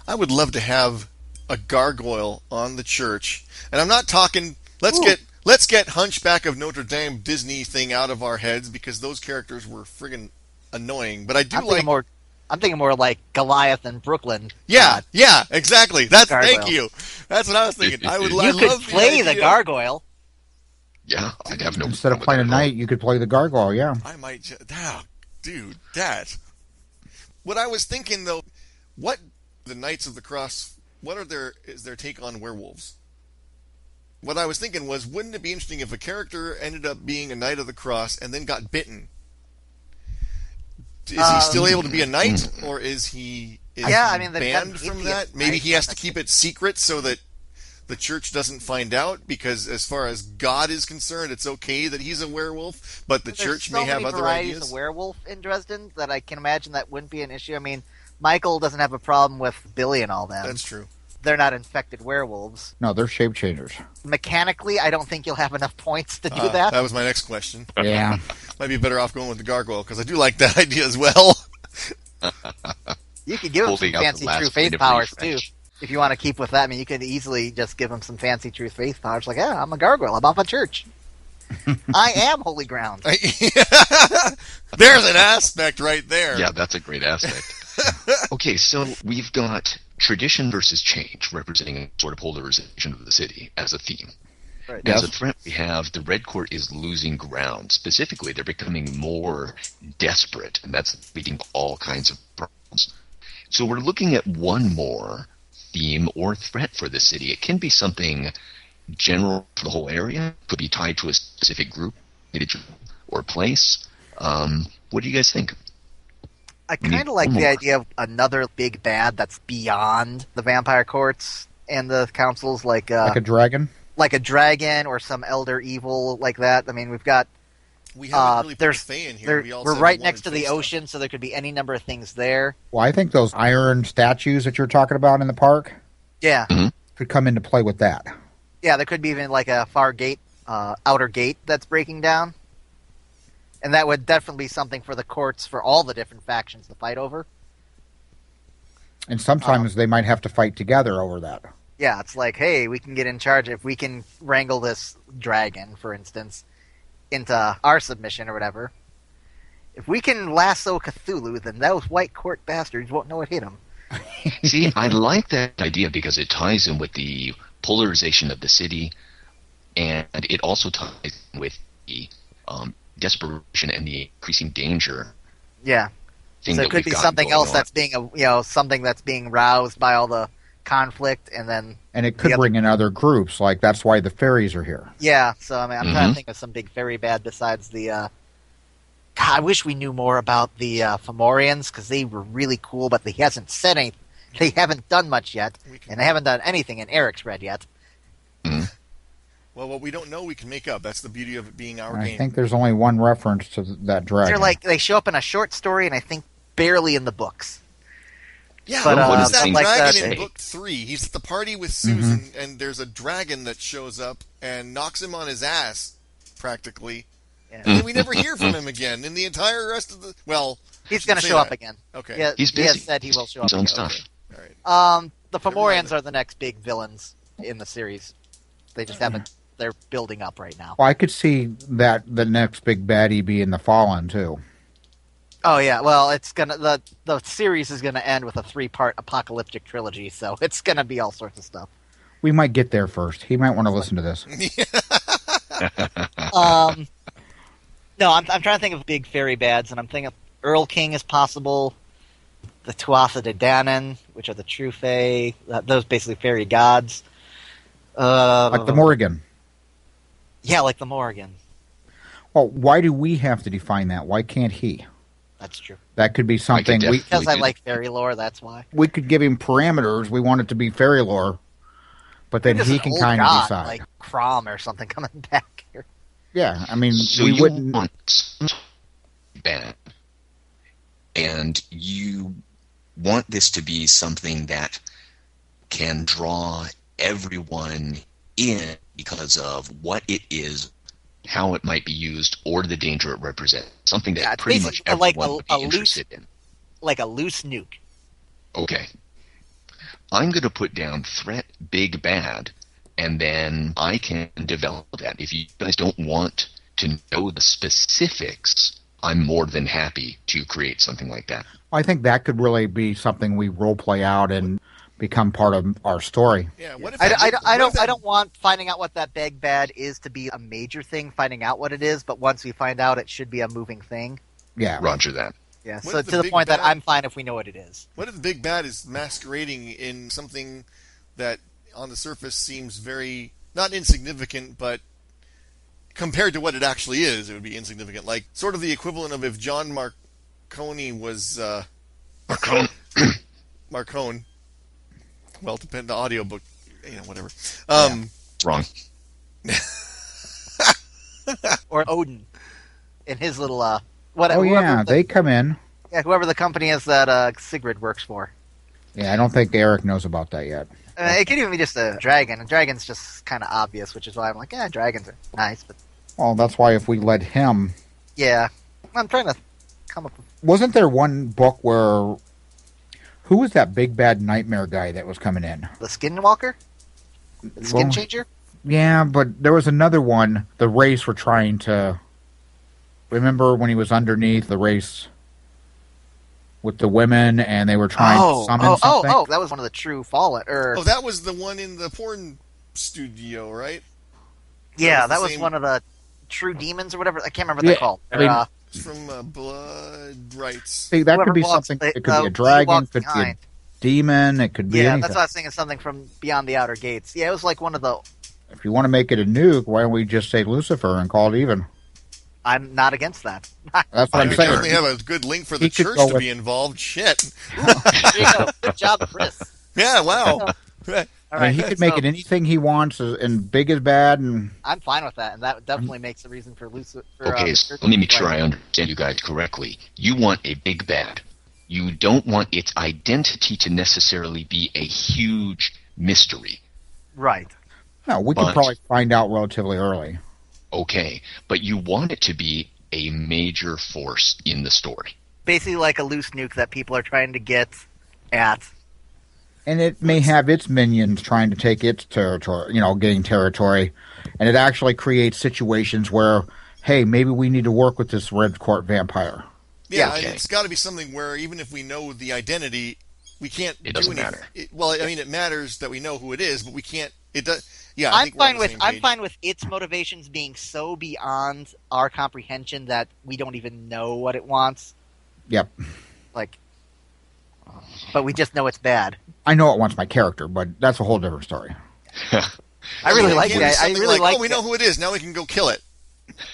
S6: I would love to have a gargoyle on the church. And I'm not talking. Let's
S2: Ooh.
S6: get let's get Hunchback of Notre Dame Disney thing out of our heads because those characters were friggin' annoying. But I do
S2: I'm thinking
S6: like.
S2: more. I'm thinking more like Goliath and Brooklyn.
S6: yeah,
S2: Uh,
S6: yeah, exactly. That's thank
S2: Gargoyle.
S6: you. That's what I was thinking. I would.
S4: You
S6: I
S2: Uh, you could
S6: love
S2: play the,
S6: idea.
S2: gargoyle.
S4: Yeah, I'd have no.
S3: Instead of playing a
S4: problem with that at all.
S3: knight, you could play the gargoyle. Yeah,
S6: I might just, ah, dude, that. What I was thinking though, what the Knights of the Cross, what are their is their take on werewolves? What I was thinking was, wouldn't it be interesting if a character ended up being a Knight of the Cross and then got bitten? Is he still able to be a knight, or is he? Is
S2: Um, mm. Yeah,
S6: he
S2: I mean, they've done
S6: banned from
S2: atheist
S6: that. Maybe he has to
S2: knights.
S6: keep it secret so that the church doesn't find out. Because as far as God is concerned, it's okay that he's a werewolf, but the
S2: There's
S6: church
S2: so
S6: may have
S2: many
S6: other
S2: varieties
S6: ideas.
S2: of werewolf in Dresden that I can imagine that wouldn't be an issue. I mean, Michael doesn't have a problem with Billy and all that.
S6: That's true.
S2: they're not infected werewolves.
S3: No, they're shape changers.
S2: Mechanically, I don't think you'll have enough points to do
S6: Ah,
S2: that.
S6: That was my next question.
S3: Yeah.
S6: Might be better off going with the gargoyle because I do like that idea as well.
S2: You could give them some
S4: Holding out the
S2: fancy
S4: last
S2: true
S4: blade
S2: faith
S4: of
S2: powers too,
S4: refresh.
S2: if you want to keep with that. I mean, you could easily just give them some fancy true faith powers, like, yeah, I'm a gargoyle. I'm off a church. I am holy ground.
S6: There's an aspect right there.
S4: Yeah, that's a great aspect. okay, so we've got tradition versus change, representing sort of polarization of the city as a theme.
S2: Right.
S4: As a threat, we have the Red Court is losing ground. Specifically, they're becoming more desperate, and that's leading to all kinds of problems. So we're looking at one more theme or threat for the city. It can be something general for the whole area, could be tied to a specific group, individual, or place. Um, what do you guys think?
S2: I
S4: We need
S2: kind of like
S4: one
S2: the
S4: more.
S2: idea of another big bad that's beyond the vampire courts and the councils, like uh,
S3: like a dragon.
S2: like a dragon or some elder evil like that. I mean, we've got
S6: We haven't
S2: Uh,
S6: really put
S2: there's-
S6: Fey in here.
S2: there,
S6: We all
S2: we're
S6: said
S2: right
S6: we
S2: next to
S6: wanted
S2: the
S6: Fey
S2: ocean, so there could be any number of things there.
S3: Well, I think those iron statues that you're talking about in the park
S2: Yeah,
S3: could come into play with that.
S2: yeah, there could be even like a far gate, uh, outer gate that's breaking down, and that would definitely be something for the courts for all the different factions to fight over.
S3: And
S2: Uh.
S3: sometimes they might have to fight together over that.
S2: Yeah, it's like, hey, we can get in charge if we can wrangle this dragon, for instance, into our submission or whatever. If we can lasso Cthulhu, then those white court bastards won't know what hit them.
S4: See, I like that idea because it ties in with the polarization of the city, and it also ties in with the um, desperation and the increasing danger.
S2: Yeah,
S4: Thing
S2: so
S4: that
S2: it could
S4: we've
S2: be
S4: got
S2: something
S4: going
S2: else
S4: on.
S2: that's being a, you know something that's being roused by all the conflict and then
S3: And it could
S2: Yep.
S3: bring in other groups. Like, that's why the fairies are here.
S2: yeah so i mean i'm trying
S4: Mhm.
S2: to think of some big fairy bad besides the uh God, i wish we knew more about the uh fomorians because they were really cool but they hasn't said any they haven't done much yet
S6: stuff. We can-
S2: and they haven't done anything in eric's red yet
S6: well, what we don't know, we can make up. That's the beauty of it being our
S3: I
S6: game.
S3: think there's only one reference to th- that dragon.
S2: they're like they show up in a short story and i think barely in the books
S6: yeah,
S2: but,
S6: what
S4: uh,
S6: is that
S4: like
S6: dragon
S2: eh?
S4: that-
S6: in book three? He's at the party with
S2: Mm-hmm.
S6: Susan, and there's a dragon that shows up and knocks him on his ass, practically.
S2: Yeah.
S6: And then we never hear from him again in the entire rest of the. Well,
S2: he's going to
S6: Say
S2: show up
S6: that.
S2: again
S6: okay.
S2: yeah
S4: He's
S2: he
S4: busy.
S2: has said he
S4: He's
S2: will show
S4: doing
S2: up
S4: his own
S2: again.
S4: stuff.
S6: All right.
S2: Um, the
S6: Never
S2: Fomorians
S6: mind.
S2: are the next big villains in the series. They just haven't. They're building up right now.
S3: well, I could see that the next big baddie being the Fallen, too.
S2: Oh yeah. Well, it's gonna the the series is gonna end with a three part apocalyptic trilogy, so it's gonna be all sorts of stuff.
S3: We might get there first. He might want to listen to this.
S2: Um, no, I'm I'm trying to think of big fairy bads, and I'm thinking Earl King is possible. The Tuatha De Danann, which are the true fae, th- those basically fairy gods. Uh,
S3: Like the Morrigan.
S2: yeah, like the Morrigan.
S3: Well, why do we have to define that? Why can't he?
S2: That's true.
S3: That could be something we
S4: definitely-
S2: Because I
S4: do.
S2: like fairy lore, that's why.
S3: we could give him parameters. We want it to be fairy lore, but then
S2: Just
S3: he
S2: an
S3: can
S2: old
S3: kind of
S2: god,
S3: decide.
S2: Like Crom or something coming back here.
S3: yeah, I mean,
S4: So
S3: we
S4: you
S3: wouldn't.
S4: want some sort of ban, and you want this to be something that can draw everyone in because of what it is, how it might be used, or the danger it represents. Something that
S2: Yeah, it's
S4: pretty much
S2: basically like
S4: everyone
S2: a-
S4: would be
S2: a loose-
S4: interested in.
S2: Like a loose nuke.
S4: Okay. I'm going to put down threat big bad, and then I can develop that. If you guys don't want to know the specifics, I'm more than happy to create something like that.
S3: I think that could really be something we role play out and become part of our story.
S6: Yeah, what if
S2: I,
S6: that-
S2: I don't, I
S6: what if
S2: don't,
S6: that-
S2: I don't want finding out what that big bad is to be a major thing, finding out what it is, but once we find out, it should be a moving thing.
S3: Yeah,
S4: Roger that.
S2: Yeah,
S6: What
S2: so
S6: if the
S2: to the
S6: big
S2: point that
S6: bad-
S2: I'm fine if we know what it is.
S6: What if the big bad is masquerading in something that on the surface seems very not insignificant, but compared to what it actually is, it would be insignificant. Like sort of the equivalent of if John Marconi was uh,
S4: Marcone.
S6: Marcone. Well, depend the audiobook, you know, whatever. Um,
S4: Wrong.
S2: Or Odin in his little, uh, what,
S3: Oh
S2: whoever
S3: yeah,
S2: the,
S3: they come in.
S2: yeah, whoever the company is that uh, Sigrid works for.
S3: Yeah, I don't think Eric knows about that yet.
S2: Uh, it could even be just a dragon. A dragon's just kind of obvious, which is why I'm like, yeah, dragons are nice, but
S3: Well, that's why if we let him,
S2: yeah, I'm trying to come up. with...
S3: wasn't there one book where who was that big bad nightmare guy that was coming in?
S2: The skinwalker, the skin
S3: Well,
S2: changer.
S3: Yeah, but there was another one. The race were trying to remember when he was underneath the race with the women, and they were trying to
S2: Oh,
S3: summon
S2: oh, oh,
S3: something.
S2: oh, that was one of the true fallen. er, Or
S6: Oh, that was the one in the porn studio, right?
S2: yeah,
S6: that
S2: that
S6: was
S2: was
S6: the
S2: one of the true demons or whatever. I can't remember what
S3: Yeah,
S2: they're called.
S3: I
S2: They're,
S3: mean,
S2: uh,
S6: It's from uh, Blood Rights.
S3: See, that
S2: whoever
S3: could be
S2: walks-
S3: something.
S2: they-
S3: It could
S2: uh,
S3: be
S2: who
S3: a dragon.
S2: walks
S3: Could be a
S2: behind.
S3: demon. It could be
S2: yeah,
S3: anything.
S2: that's why I was thinking something from Beyond the Outer Gates. Yeah, it was like one of the.
S3: If you want to make it a nuke, why don't we just say Lucifer and call it even?
S2: I'm not against that.
S3: That's what
S6: I
S3: I'm
S6: mean,
S3: saying.
S6: they have a good link for the
S3: He could
S6: church
S3: go
S6: to
S3: with-
S6: be involved. Shit.
S2: There you go. Good job, Chris.
S6: Yeah. Wow.
S2: Oh. All
S3: I mean,
S2: right,
S3: he could make
S2: so
S3: it anything he wants, as- and big as bad, and
S2: I'm fine with that, and that definitely makes a reason for uh, Lucifer.
S4: Okay, so let me make sure I understand you guys correctly. You want a big bad. You don't want its identity to necessarily be a huge mystery.
S2: Right.
S3: no, oh, we could
S4: Bunch.
S3: probably find out relatively early.
S4: Okay, but you want it to be a major force in the story.
S2: Basically, like a loose nuke that people are trying to get at.
S3: And it may have its minions trying to take its territory, you know, gain territory, and it actually creates situations where, hey, maybe we need to work with this red court vampire.
S6: Yeah.
S4: Yeah, okay.
S6: and It's got to be something where even if we know the identity, we can't.
S4: It doesn't
S6: do any-
S4: matter.
S6: It, well, I mean, it matters that we know who it is, but we can't. It does. Yeah. I
S2: I'm
S6: think we're on
S2: fine
S6: the
S2: with
S6: same
S2: I'm
S6: page.
S2: fine with its motivations being so beyond our comprehension that we don't even know what it wants.
S3: Yep,
S2: Like, but we just know it's bad.
S3: I know it wants my character, but that's a whole different story.
S2: I really
S6: It
S2: like
S6: can't
S2: it.
S6: be
S2: I- I
S6: something
S2: really
S6: like,
S2: like.
S6: oh, we know who it is. Now we can go kill it.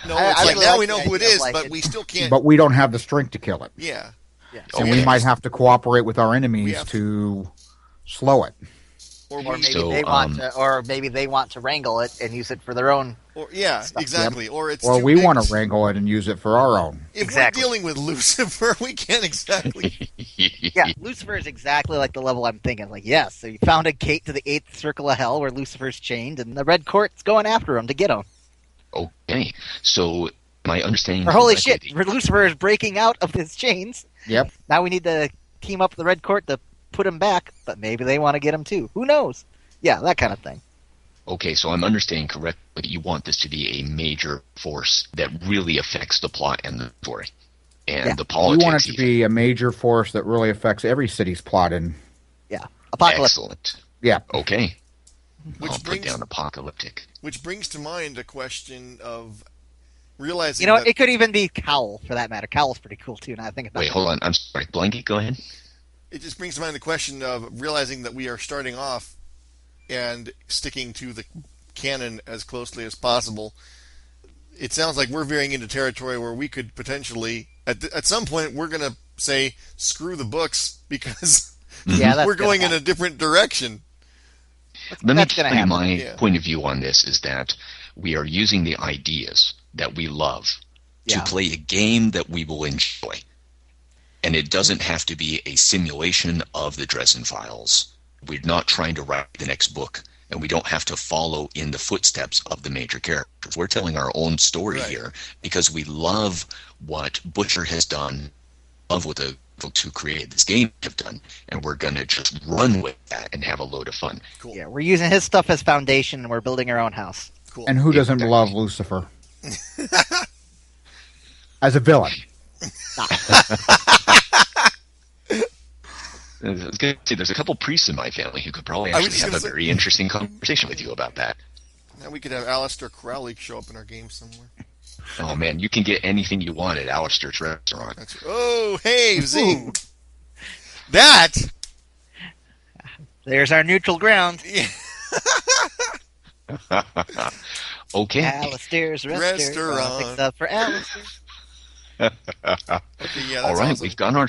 S6: No,
S2: I-
S6: it's
S2: I
S6: like
S2: really
S6: now
S2: like
S6: we know
S2: the
S6: who it
S2: idea of
S6: is,
S2: like
S6: but
S2: it-
S6: we still can't.
S3: But we don't have the strength to kill it,
S6: yeah.
S2: Yeah.
S6: Oh,
S3: and
S6: yeah.
S3: we might have to cooperate with our enemies
S6: have-
S3: to slow it.
S6: Or, we,
S2: Or maybe
S4: So,
S2: they want
S4: um,
S2: to, or maybe they want to wrangle it and use it for their own.
S6: or yeah, exactly. Or it's
S3: Or
S6: too
S3: we
S6: big
S3: want
S6: to-
S3: to wrangle it and use it for our own.
S6: If
S2: Exactly.
S6: we're dealing with Lucifer, we can't exactly.
S2: Yeah, Lucifer is exactly like the level I'm thinking. Like, yes, so you found a gate to the eighth circle of hell where Lucifer's chained, and the red court's going after him to get him.
S4: Okay, so my understanding.
S2: Or holy shit,
S4: correctly-
S2: Lucifer is breaking out of his chains.
S3: Yep.
S2: Now we need to team up with the Red Court to put him back, but maybe they want to get him too. Who knows? Yeah, that kind of thing.
S4: Okay, so I'm understanding correctly. that You want this to be a major force that really affects the plot and the story, and
S2: Yeah.
S4: the
S3: We
S4: politics.
S3: want it to
S4: even.
S3: be a major force that really affects every city's plot. And
S2: Apocalypse.
S4: excellent.
S3: yeah,
S4: Okay, I'll
S6: Which
S4: put
S6: brings
S4: down apocalyptic.
S6: which brings to mind a question of realizing
S2: You know,
S6: that
S2: it could even be Cowl for that matter. Cowl's pretty cool too. Now I think about
S4: Wait,
S2: it.
S4: hold on. I'm sorry, Blanket. Go ahead.
S6: it just brings to mind the question of realizing that we are starting off and sticking to the canon as closely as possible. It sounds like we're veering into territory where we could potentially, at, th- at some point, we're going to say, screw the books because
S2: Yeah, that's
S6: we're going in
S2: gonna
S6: a different direction.
S2: happen.
S4: Let me
S2: That's
S4: tell
S2: gonna
S4: you
S2: happen.
S4: my
S6: Yeah.
S4: point of view on this is that we are using the ideas that we love
S2: Yeah.
S4: to play a game that we will enjoy. And it doesn't
S6: Mm-hmm.
S4: have to be a simulation of the Dresden Files. We're not trying to write the next book, and we don't have to follow in the footsteps of the major characters. We're telling our own story
S6: Right.
S4: here because we love what Butcher has done, love what the folks who created this game have done, and we're going to just run with that and have a load of fun.
S6: Cool.
S2: Yeah, we're using his stuff as foundation, and we're building our own house.
S6: Cool.
S3: and who doesn't
S4: Exactly.
S3: love Lucifer as a villain?
S4: I was going to say, there's a couple priests in my family who could probably
S6: I was
S4: actually
S6: just
S4: have
S6: gonna
S4: a
S6: say-
S4: very interesting conversation with you about that.
S6: now we could have Aleister Crowley show up in our game somewhere.
S4: Oh man, you can get anything you want at Alistair's restaurant.
S6: That's, oh, hey, Zing. That.
S2: There's our neutral ground.
S6: Yeah.
S4: Okay,
S2: Alistair's restaurant.
S6: Restaurant.
S2: Except for Alistair.
S6: Okay, yeah, that's
S4: all right,
S6: awesome.
S4: we've got our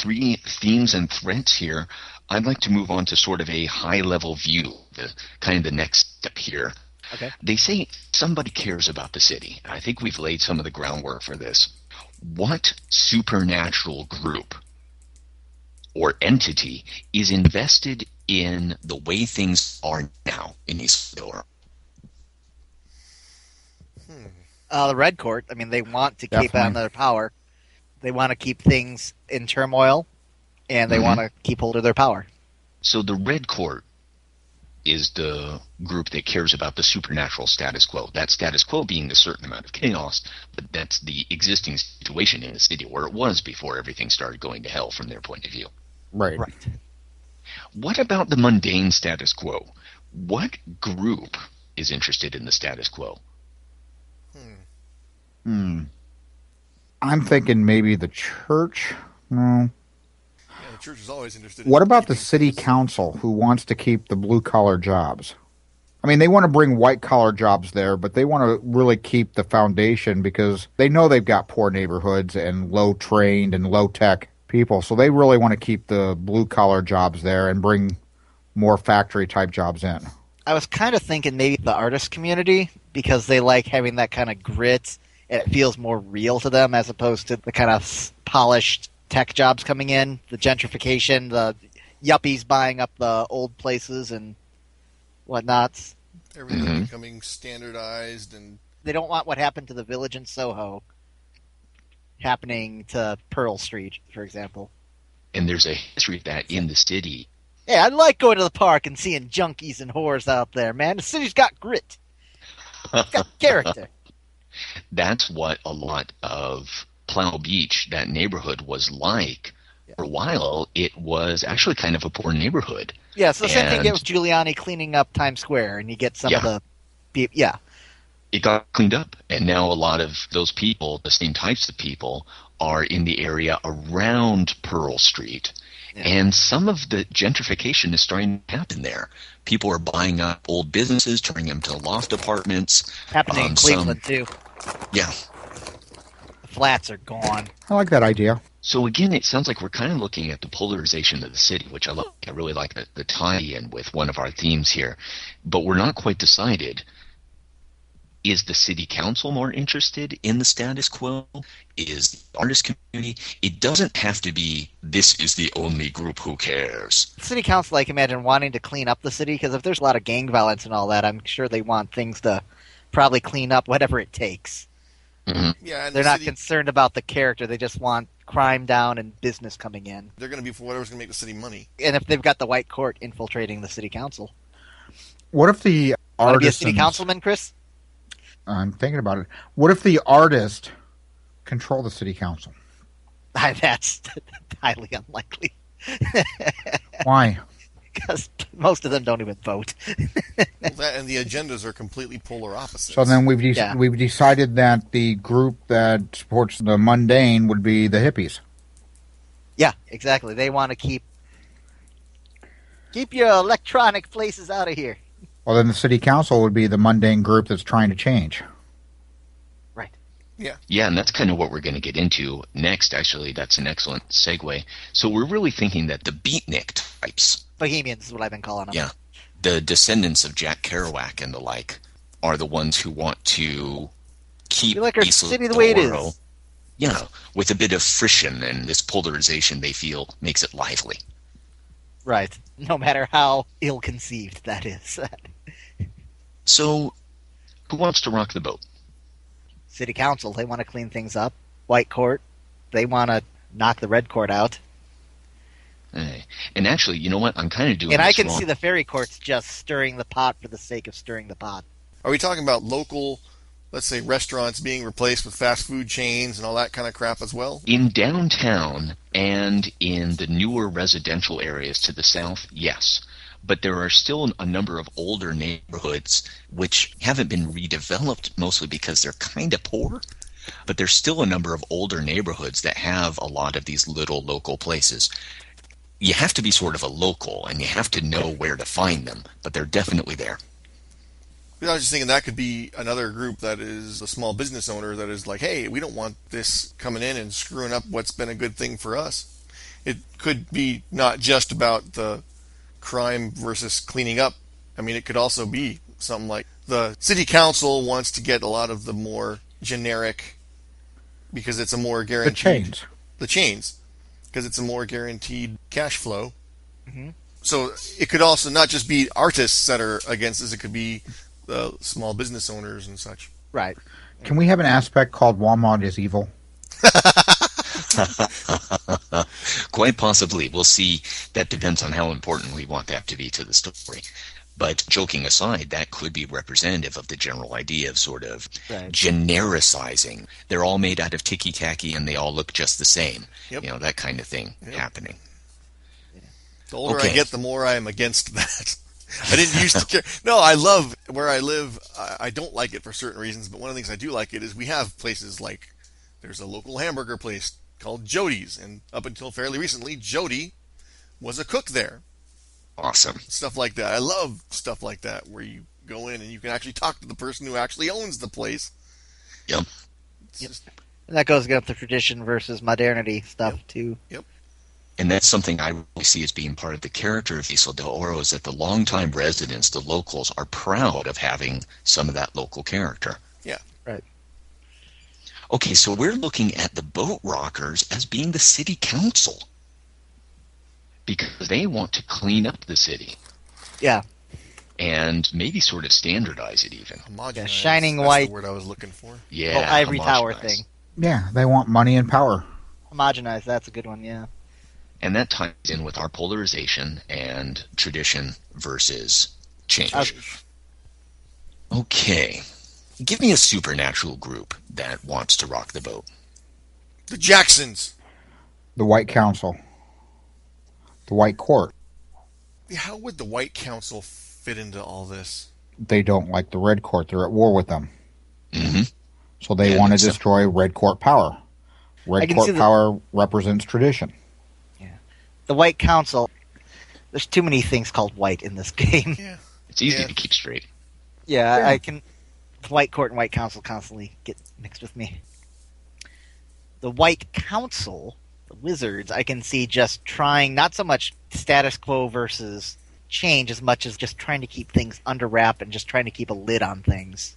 S4: three themes and threads here. I'd like to move on to sort of a high-level view, the kind of the next step here.
S2: Okay.
S4: They say somebody cares about the city. I think we've laid some of the groundwork for this. What supernatural group or entity is invested in the way things are now in Isildur.
S2: uh, the Red Court. I mean, they want to keep
S3: Definitely.
S2: on their power. They want to keep things in turmoil, and they
S3: Mm-hmm.
S4: Mhm.
S2: want to keep hold of their power.
S4: So the Red Court is the group that cares about the supernatural status quo. That status quo being the certain amount of chaos, but that's the existing situation in the city where it was before everything started going to hell from their point of view.
S3: Right.
S4: What about the mundane status quo? What group is interested in the status quo?
S3: Hmm. I'm thinking maybe the church. No.
S6: Yeah, the church is always interested.
S3: What about the
S6: keeping-
S3: city council who wants to keep the blue collar jobs? I mean, they want to bring white collar jobs there, but they want to really keep the foundation because they know they've got poor neighborhoods and low trained and low tech people. So they really want to keep the blue collar jobs there and bring more factory type jobs in.
S2: I was kind of thinking maybe the artist community because they like having that kind of grit, and it feels more real to them as opposed to the kind of s- polished tech jobs coming in, the gentrification, the yuppies buying up the old places and whatnots.
S6: Everything
S3: Mm-hmm.
S4: Mhm.
S6: becoming standardized and
S2: They don't want what happened to the village in Soho happening to Pearl Street, for example.
S4: And there's a history of that in the city.
S2: Yeah, I like going to the park and seeing junkies and whores out there, man. The city's got grit. It's got character.
S4: That's what a lot of Plow Beach, that neighborhood, was like. For a while, it was actually kind of a poor neighborhood.
S2: Yeah, so the same thing you get
S4: And-
S2: with Giuliani cleaning up Times Square, and you get some of
S4: Yeah.
S2: the. be- Yeah,
S4: It got cleaned up, and now a lot of those people, the same types of people, are in the area around Pearl Street.
S2: Yeah.
S4: And some of the gentrification is starting to happen there. People are buying up old businesses, turning them to loft apartments.
S2: happening in
S4: Um,
S2: Cleveland too.
S4: Yeah.
S2: The flats are gone.
S3: I like that idea.
S4: So again, it sounds like we're kind of looking at the polarization of the city, which I love. I really like the, the tie-in with one of our themes here, but we're not quite decided. Is the city council more interested in the status quo? Is the artist community? It doesn't have to be. This is the only group who cares.
S2: City council, I can imagine, wanting to clean up the city because if there's a lot of gang violence and all that, I'm sure they want things to probably clean up whatever it takes.
S6: yeah, and
S2: They're
S6: the
S2: not
S6: city,
S2: concerned about the character; they just want crime down and business coming in.
S6: they're going to be for whatever's going to make the city money.
S2: And if they've got the white court infiltrating the city council,
S3: What if
S2: want to
S3: the
S2: be a
S3: artisans?
S2: city councilman, Chris?
S3: I'm thinking about it. What if the artist control the city council?
S2: That's highly unlikely.
S3: Why?
S2: because most of them don't even vote.
S6: Well, that and the agendas are completely polar opposites.
S3: So then we've de-
S2: Yeah.
S3: we've decided that the group that supports the mundane would be the hippies.
S2: Yeah, exactly. They want to keep keep your electronic places out of here.
S3: Well, then the city council would be the mundane group that's trying to change.
S4: Yeah, and that's kind of what we're going to get into next. Actually, that's an excellent segue. So we're really thinking that the beatnik types
S2: Bohemians is what I've been calling them.
S4: Yeah. the descendants of Jack Kerouac and the like are the ones who want to keep
S2: We like our
S4: Isil
S2: city the way it
S4: Doro,
S2: is.
S4: You know, with a bit of friction and this polarization they feel makes it lively.
S2: Right. No matter how ill conceived that is.
S4: So, who wants to rock the boat?
S2: City Council, they want to clean things up. White Court, they want to knock the Red Court out.
S4: Eh, And actually, you know what? I'm kind of doing.
S2: and I
S4: this
S2: can
S4: wrong.
S2: see the Fairy Court's just stirring the pot for the sake of stirring the pot.
S6: Are we talking about local, let's say, restaurants being replaced with fast food chains and all that kind of crap as well?
S4: In downtown and in the newer residential areas to the south, yes. But there are still a number of older neighborhoods which haven't been redeveloped mostly because they're kind of poor. But there's still a number of older neighborhoods that have a lot of these little local places. You have to be sort of a local and you have to know where to find them, but they're definitely there.
S6: 'Cause I was just thinking that could be another group that is a small business owner that is like, hey, we don't want this coming in and screwing up what's been a good thing for us. It could be not just about the crime versus cleaning up. I mean, it could also be something like the city council wants to get a lot of the more generic because it's a more
S3: The
S6: guaranteed
S3: chains.
S2: Mm-hmm.
S6: the chains because it's a more guaranteed cash flow. so it could also not just be artists that are against this; it could be uh, small business owners and such.
S2: Right.
S3: Can we have an aspect called Walmart is evil?
S4: Quite possibly. We'll see. That depends on how important we want that to be to the story. But joking aside, that could be representative of the general idea of sort of
S2: Right.
S4: genericizing. They're all made out of ticky tacky and they all look just the same.
S6: Yep.
S4: You know, that kind of thing
S6: Yep.
S4: happening.
S6: The older I
S4: Okay.
S6: get, the more I am against that. I didn't used to care. No, I love where I live. I, I don't like it for certain reasons, but one of the things I do like it is we have places like there's a local hamburger place called Jody's, and up until fairly recently, Jody was a cook there.
S4: Awesome.
S6: Stuff like that. I love stuff like that where you go in and you can actually talk to the person who actually owns the place.
S4: Yep.
S6: It's
S2: Yep.
S6: just-
S2: And that goes against the tradition versus modernity stuff too.
S4: And that's something I really see as being part of the character of Isla del Oro is that the longtime residents, the locals, are proud of having some of that local character.
S6: Yeah.
S2: Right.
S4: Okay, so we're looking at the boat rockers as being the city council because they want to clean up the city
S2: Yeah.
S4: and maybe sort of standardize it even.
S6: homogenized.
S2: shining
S6: That's
S2: white-
S6: The word I was looking for.
S4: Yeah.
S2: Whole Oh, ivory tower
S4: homogenize.
S2: thing.
S3: Yeah, they want money and power.
S2: Homogenize, that's a good one, yeah.
S4: And that ties in with our polarization and tradition versus change.
S2: Okay.
S4: Okay. Give me a supernatural group that wants to rock the boat.
S6: The Jacksons.
S3: The White Council, the White Court.
S6: How would the White Council fit into all this?
S3: They don't like the Red Court. They're at war with them,
S4: hmm
S3: so they
S4: Yeah,
S3: want to
S4: so-
S3: destroy Red Court power.
S2: I
S3: Red
S2: can see
S3: Court
S2: the-
S3: power represents tradition.
S2: The White Council. There's too many things called white in this game.
S6: Yeah.
S4: It's easy
S6: Yeah.
S4: to keep straight.
S2: Yeah,
S3: Yeah.
S2: I can. White Court and White Council constantly get mixed with me. The White Council, the Wizards, I can see just trying not so much status quo versus change as much as just trying to keep things under wrap and just trying to keep a lid on things.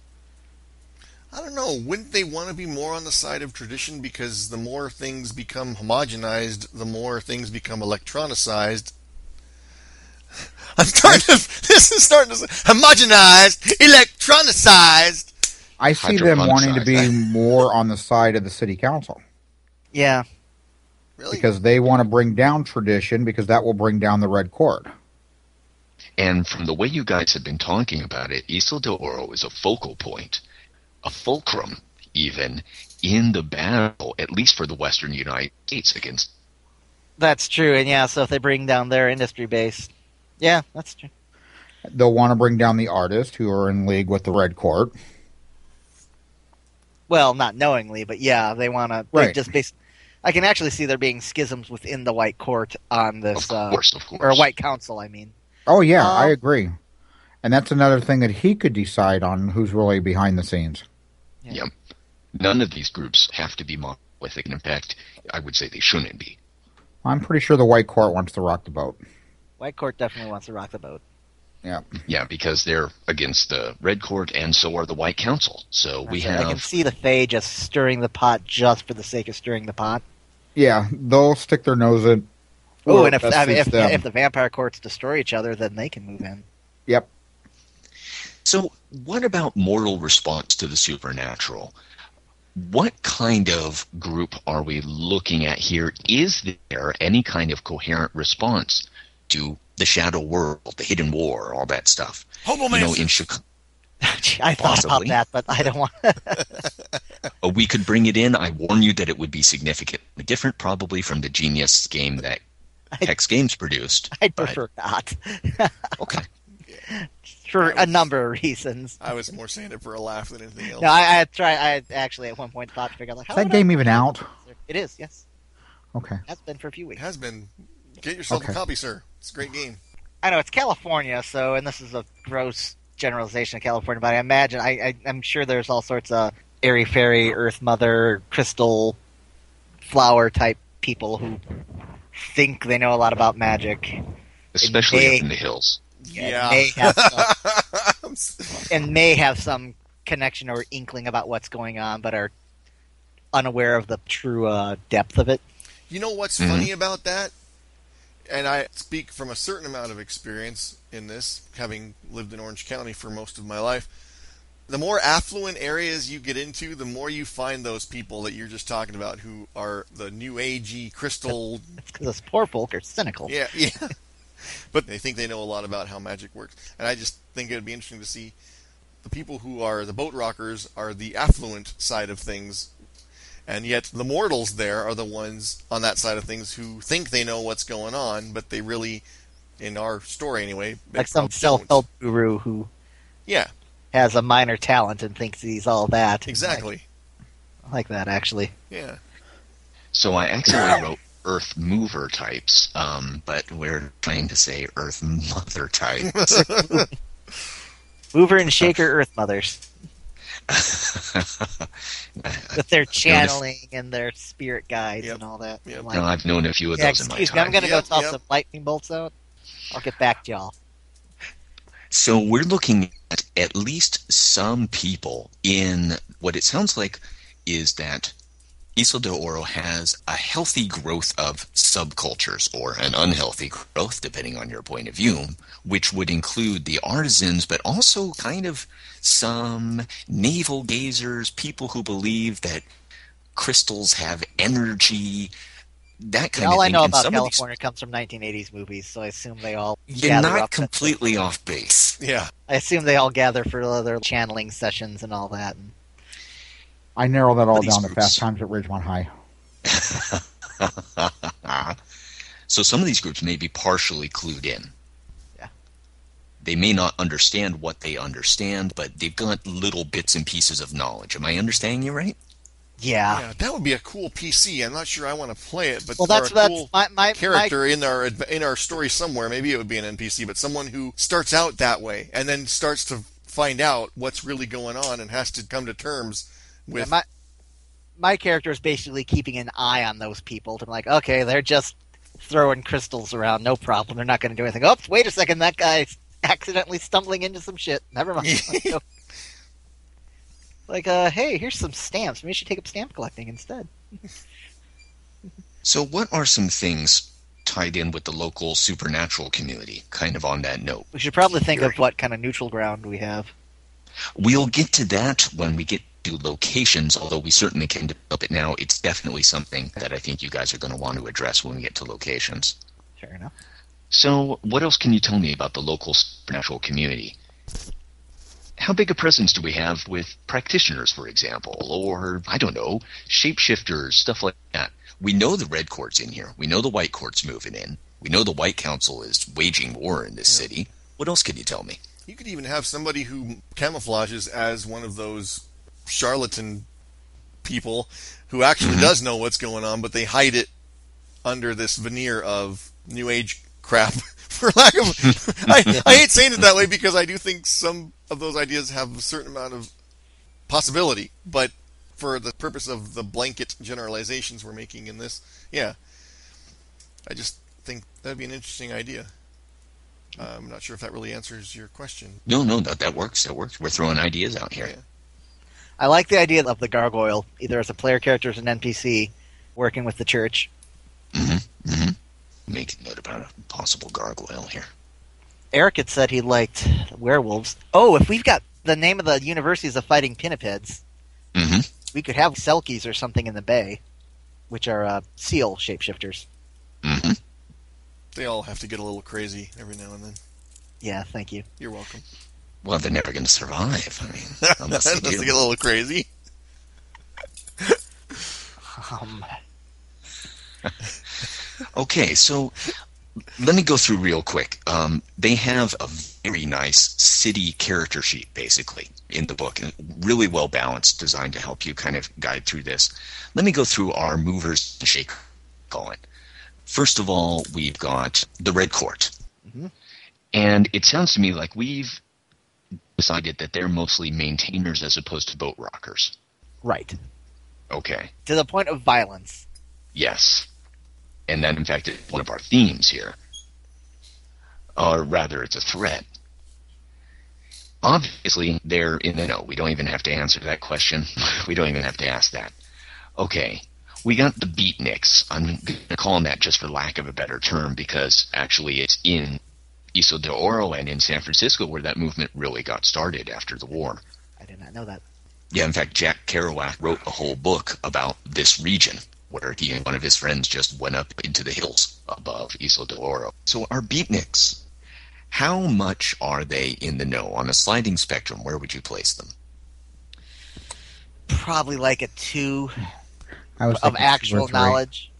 S6: I don't know. Wouldn't they want to be more on the side of tradition? Because the more things become homogenized, the more things become electronicized. I'm starting to. This is starting to. Homogenized, electronicized.
S3: I see them wanting to be
S4: Hydrophonic
S3: more on the side of the City Council
S2: Yeah,
S6: Really?
S3: because they want to bring down tradition because that will bring down the Red Court.
S4: And from the way you guys have been talking about it, Isla del Oro is a focal point, a fulcrum even, in the battle, at least for the Western United States against.
S2: that's true. And yeah, so if they bring down their industry base, yeah, that's true.
S3: They'll want to bring down the artists who are in league with the Red Court.
S2: Well, not knowingly, but yeah, they want to.
S3: Right.
S2: Just bas- I can actually see there being schisms within the White Court on
S4: Of
S2: this, uh,
S4: course, of course.
S2: or White Council. I mean,
S3: Oh yeah, I
S2: Um,
S3: agree. And that's another thing that he could decide on who's really behind the scenes.
S4: None of these groups have to be monolithic. And in fact, I would say they shouldn't be.
S3: I'm pretty sure the White Court wants to rock the boat.
S2: White Court definitely wants to rock the boat.
S4: Yeah, because they're against the Red Court, and so are the White Council. So we
S2: That's it. I can
S4: have
S2: see the Fae just stirring the pot just for the sake of stirring the pot.
S3: Yeah, they'll stick their nose in.
S2: Oh,
S3: where
S2: and if,
S3: best
S2: I mean,
S3: suits
S2: if,
S3: them.
S2: if the vampire courts destroy each other, then they can move in.
S3: yep,
S4: So, what about mortal response to the supernatural? What kind of group are we looking at here? Is there any kind of coherent response to the shadow world, the hidden war, all that stuff?
S6: Homo
S4: You know, in Chicago,
S2: Gee, I thought about
S4: Possibly.
S2: that, but I don't want.
S4: uh, we could bring it in. I warn you that it would be significantly different, probably from the genius game that Hex Games produced.
S2: I'd
S4: but-
S2: prefer not
S4: Okay.
S2: for
S6: I
S2: a
S6: was-
S2: number of reasons.
S6: I was more saying it for a laugh than anything else.
S2: No, I, I try. I actually at one point thought to figure out like how
S3: is that
S2: would
S3: game even out?
S2: I- It is yes,
S3: Okay,
S2: has been for a few
S6: it
S2: weeks.
S6: has been. Get yourself
S3: Okay.
S6: a copy, sir. It's a great game.
S2: I know it's California, so and this is a gross generalization of California, but I imagine I, I I'm sure there's all sorts of airy fairy, earth mother, crystal, flower type people who think they know a lot about magic.
S4: Especially
S2: They-
S4: up in the hills.
S2: and
S6: Yeah.
S2: may have some,
S6: I'm s-
S2: and may have some connection or inkling about what's going on, but are unaware of the true uh, depth of it.
S6: you know what's
S4: Mhm.
S6: funny about that and I speak from a certain amount of experience in this, having lived in Orange County for most of my life. The more affluent areas you get into, the more you find those people that you're just talking about who are the new agey crystal.
S2: It's because us poor folk are cynical.
S6: Yeah, yeah. but they think they know a lot about how magic works. And I just think it would be interesting to see the people who are the boat rockers are the affluent side of things and yet the mortals there are the ones on that side of things who think they know what's going on, but they really, in our story anyway, they
S2: like some
S6: don't.
S2: self-help guru who
S6: Yeah,
S2: has a minor talent and thinks he's all that.
S6: exactly.
S2: I like that actually.
S6: Yeah,
S4: So I actually wrote Earth Mover types, um, but we're trying to say Earth Mother types.
S2: Mover and shaker Earth mothers with their channeling and their spirit guides
S6: Yep.
S2: and all that.
S6: Yep.
S2: I'm
S4: no, I've known a few of
S2: yeah,
S4: those in my
S2: excuse me, I'm
S4: time.
S2: gonna
S6: Yep,
S2: go toss
S6: yep.
S2: some lightning bolts out. I'll get back to y'all.
S4: So we're looking at at least some people in what it sounds like is that Isla de Oro has a healthy growth of subcultures or an unhealthy growth, depending on your point of view, which would include the artisans, but also kind of some navel gazers, people who believe that crystals have energy, that kind
S2: all
S4: of
S2: I
S4: thing.
S2: know
S4: And
S2: about
S4: some of these-
S2: California comes from 1980s movies, so I assume they all
S4: you're
S2: gather
S4: not
S2: up-
S4: completely off base.
S6: yeah.
S2: I assume they all gather for other channeling sessions and all that. And
S3: I narrow that all
S4: These
S3: down to
S4: groups.
S3: Fast Times at Ridgemont High.
S4: Ah. So some of these groups may be partially clued in.
S2: Yeah.
S4: They may not understand what they understand, but they've got little bits and pieces of knowledge. Am I understanding you right?
S2: yeah.
S6: yeah. That would be a cool PC. I'm not sure I want to play it, but
S2: Ah. Well,
S6: for
S2: that's
S6: a
S2: that's
S6: cool
S2: my my, my
S6: character in our adv- in our story somewhere. Maybe it would be an NPC, but someone who starts out that way and then starts to find out what's really going on and has to come to terms with.
S2: Yeah, my my character is basically keeping an eye on those people to be like, okay, they're just throwing crystals around, no problem. They're not going to do anything. Oh, wait a second, that guy's accidentally stumbling into some shit. Never mind. Let's go. like, uh, hey, here's some stamps. Maybe you should take up stamp collecting instead.
S4: So what are some things tied in with the local supernatural community, kind of on that note?
S2: We should probably think of what kind of neutral ground we have.
S4: We'll get to that when we get to locations, although we certainly can develop it now. It's definitely something that I think you guys are going to want to address when we get to locations.
S2: Fair enough.
S4: So, what else can you tell me about the local supernatural community? How big a presence do we have with practitioners, for example, or, I don't know, shapeshifters, stuff like that? We know the red court's in here. We know the white court's moving in. We know the white council is waging war in this city. What else can you tell me?
S6: You could even have somebody who camouflages as one of those charlatan people who actually does know what's going on, but they hide it under this veneer of new age crap. For lack of, I, I hate saying it that way because I do think some of those ideas have a certain amount of possibility, but for the purpose of the blanket generalizations we're making in this, yeah, I just think that'd be an interesting idea. Uh, I'm not sure if that really answers your question.
S4: No, no, that, that works. That works. We're throwing ideas out here.
S2: I like the idea of the gargoyle, either as a player character or as an NPC, working with the church.
S4: Make note about a possible gargoyle here.
S2: Eric had said he liked werewolves. Oh, if we've got the name of the universities of fighting pinnipeds,
S4: hmm
S2: we could have Selkies or something in the bay, which are uh, seal shapeshifters.
S4: hmm
S6: They all have to get a little crazy every now and then.
S2: Yeah, thank you.
S6: You're welcome.
S4: Well, they're never going to survive. I mean, unless
S6: Unless
S4: they
S6: they
S4: do.
S6: get a little crazy.
S2: Um,
S4: Okay, so let me go through real quick. Um, they have a very nice city character sheet, basically, in the book, and really well balanced, designed to help you kind of guide through this. Let me go through our movers and shake, call it. First of all, we've got the Red Court. And it sounds to me like we've decided that they're mostly maintainers as opposed to boat rockers.
S2: right.
S4: Okay.
S2: To the point of violence.
S4: Yes. And that, in fact, is one of our themes here. Or rather, it's a threat. Obviously, they're in the know. We don't even have to answer that question. We don't even have to ask that. Okay. we got the beatniks. I'm going to call them that just for lack of a better term because actually it's in Iso de Oro and in San Francisco where that movement really got started after the war.
S2: I did not know that.
S4: Yeah, in fact, Jack Kerouac wrote a whole book about this region where he and one of his friends just went up into the hills above Iso de Oro. So our beatniks, how much are they in the know on a sliding spectrum? Where would you place them?
S2: Probably like a two
S3: I was
S2: of
S3: thinking two or
S2: actual
S3: three.
S2: knowledge.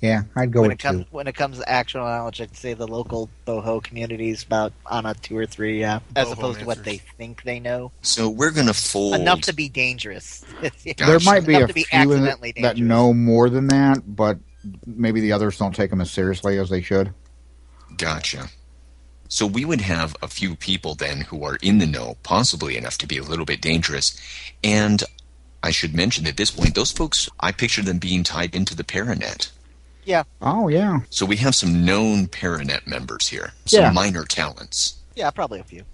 S3: Yeah, I'd go
S2: when
S3: with
S2: it comes
S3: two.
S2: when it comes to actual knowledge, I'd say the local boho community is about on a two or three, yeah, as
S1: Boho
S2: opposed to what
S1: answers.
S2: they think they know.
S4: So we're going to fold.
S2: Enough to be dangerous.
S4: Gosh,
S3: there might be
S2: enough
S3: a
S2: to be
S3: few in
S2: accidentally
S3: it that
S2: dangerous.
S3: know more than that, but maybe the others don't take them as seriously as they should.
S4: Gotcha. So we would have a few people then who are in the know, possibly enough to be a little bit dangerous. And I should mention at this point, those folks, I picture them being tied into the Paranet.
S3: Oh yeah,
S4: So we have some known Paranet members here, some
S3: Yeah.
S4: minor talents.
S2: Yeah, probably a few.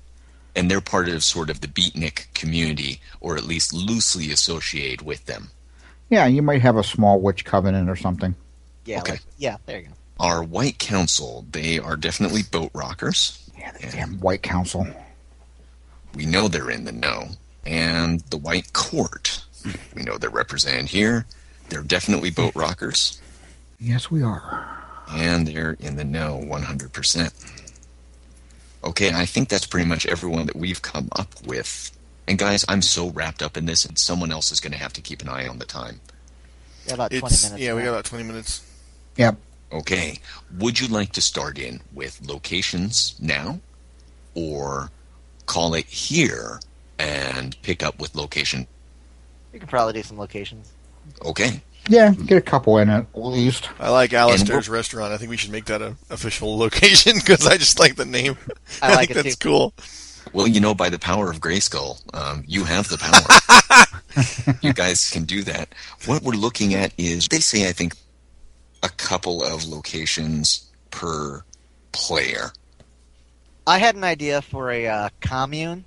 S4: And they're part of sort of the beatnik community, or at least loosely associated with them.
S3: yeah. You might have a small witch covenant or something.
S2: Yeah,
S4: Okay.
S2: like, yeah. There you go.
S4: Our white council, they are definitely boat rockers.
S3: Yeah, the
S4: Yeah.
S3: damn White Council.
S4: we know they're in the know. And the White Court, we know they're represented here. They're definitely boat rockers,
S3: Yes, we are.
S4: and they're in the know 100%. Okay, I think that's pretty much everyone that we've come up with. And guys, I'm so wrapped up in this, and someone else is going to have to keep an eye on the time.
S2: Yeah, about twenty
S6: It's,
S2: minutes.
S6: yeah, we
S2: left.
S6: got about 20 minutes.
S3: Yep.
S4: Okay, would you like to start in with locations now, or call it here and pick up with location?
S2: You can probably do some locations.
S4: Okay,
S3: Yeah, get a couple in at least.
S6: I like
S4: And
S6: Alistair's restaurant. I think we should make that an official location because I just like the name.
S2: I like
S6: think
S2: it
S6: that's
S2: too.
S6: cool.
S4: Well, you know, by the power of Grayskull, um, you have the power. you guys can do that. What we're looking at is they say, I think, a couple of locations per player.
S2: I had an idea for a uh, commune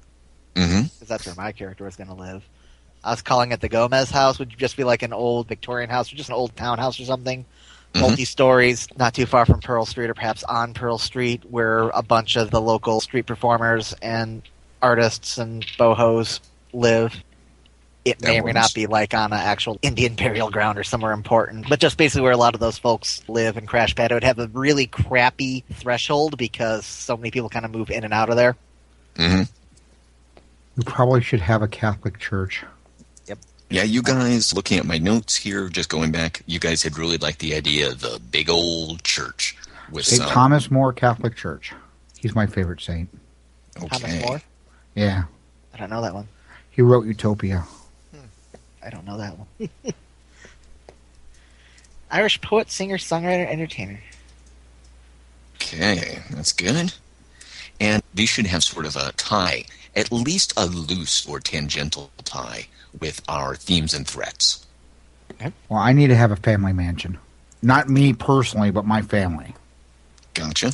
S4: hmm
S2: because that's where my character was going to live. I was calling it the Gomez house, which would just be like an old Victorian house or just an old townhouse or something.
S4: Mhm.
S2: Multi stories, not too far from Pearl Street or perhaps on Pearl Street, where a bunch of the local street performers and artists and bohos live. It may
S4: That
S2: or may
S4: works.
S2: not be like on an actual Indian burial ground or somewhere important, but just basically where a lot of those folks live in Crash Pad. It would have a really crappy threshold because so many people kind of move in and out of there.
S4: hmm
S3: We probably should have a Catholic church.
S4: Yeah, you guys, looking at my notes here, just going back, you guys had really liked the idea of the big old church with
S3: St.
S4: some.
S3: Thomas More Catholic Church. He's my favorite saint.
S2: Thomas
S4: okay.
S2: More?
S3: Yeah,
S2: I don't know that one.
S3: he wrote Utopia.
S2: I don't know that one. Irish poet, singer, songwriter, entertainer.
S4: Okay, that's good. And these should have sort of a tie, at least a loose or tangential tie with our themes and threats.
S3: Well, I need to have a family mansion. Not me personally, but my family.
S4: Gotcha.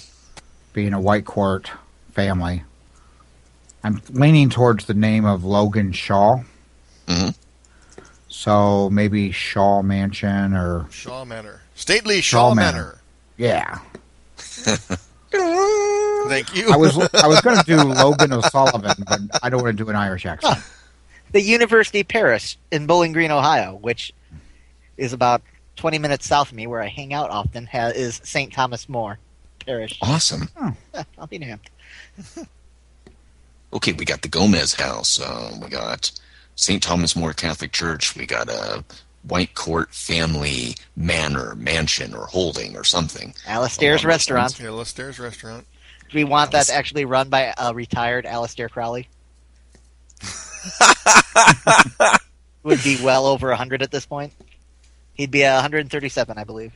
S3: Being a white court family, I'm leaning towards the name of Logan Shaw.
S4: Mhm.
S3: So maybe Shaw Mansion or
S6: Shaw Manor. Stately
S3: Shaw
S6: Shaw,
S3: Manor.
S6: Manor.
S3: yeah.
S6: Thank you.
S3: I was I was going to do Logan O'Sullivan, but I don't want to do an Irish accent.
S2: The University of Paris in Bowling Green, Ohio, which is about 20 minutes south of me, where I hang out often, ha- is St. Thomas More Parish.
S4: Awesome.
S2: I'll be damned.
S4: Okay, we got the Gomez House. Um, we got St. Thomas More Catholic Church. We got a White Court family manor, mansion, or holding, or something.
S2: Alistair's
S4: Oh, that makes
S2: Restaurant.
S6: Yeah, Alistair's restaurant.
S2: Do we want that
S4: Alistair.
S2: actually run by a retired Alistair Crowley? Would be well over 100 at this point. He'd be 137, I believe.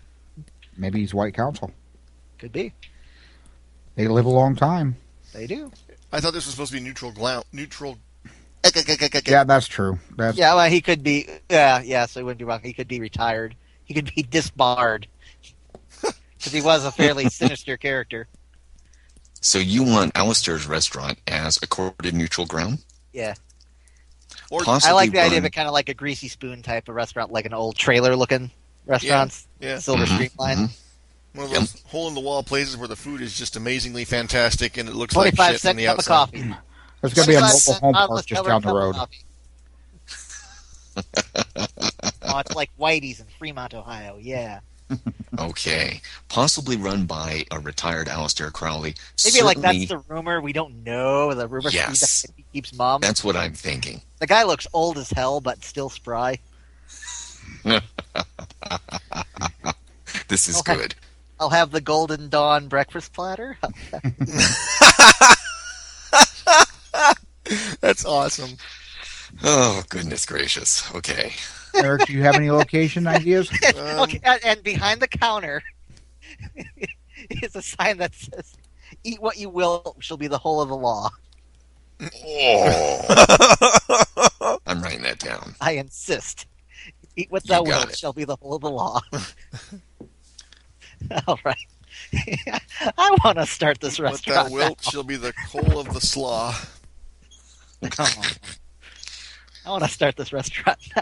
S3: Maybe he's white council.
S2: Could be.
S3: They live a long time.
S2: They do.
S6: I thought this was supposed to be neutral ground. Neutral.
S3: Yeah, that's true. That's
S2: Yeah, well, he could be. Yeah, yeah. So he wouldn't be wrong. He could be retired. He could be disbarred because he was a fairly sinister character.
S4: So you want Alistair's restaurant as a court in neutral ground?
S2: Yeah.
S6: Or
S4: possibly
S2: I like the
S4: run,
S2: idea of it kind of like a greasy spoon type of restaurant, like an old trailer looking restaurants,
S6: Yeah, yeah.
S2: Silver
S3: Mm-hmm,
S2: Streamline.
S4: Mhm,
S6: one of those hole in the wall places where the food is just amazingly fantastic and it looks like
S2: Twenty five
S6: shit
S2: cent
S6: from the
S2: cup
S6: outside.
S2: of coffee.
S3: There's going to be a
S2: 25
S3: mobile
S2: cent
S3: home
S2: toddler's
S3: park just
S2: colored
S3: down the
S2: cup of
S3: road.
S2: coffee. oh, it's like Whitey's in Fremont, Ohio. Yeah,
S4: Okay. Possibly run by a retired Aleister Crowley.
S2: maybe like that's
S4: Certainly-
S2: the rumor. We don't know the rumor.
S4: Yes.
S2: He keeps mum.
S4: that's what I'm thinking.
S2: The guy looks old as hell, but still spry.
S4: This is
S2: Okay.
S4: good.
S2: I'll have the Golden Dawn breakfast platter.
S6: That's awesome.
S4: Oh goodness gracious. Okay.
S3: Eric, do you have any location ideas?
S2: okay, and, and behind the counter is a sign that says, "Eat what you will shall be the whole of the law."
S4: Oh. I'm writing that down.
S2: I insist. Eat what
S4: You
S2: thou
S4: got
S2: wilt
S4: it.
S2: shall be the whole of the law. All right. I want to start this
S6: But
S2: restaurant.
S6: that wilt shall be the coal of the slaw.
S2: now. Come on. I want to start this restaurant now.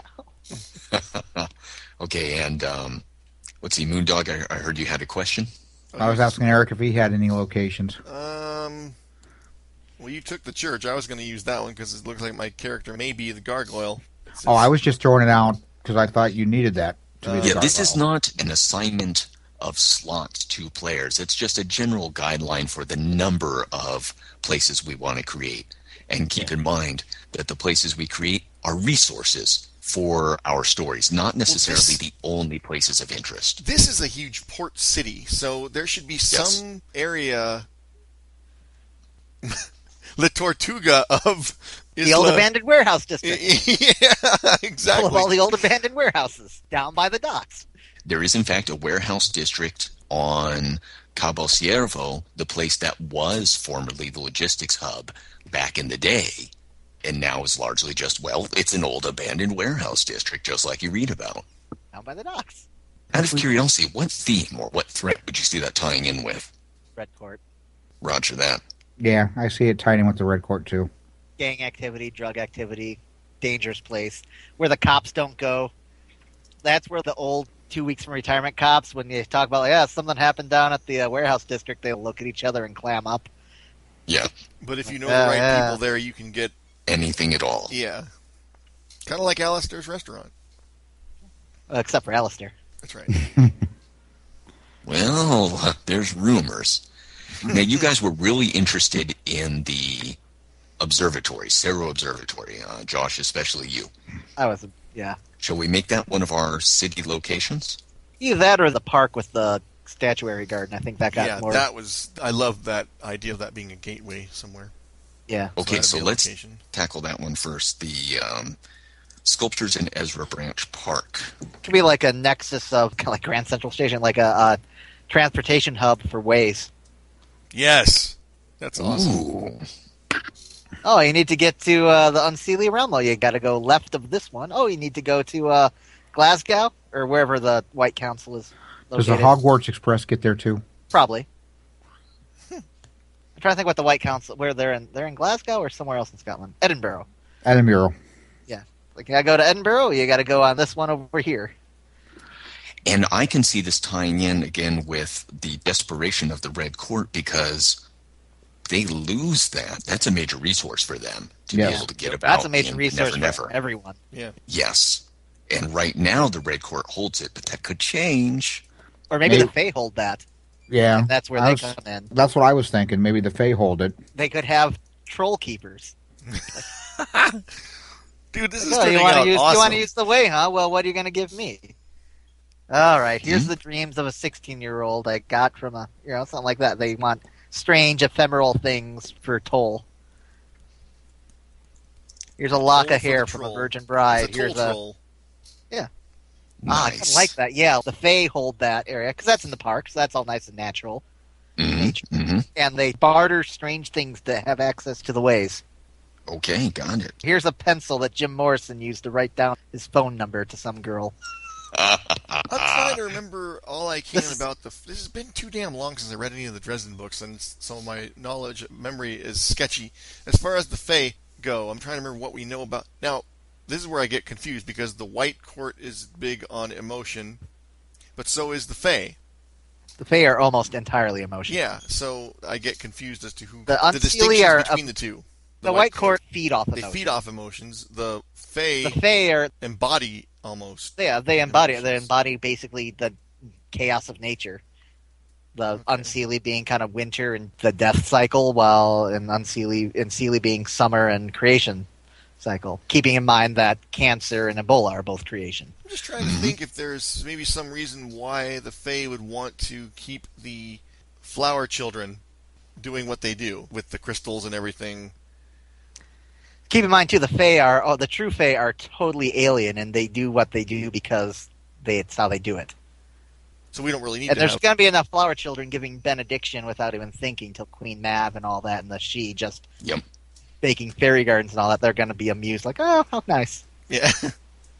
S4: Okay, and um, let's see, Moondog. I, I heard you had a question.
S3: I was asking Eric if he had any locations.
S6: Um. Well, you took the church. I was going to use that one because it looks like my character may be the gargoyle.
S3: Oh, I was just throwing it out because I thought you needed that to be. the
S4: yeah, this is
S3: Uh, gargoyle.
S4: not an assignment of slots to players. It's just a general guideline for the number of places we want to create. And keep in mind that the places we create are resources for our stories, not necessarily the only places of interest.
S6: This is a huge port city, so there should be some area. La Tortuga of
S2: The
S6: Isla.
S2: old abandoned warehouse
S4: E-,
S2: district.
S6: yeah,
S2: Full of all
S6: exactly.
S2: the old abandoned warehouses down by the docks.
S4: There is, in fact, a warehouse district on Cabo Ciervo, the place that was formerly the logistics hub back in the day, and now is largely just, well, it's an old abandoned warehouse district, just like you read about.
S2: Down by the docks.
S4: Out of curiosity, what theme or what threat would you see that tying in with?
S2: Red court.
S4: Roger that.
S3: Yeah, I see it tied in with the red court too.
S2: Gang activity, drug activity, dangerous place where the cops don't go. That's where the old two weeks from retirement cops, when you talk about, like, yeah, something happened down at the uh, warehouse district, they look at each other and clam up.
S4: Yeah,
S6: But if you know
S2: Yeah,
S6: the right
S2: yeah.
S6: people there, you can get
S4: anything at all.
S6: yeah. Kind of like Alistair's restaurant.
S2: Uh, except for Alistair.
S6: That's right.
S4: Well, there's rumors. now, you guys were really interested in the observatory, Cerro Observatory, uh, Josh, especially you.
S2: I was, yeah.
S4: Shall we make that one of our city locations?
S2: Either that or the park with the statuary garden. I think that got
S6: yeah,
S2: more.
S6: that was. I love that idea of that being a gateway somewhere.
S2: yeah.
S4: Okay,
S6: that'd
S4: so
S6: be a
S4: let's
S6: location.
S4: tackle that one first. The um, sculptures in Ezra Branch Park.
S2: It could be like a nexus of kind of like Grand Central Station, like a, uh transportation hub for ways.
S6: Yes, that's awesome.
S4: Ooh,
S2: Oh, you need to get to uh, the Unseelie Realm. Oh, you got to go left of this one. Oh, you need to go to uh, Glasgow or wherever the White Council is
S3: Does the
S2: located.
S3: Hogwarts Express get there too?
S2: Probably. Hmm. I'm trying to think what the White Council where they're in. They're in Glasgow or somewhere else in Scotland. Edinburgh.
S3: Edinburgh.
S2: Like, you got to go to Edinburgh. You got to go on this one over here.
S4: And I can see this tying in again with the desperation of the Red Court because they lose that. That's a major resource for them to
S3: Yes.
S4: be able to get about.
S2: That's a major
S4: in
S2: resource
S4: Oh, Never,
S2: for
S4: never.
S2: everyone.
S4: Yes. And right now, the Red Court holds it, but that could change.
S2: Or maybe
S3: Maybe-
S2: the Fae hold that.
S3: Yeah,
S2: And that's where
S3: I
S2: they
S3: was-
S2: come in.
S3: that's what I was thinking. Maybe the Fey hold it.
S2: They could have troll keepers.
S6: Dude, this is
S2: Oh,
S6: turning
S2: you want
S6: out
S2: to use you
S6: awesome.
S2: want to use the way, huh? Well, what are you going to give me? All right,
S6: Hmm?
S2: here's the dreams of a 16 year old I got from a you know something like that. They want strange ephemeral things for toll. Here's a lock
S6: Toll
S2: of
S6: for
S2: hair
S6: the
S2: from a
S6: troll.
S2: virgin
S6: It's
S2: bride.
S6: a toll
S2: here's a
S6: troll.
S2: ah, I
S4: Nice.
S2: kinda like that. Yeah, the Fae hold that area because that's in the park, so that's all nice and natural.
S4: Mm-hmm. Mm-hmm.
S2: And they barter strange things to have access to the ways.
S4: Okay, got it.
S2: Here's a pencil that Jim Morrison used to write down his phone number to some girl.
S6: I'm
S4: Ah.
S6: trying to remember all I can
S2: This is-
S6: about the. This has been too damn long since I read any of the Dresden books, and s- some of my knowledge memory is sketchy. As far as the Fae go, I'm trying to remember what we know about. Now, this is where I get confused because the white court is big on emotion, but so is the Fey.
S2: The Fey are almost entirely emotional.
S6: Yeah, so I get confused as to who
S2: The Unseelie
S6: distinctions
S2: are
S6: between the two.
S2: The, White Court feed off of
S6: they
S2: those.
S6: feed off emotions. The Fey
S2: the Fey are
S6: embody almost.
S2: yeah, they embody it. They
S6: Emotions.
S2: embody basically the chaos of nature. The Unseelie being kind of winter and the death cycle, while and Unseelie and Seelie being summer and creation cycle. Keeping in mind that Cancer and Ebola are both creation.
S6: I'm just
S2: Mm-hmm.
S6: trying to think if there's maybe some reason why the Fae would want to keep the flower children doing what they do with the crystals and everything.
S2: Keep in mind too, the Fey are oh, the true Fey are totally alien, and they do what they do because they it's how they do it.
S6: So we don't really need
S2: And
S6: to
S2: there's
S6: have.
S2: going to be enough flower children giving benediction without even thinking till Queen Mab and all that, and the she just
S4: Yep.
S2: making fairy gardens and all that. They're going to be amused, like, oh, how nice.
S6: Yeah.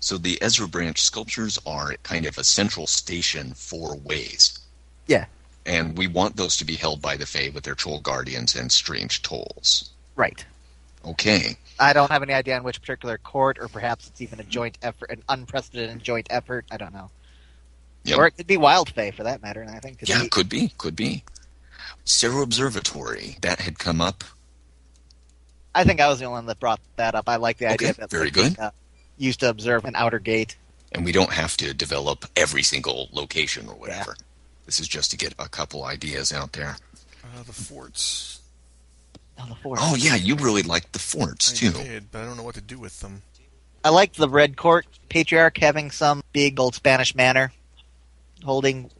S4: So the Ezra Branch sculptures are kind of a central station for ways.
S2: Yeah.
S4: And we want those to be held by the Fae with their troll guardians and strange tolls.
S2: Right.
S4: Okay.
S2: I don't have any idea on which particular court, or perhaps it's even a joint effort, an unprecedented joint effort. I don't know.
S4: Yep.
S2: Or it could be Wild Fae, for that matter. And I think could
S4: Yeah,
S2: be-
S4: could be, could be. Cerro Observatory that had come up.
S2: I think I was the only one that brought that up. I like the
S4: Okay,
S2: idea that
S4: very
S2: they,
S4: good.
S2: uh, used to observe an outer gate.
S4: and we don't have to develop every single location or whatever. This is just to get a couple ideas out there.
S6: Uh, the forts.
S2: Oh, the forest.
S4: Oh yeah, you really liked the forts
S6: I
S4: too.
S6: did, but I don't know what to do with them.
S2: I liked the Red Court patriarch having some big old Spanish manor, holding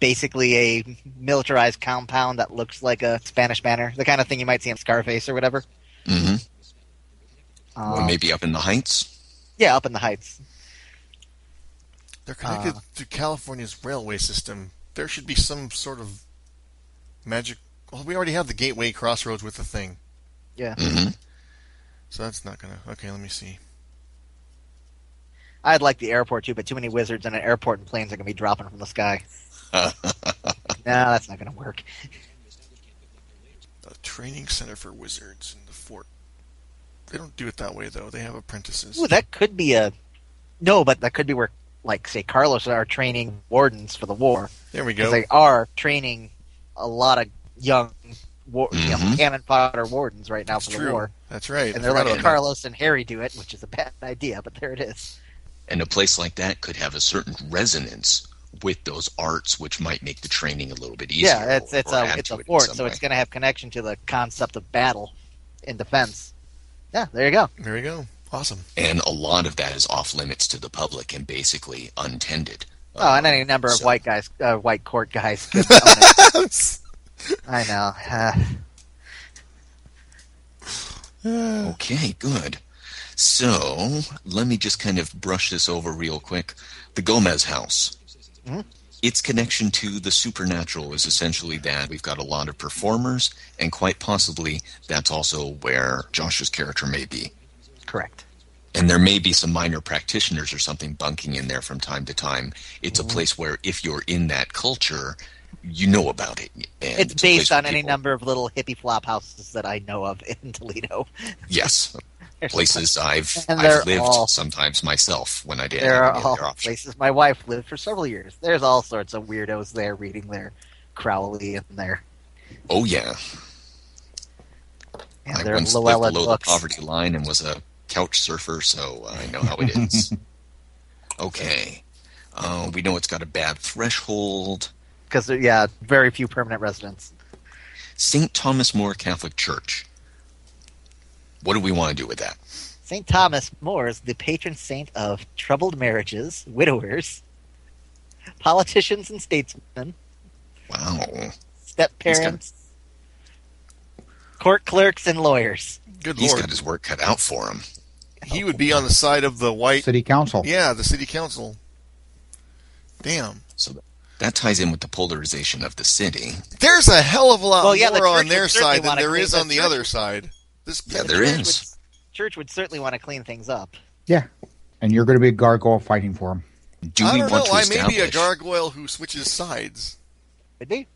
S2: basically a militarized compound that looks like a Spanish manor, the kind of thing you might see in Scarface or whatever.
S4: hmm
S2: Um,
S4: maybe up in the heights.
S2: Yeah, up in the heights.
S6: They're connected
S2: Ah.
S6: to California's railway system. There should be some sort of magic. Well, we already have the gateway crossroads with the thing,
S4: hmm
S6: so that's not gonna. Okay, let me see.
S2: I'd like the airport too, but too many wizards in an airport and planes are going to be dropping from the sky. no, that's not going to work.
S6: A training center for wizards in the fort. They don't do it that way though. They have apprentices.
S2: Ooh, that could be a no, but that could be where, like, say, Carlos are training wardens for the war.
S6: There we
S2: because
S6: go.
S2: they are training a lot of young war- you know,
S4: Mhm.
S2: cannon fodder wardens right now
S6: That's
S2: for
S6: true.
S2: the war,
S6: That's right.
S2: and
S6: I
S2: they're
S6: forgot
S2: letting
S6: about that.
S2: Carlos and Harry do it, which is a bad idea, but there it is.
S4: And a place like that could have a certain resonance with those arts, which might make the training a little bit easier.
S2: yeah, it's it's
S4: or
S2: a
S4: add
S2: it's
S4: to
S2: a
S4: it in
S2: fort,
S4: some
S2: so it's
S4: way.
S2: going to have connection to the concept of battle and defense. Yeah, there you go.
S6: There we go. Awesome.
S4: and a lot of that is off limits to the public and basically untended.
S2: Oh, and any number of
S4: so-
S2: white guys, uh, white court guys. could own it. I know. Uh,
S4: Okay, good. So let me just kind of brush this over real quick. The Gomez house.
S2: Mhm.
S4: Its connection to the supernatural is essentially that we've got a lot of performers, and quite possibly that's also where Josh's character may be.
S2: correct.
S4: And there may be some minor practitioners or something bunking in there from time to time. It's
S2: Mm-hmm.
S4: a place where, if you're in that culture, you know about it. And
S2: It's
S4: a place
S2: based
S4: where
S2: on any
S4: people-
S2: number of little hippie flop houses that I know of in Toledo.
S4: Yes,
S2: There's
S4: places I've
S2: And they're
S4: I've lived
S2: all-
S4: sometimes myself when I did.
S2: There
S4: have
S2: are
S4: any other
S2: all
S4: option.
S2: places my wife lived for several years. There's all sorts of weirdos there reading their Crowley and their
S4: Oh yeah,
S2: and
S4: I
S2: their
S4: once
S2: Llewellyn
S4: lived below
S2: books.
S4: the poverty line and was a couch surfer, so I know how it is. okay, uh, we know it's got a bad threshold.
S2: Because yeah, very few permanent residents.
S4: St. Thomas More Catholic Church. What do we want to do with that?
S2: Saint Thomas More is the patron saint of troubled marriages, widowers, politicians and statesmen,
S4: Wow,
S2: step
S4: He's got-
S2: parents, court clerks, and lawyers.
S6: Good
S4: he's
S6: lord.
S4: got his work cut out for him.
S6: He
S2: Oh,
S6: would be on the side of the white.
S3: City council.
S6: Yeah, the city council. Damn.
S4: So that ties in with the polarization of the city.
S6: There's a hell of a lot
S2: Well, yeah, the
S6: more on
S2: church
S6: their
S2: would certainly
S6: side than
S2: wanna
S6: there
S2: clean
S6: is
S2: the
S6: on the
S2: church.
S6: other side. This
S4: Yeah,
S6: planet
S4: there
S6: Earth
S2: Church
S4: is.
S2: would- Church would certainly want to clean things up.
S3: Yeah. And you're going to be a gargoyle fighting for him.
S4: Do
S6: I
S4: we
S6: don't
S4: want
S6: know.
S4: to
S6: I may
S4: establish
S6: be a gargoyle who switches sides.
S2: Would be.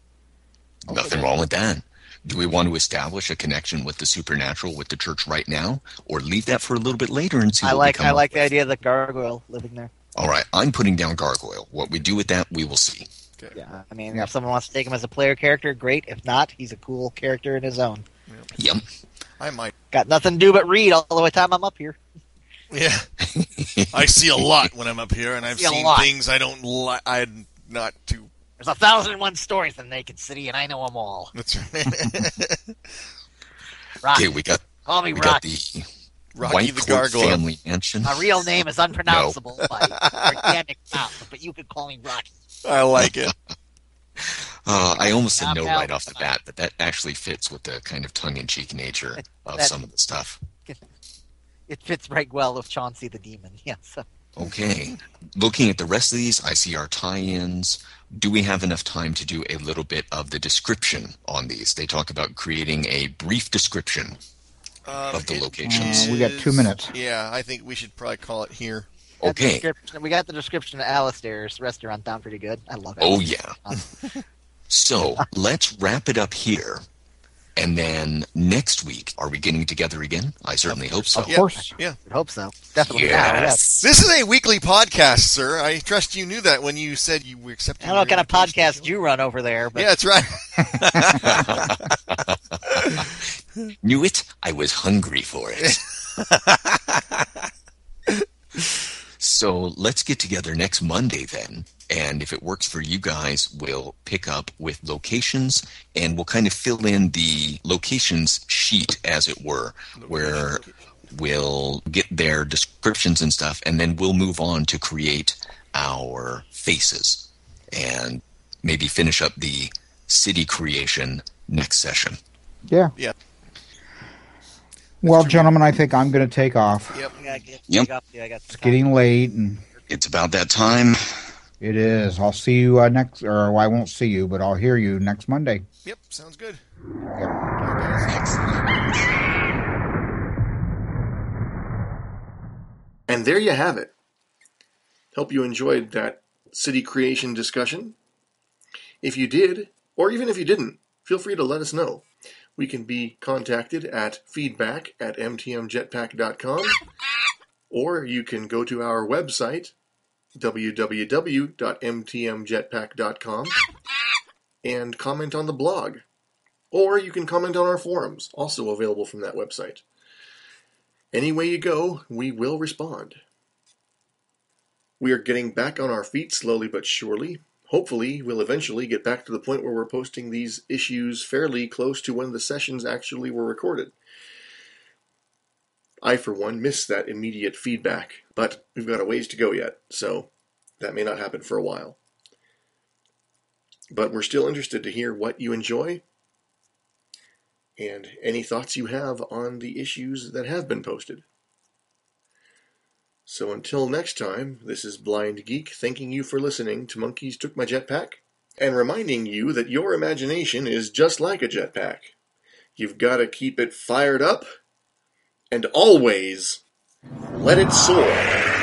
S4: nothing wrong with that? Do we want to establish a connection with the supernatural, with the church right now, or leave that for a little bit later and see?
S2: I
S4: what
S2: like
S4: we come
S2: I
S4: up
S2: like the
S4: with?
S2: idea of the gargoyle living there.
S4: All right, I'm putting down gargoyle. What we do with that, we will see.
S2: Yeah, I mean,
S3: Yeah.
S2: if someone wants to take him as a player character, great. If not, he's a cool character in his own.
S4: Yep.
S6: I might.
S2: Got nothing to do but read all the time I'm up here.
S6: Yeah. I see a lot when I'm up here, and I've
S2: See a
S6: seen
S2: lot.
S6: things I don't like. I'm not too.
S2: There's a thousand and one stories in Naked City, and I know them all.
S6: That's right.
S2: Rocky,
S4: Okay, we got
S2: call me
S4: we got
S2: Ah, Rocky. Ah,
S4: the
S6: Rocky
S4: White
S6: the
S4: Court
S6: Gargoyle.
S4: family mansion.
S2: My real name is unpronounceable by organic mouth, but you could call me Rocky.
S6: I like it.
S4: Uh, I almost said no
S2: Now, now,
S4: right off the bat, but that actually fits with the kind of tongue-in-cheek nature of
S2: that-
S4: some of the stuff.
S2: It fits right well with Chauncey the Demon. Yeah, so
S4: Okay. Looking at the rest of these, I see our tie-ins. Do we have enough time to do a little bit of the description on these? They talk about creating a brief description.
S6: Um,
S4: Of the
S6: it
S4: locations.
S3: Uh, we got two
S6: is-
S3: minutes.
S6: Yeah, I think we should probably call it here.
S2: Got the
S4: Okay.
S2: description- We got the description of Alistair's restaurant down pretty good. I love it.
S4: Oh yeah. so let's wrap it up here, and then next week, are we getting together again? I certainly hope so.
S3: Of
S6: Yeah.
S3: course.
S2: I hope so. Definitely. Oh, Yeah,
S4: Yes.
S6: This is a weekly podcast, sir. I trust you knew that when you said you were
S2: yeah.
S6: accepting.
S2: I don't know what kind of
S6: your
S2: podcast
S6: invitation.
S2: you run over there, but
S6: Yeah, that's right.
S4: Knew it. I was hungry for it. so let's get together next Monday then. And if it works for you guys, we'll pick up with locations and we'll kind of fill in the locations sheet, as it were, where we'll get their descriptions and stuff. And then we'll move on to create our faces and maybe finish up the city creation next session.
S3: Yeah.
S6: Yeah.
S3: Well, gentlemen, I think I'm going to take off.
S6: Yep.
S2: I gotta get
S4: Yep.
S2: up. Yeah, I got
S3: It's getting late, and
S4: It's about that time.
S3: it is. I'll see you uh, next, or I won't see you, but I'll hear you next Monday.
S6: Yep. Sounds good.
S1: And there you have it. Hope you enjoyed that city creation discussion. If you did, or even if you didn't, feel free to let us know. We can be contacted at feedback at mtmjetpack.com, or you can go to our website, www.mtmjetpack.com, and comment on the blog. Or you can comment on our forums, also available from that website. Any way you go, we will respond. We are getting back on our feet slowly but surely. Hopefully, we'll eventually get back to the point where we're posting these issues fairly close to when the sessions actually were recorded. I, for one, miss that immediate feedback, but we've got a ways to go yet, so that may not happen for a while. But we're still interested to hear what you enjoy and any thoughts you have on the issues that have been posted. So until next time, this is Blind Geek thanking you for listening to Monkeys Took My Jetpack and reminding you that your imagination is just like a jetpack. You've got to keep it fired up and always let it soar.